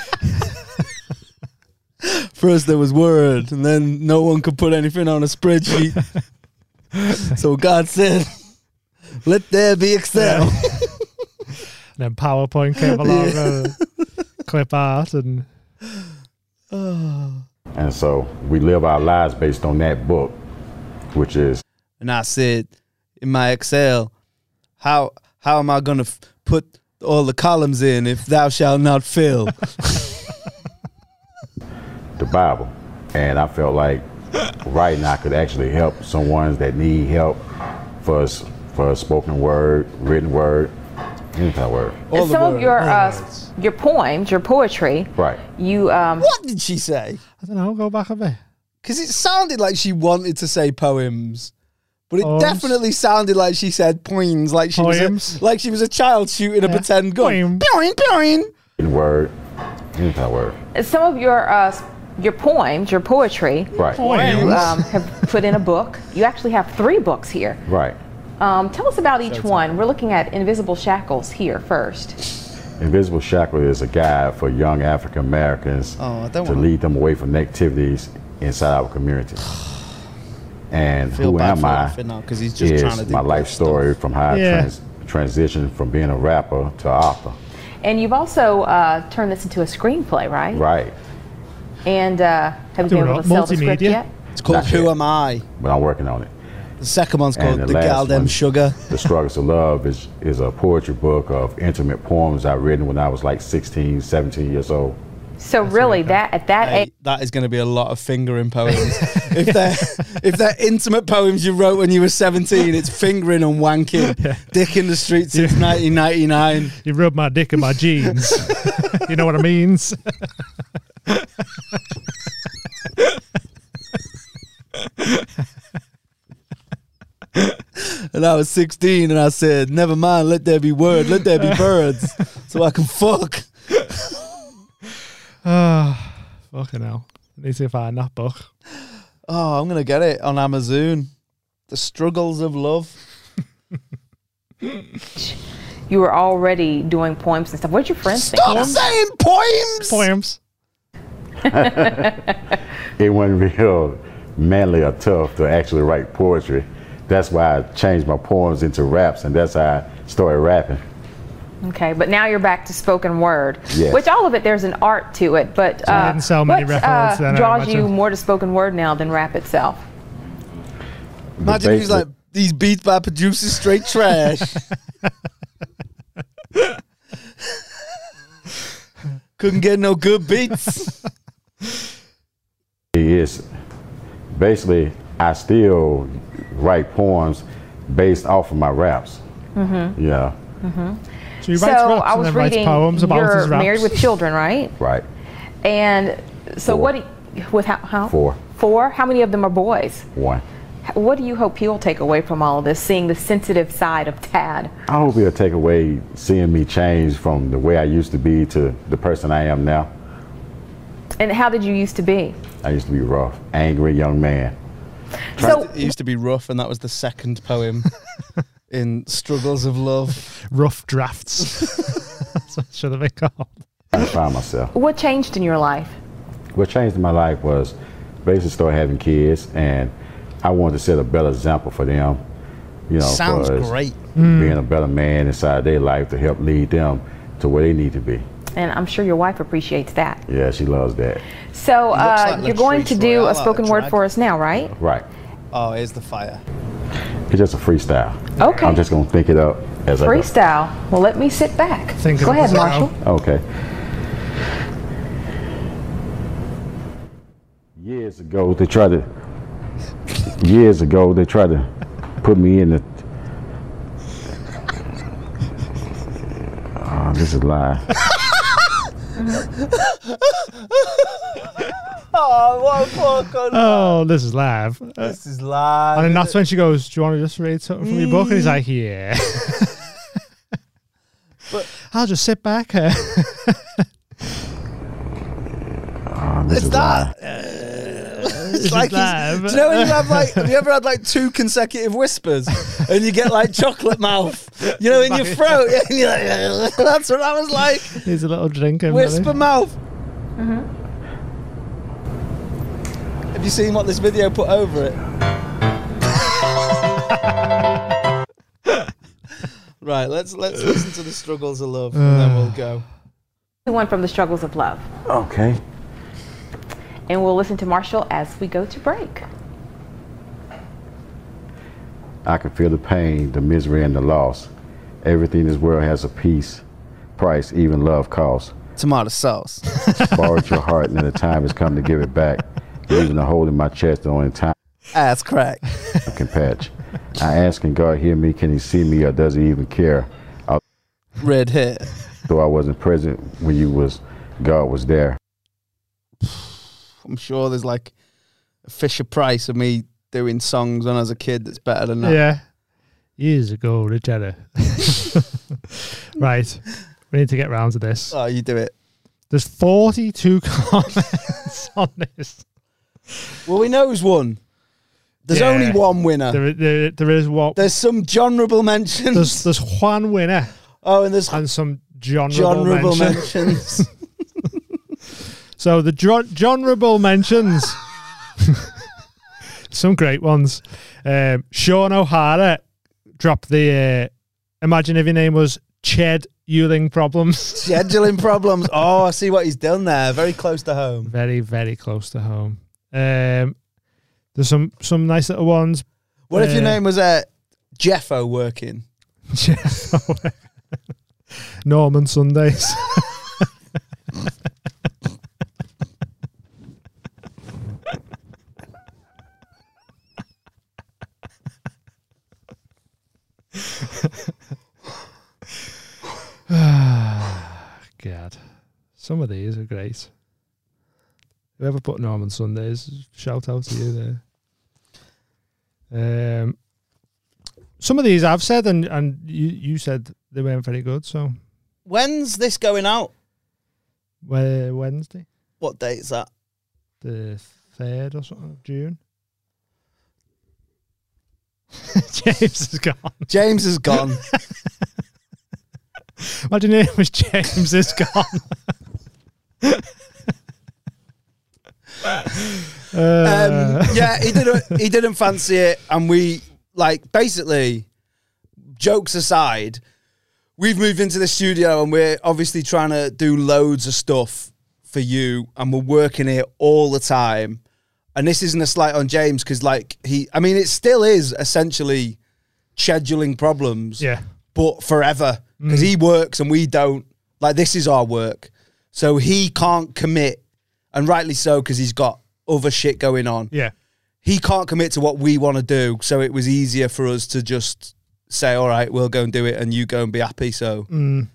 First there was word, and then no one could put anything on a spreadsheet. so God said, "Let there be Excel."
And then PowerPoint came along, uh, clip art, and
And so we live our lives based on that book, which is
and I said, "In my Excel, how how am I gonna f- put all the columns in if thou shalt not fill?"
the Bible. And I felt like writing I could actually help someone that need help for us for a spoken word, written word, any kind of word.
And some of your uh, s- your poems, your poetry,
Right.
you um,
what did she say?
I don't know. Go back a bit.
Because it sounded like she wanted to say poems, but it
Poems?
definitely sounded like she said poems, like she was
Poems?
a, like she was a child shooting a
Yeah.
pretend gun.
Poem.
Poem, poem.
Written word, any kind of word.
some of your uh, s- your poems, your poetry,
Right.
you um, have put in a book. You actually have three books here.
Right.
Um, tell us about each one. We're looking at Invisible Shackles here first.
Invisible Shackle is a guide for young African Americans
Oh, I
to
don't wanna-
lead them away from negativities inside our community. And
Feel
who
bad
am
for
I?
Alfred now 'cause he's just
is
trying to do
my
good
life story from how
Yeah.
I trans- transitioned from being a rapper to author.
And you've also uh, turned this into a screenplay, right?
Right.
And uh, have you
Doing
been able
it
to
on
sell the script
multimedia.
yet?
It's called Who Am I?
But I'm working on it.
The second one's called
And
The Gal
last
Dem
one,
Sugar.
The Struggles of Love is, is a poetry book of intimate poems I written when I was like 16, 17 years old.
So really, that at that age,
That is going to be a lot of fingering poems. if they're if they're intimate poems you wrote when you were seventeen, it's fingering and wanking, dick in the street since nineteen ninety nine.
You rubbed my dick in my jeans. you know what I means?
And I was sixteen, and I said, "Never mind, let there be word, let there be birds, so I can fuck."
Ah, fucking hell. Need to find that book.
Oh, I'm gonna get it on Amazon. The struggles of love.
you were already doing poems and stuff. What did your friends
Stop
think?
saying poems.
Poems.
It wasn't real manly or tough to actually write poetry. That's why I changed my poems into raps, and that's how I started rapping.
Okay, but now you're back to spoken word,
Yes.
which all of it there's an art to it. But
So I
uh,
didn't sell
what
many
uh,
records then, I
draws you
imagine.
more to spoken word now than rap itself?
Imagine he's like these beats by producers straight trash. Couldn't get no good beats.
It's basically, I still write poems based off of my raps.
Mm-hmm.
Yeah,
Mm-hmm.
So he writes raps
I
and
was
then writes
reading
poems about
you're
his raps.
married with children, right?
right.
And so what? Do you, with how, how?
Four.
Four? How many of them are boys?
One.
H- What do you hope he'll take away from all of this, seeing the sensitive side of Tad?
I hope it'll take away seeing me change from the way I used to be to the person I am now.
And how did you used to be?
I used to be rough, angry young man.
So-
it used to be rough, and that was the second poem in "Struggles of Love."
Rough drafts. That's what it should have been called.
I found myself.
What changed in your life?
What changed my life was basically started having kids, and I wanted to set a better example for them. You know,
Sounds
for us
great.
Being a better man inside their life to help lead them to where they need to be.
And I'm sure your wife appreciates that.
Yeah, she loves that.
So
looks
uh,
like
you're going
Latrice
to do
Royale
a
out
spoken
of
word
drag.
for us now, right?
Right.
Oh, here's the fire.
It's just a freestyle.
Okay.
I'm just gonna think it up as I go.
Freestyle. Well, let me sit back.
Think
Go
of
ahead,
it.
Marshall.
Okay. Years ago, they tried to. Years ago, they tried to put me in the. Ah, This is live.
Oh, what a poor cunt.
Oh, this is live.
This is live. Mm.
And then that's when she goes, Do you want to just read something from your book? And he's like, Yeah.
But-
I'll just sit back here.
Oh, this is live.
It's like he's-
Uh, live.
do you know when you have like have you ever had like two consecutive whispers and you get like chocolate mouth you know in your throat yeah, and you're like that's what I was like
He's a little drinker.
whisper mouth have you seen what this video put over it right let's let's listen to the struggles of love and then we'll go
The one from the struggles of love.
Okay.
And we'll listen to Marshall as we go to break.
I can feel the pain, the misery, and the loss. Everything in this world has a piece, price, even love costs.
Tomato sauce.
Borrowed your heart, and then the time has come to give it back. Leaving a hole in my chest, the only time
ass crack
I can patch. I ask, can God hear me? Can He see me, or does He even care?
red hair
Though I wasn't present when you was, God was there.
I'm sure there's like a Fisher Price of me doing songs when I was a kid that's better than that.
Yeah. Years ago, Regina. right. We need to get round to this.
Oh, you do it.
There's 42 comments on this.
Well, we know who's won. There's
Yeah.
only one winner.
There, there, there is what?
there's some honorable mentions.
There's, there's one winner
oh, and there's
and some genreable,
honorable
mention.
mentions.
So the dr- genreable mentions. Some great ones. Um, Sean O'Hara dropped the. Uh, imagine if your name was Ched Ewing Problems.
Scheduling problems. Oh, I see what he's done there. Very close to home.
Very, very close to home. Um, there's some some nice little ones.
What if your
Uh,
name was uh, Jeffo working?
Jeff- Norman Sundays. God, some of these are great. Whoever put Norman Sundays, shout out to you there. Um, some of these I've said, and and you you said they weren't very good. So
When's this going out?
Wed- Wednesday,
What date is that?
the third or something of June. James is gone.
James is gone.
Imagine if it was James is gone. Uh.
um, yeah, he didn't. He didn't fancy it, and we like basically. Jokes aside, we've moved into the studio, and we're obviously trying to do loads of stuff for you, and we're working here all the time. And this isn't a slight on James because, like, he. I mean, it still is essentially scheduling problems.
Yeah.
But forever because
Mm.
he works and we don't. Like, this is our work, so he can't commit, and rightly so because he's got other shit going on
yeah.
he can't commit to what we want to do, so it was easier for us to just say, "All right, we'll go and do it, and you go and be happy." So
Mm.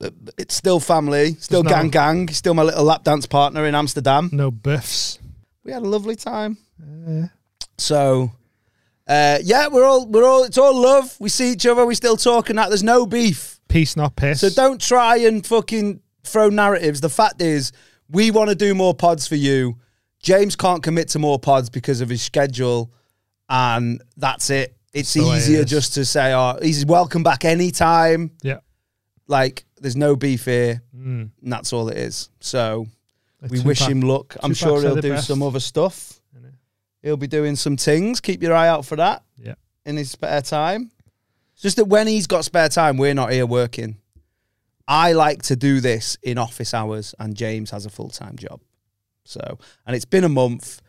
uh, it's still family, still
There's
gang
no-
gang, still my little lap dance partner in Amsterdam.
No biffs.
We had a lovely time.
Uh,
So uh, yeah, we're all we're all it's all love. We see each other, we still talking that. There's no beef,
peace, not piss.
so don't try and fucking throw narratives. The fact is, we want to do more pods for you. James can't commit to more pods because of his schedule. and that's it. It's
the way it
easier
is.
just to say, "Oh, he's welcome back anytime."
Yeah.
Like, there's no beef here,
Mm.
and that's all it is. So,
A
we wish
Tupac-
him luck. I'm
Tupac
sure
said
he'll
it
do
best.
some other stuff. He'll be doing some things. Keep your eye out for that.
Yeah.
in his spare time. It's just that when he's got spare time, we're not here working. I like to do this in office hours, and James has a full time job. So, and it's been a month.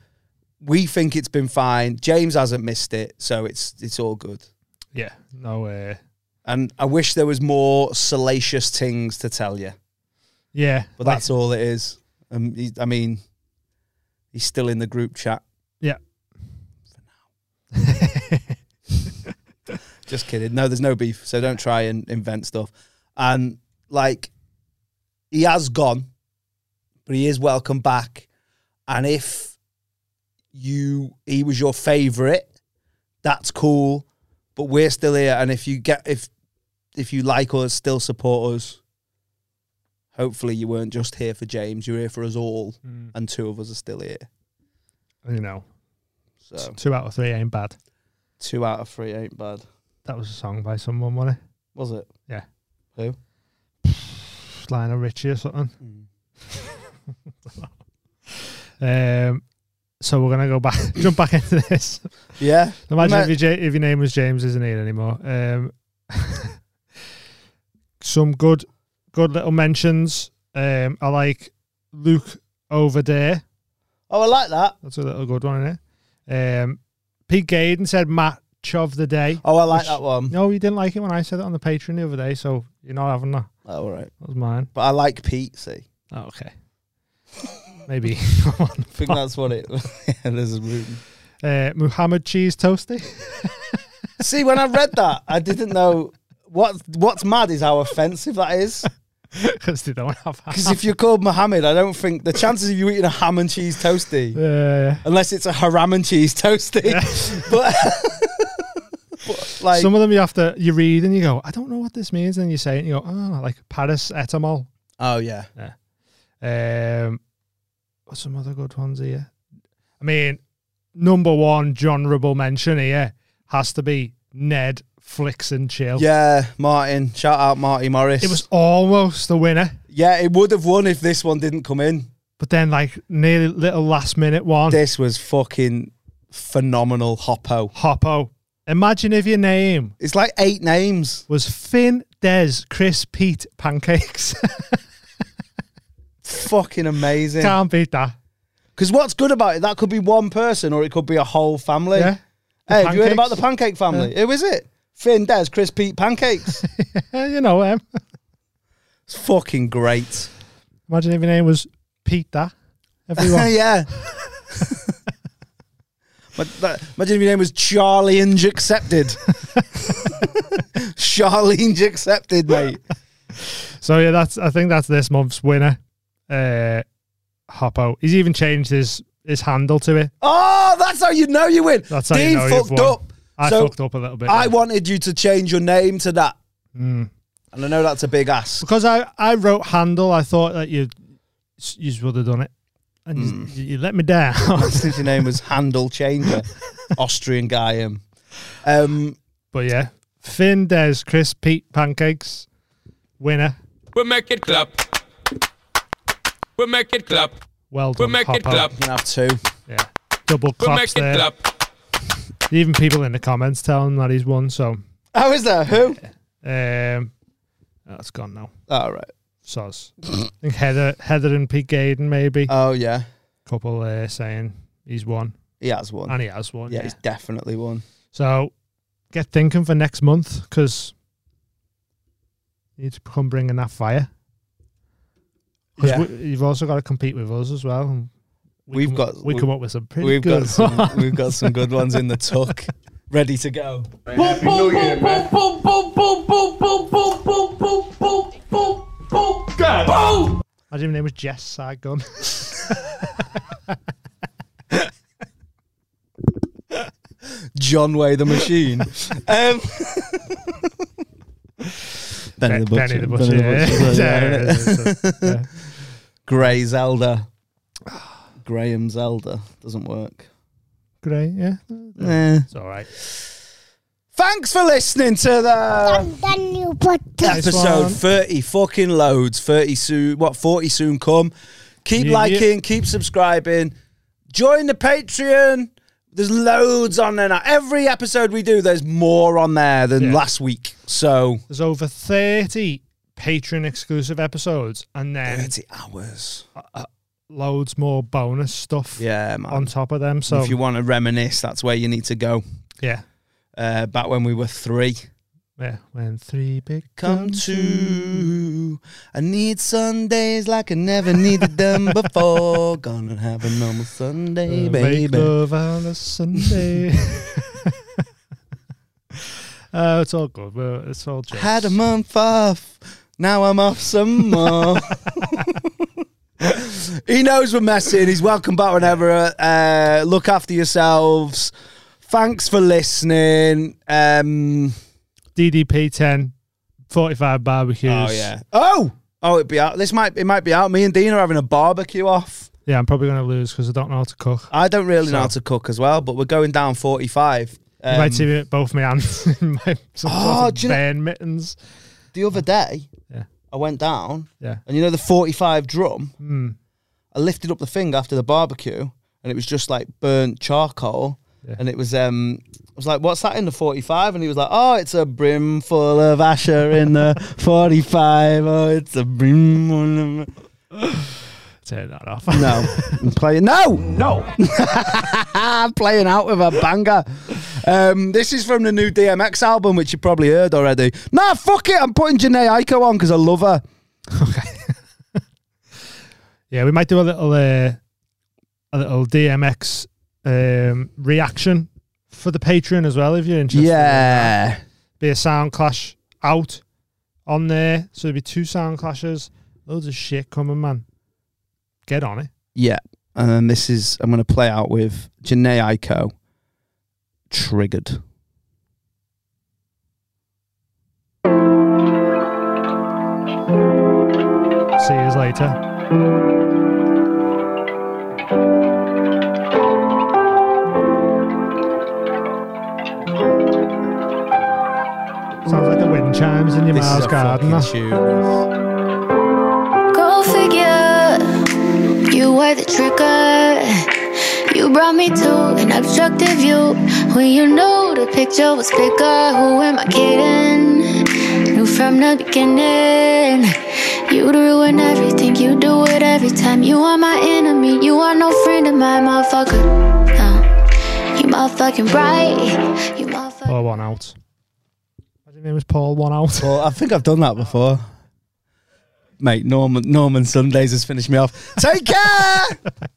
We think it's been fine. James hasn't missed it, so it's it's all good.
Yeah. No. Uh,
And I wish there was more salacious things to tell you,
yeah.
but
like-
that's all it is. Um, he, I mean, he's still in the group chat.
Yeah.
Just kidding. No, there's no beef, so don't try and invent stuff. And like he has gone, but he is welcome back. And if you he was your favorite, that's cool. But we're still here, and if you get if if you like us, still support us. Hopefully, you weren't just here for James; you're here for us all,
Mm.
and two of us are still here.
You know,
So
two out of three ain't bad.
two out of three ain't bad.
That was a song by someone, wasn't it?
Was it?
Yeah.
Who?
Lionel Richie or something.
Mm.
um, so we're gonna go back, jump back into this.
Yeah.
Imagine
Ma-
if, your Ja- if your name was James isn't here anymore. Um, some good, good little mentions. Um, I like Luke over there.
Oh, I like that.
That's a little good one, isn't it? Um, Pete Gaydon said match of the day.
Oh, I like that one.
No, you didn't like it when I said it on the Patreon the other day, so you're not having that.
Oh, all right.
That was mine.
But I like Pete. See,
Oh, okay. Maybe.
I think that's what it. yeah, there's a room.
Uh, Muhammad Cheese Toasty.
See, when I read that, I didn't know what what's mad is how offensive that is.
Because they don't have ham.
Because if you're called Mohammed, I don't think the chances of you eating a ham and cheese toasty, unless it's a haram and cheese toasty, but, but, like
Some of them you have to, you read and you go, I don't know what this means. And you say it and you go, oh, like Paris Etamol.
oh yeah,
Yeah. Um, what's some other good ones here? I mean, number one genreable mention here has to be Ned Flicks and Chill.
yeah, Martin, shout out Marty Morris.
It was almost the winner.
yeah, it would have won if this one didn't come in.
But then, like, nearly little last minute one.
This was fucking phenomenal, Hoppo.
Hoppo. Imagine if your name.
It's like eight names.
Was Finn, Des, Chris, Pete, Pancakes.
Fucking amazing.
Can't beat that.
Because what's good about it, that could be one person or it could be a whole family.
Yeah. The
Hey, have you heard
pancakes.
about the pancake family?
Yeah.
Who is it? Finn, Des, Chris, Pete, pancakes.
you know him.
It's fucking great.
Imagine if your name was Pete Da. Everyone.
yeah. but that, imagine if your name was Charlie and accepted. Charlene accepted, mate.
So yeah, that's I think that's this month's winner. Uh Hoppo. He's even changed his his handle to it.
Oh, that's how you know you win.
That's how you
Dean
know you've
fucked
won.
up.
I
So
fucked up a little bit.
I wanted you to change your name to that. Hmm.
Mm.
And I know that's a big ass.
because I, I wrote handle, I thought that you you would have done it. And you-
Hmm.
you, you let me down.
His name was Handel Changer, Austrian guy. Him. Um,
but yeah, Finn, Des, Chris, Pete, Pancakes, winner.
We make it clap. We make it clap.
Well
We
done.
make it
Hoppo.
clap.
You have two.
Yeah. Double
We
claps
make it
there.
clap.
Even people in the comments telling him that he's won. So
How is that? Who?
Um, that's gone now.
All right.
Soz. I think Heather, Heather and Pete Gaydon maybe.
Oh yeah.
Couple uh, saying he's won.
He has one.
And he has one.
Yeah,
Yeah.
he's definitely one.
So get thinking for next month because you need to come bringing that fire. 'Cause
Yeah.
we- you've also got to compete with us as well. and
We have
come-
got
we come up with some pretty
we've
good
got some,
ones.
we've got some good ones in the tuck, ready to go.
Boom, boom, boom, boom, boom, boom, boom, boom, boom, boom, boom, boom, boom, boom, boom.
Imagine if her name was Jess Sargon.
John Way the Machine. um, Benny the
Be- Benny
Butcher.
the Butcher, yeah.
yeah,
Yeah,
innit?
yeah, yeah.
Grey Zelda. Graham Zelda doesn't work.
Great, yeah.
Eh.
It's all right.
Thanks for listening to the
Daniel Podcast.
episode 30 fucking loads 30 soon what 40 soon come keep
Yeah.
liking keep subscribing join the patreon there's loads on there now every episode we do there's more on there than last week so
There's over 30 patron exclusive episodes and then
30 hours.
loads more bonus stuff
yeah man.
on top of them. So
if you want to reminisce that's where you need to go
Yeah.
uh, back when we were three
yeah, when three big
come to i need sundays like i never needed them before gonna have a normal sunday
Uh,
baby
Make love on a Sunday. Oh, it's all Uh, good. We're- It's all jokes.
Had a month off.
Now I'm off some more.
he knows we're messing. He's welcome back whenever. Uh, look after yourselves. Thanks for listening. Um,
DDP 10, 45 barbecues.
Oh yeah. Oh, oh, it'd be out. This might it might be out. Me and Dean are having a barbecue off.
Yeah, I'm probably going to lose because I don't know how to cook.
I don't really know how to cook as well, but we're going down Um, 45.
You might see me with both my hands in my some
Oh,
sort
do
of
you know-
band mittens.
the other day,
Yeah.
I went down,
Yeah.
and you know the 45 drum?
Mm.
I lifted up the thing after the barbecue, and it was just like burnt charcoal. And it was, um, I was like, "What's that in the 45?" And he was like, "Oh, it's a brim full of asher in the 45. Oh, it's a brim." full of-"
Turn that off.
No, I'm playing. No, no. I'm playing out with a banger. Um, this is from the new DMX album, which you probably heard already. Nah, fuck it. I'm putting Janae Aiko on because I love her.
Yeah, we might do a little uh, a little DMX um, reaction for the Patreon as well if you're interested.
Yeah.
Be a sound clash out on there. So there'll be two sound clashes. Loads of shit coming, man. Get on it.
Yeah. And then this is, I'm going to play out with Janae Aiko, Triggered.
See you later. Sounds like the wind chimes in your
This is
Mars
a
garden.
fucking tune.
Go figure, you were the trigger. You brought me to an obstructive view when you knew the picture was bigger. Who am I kidding? Knew from the beginning, you'd ruin everything. You do it every time. You are my enemy. You are no friend of mine, motherfucker. Uh, you motherfucking right. You motherfucking.
Paul one out. His name was Paul One Out.
Well, I think I've done that before. Mate, Norman Norman Sundays has finished me off. Take care.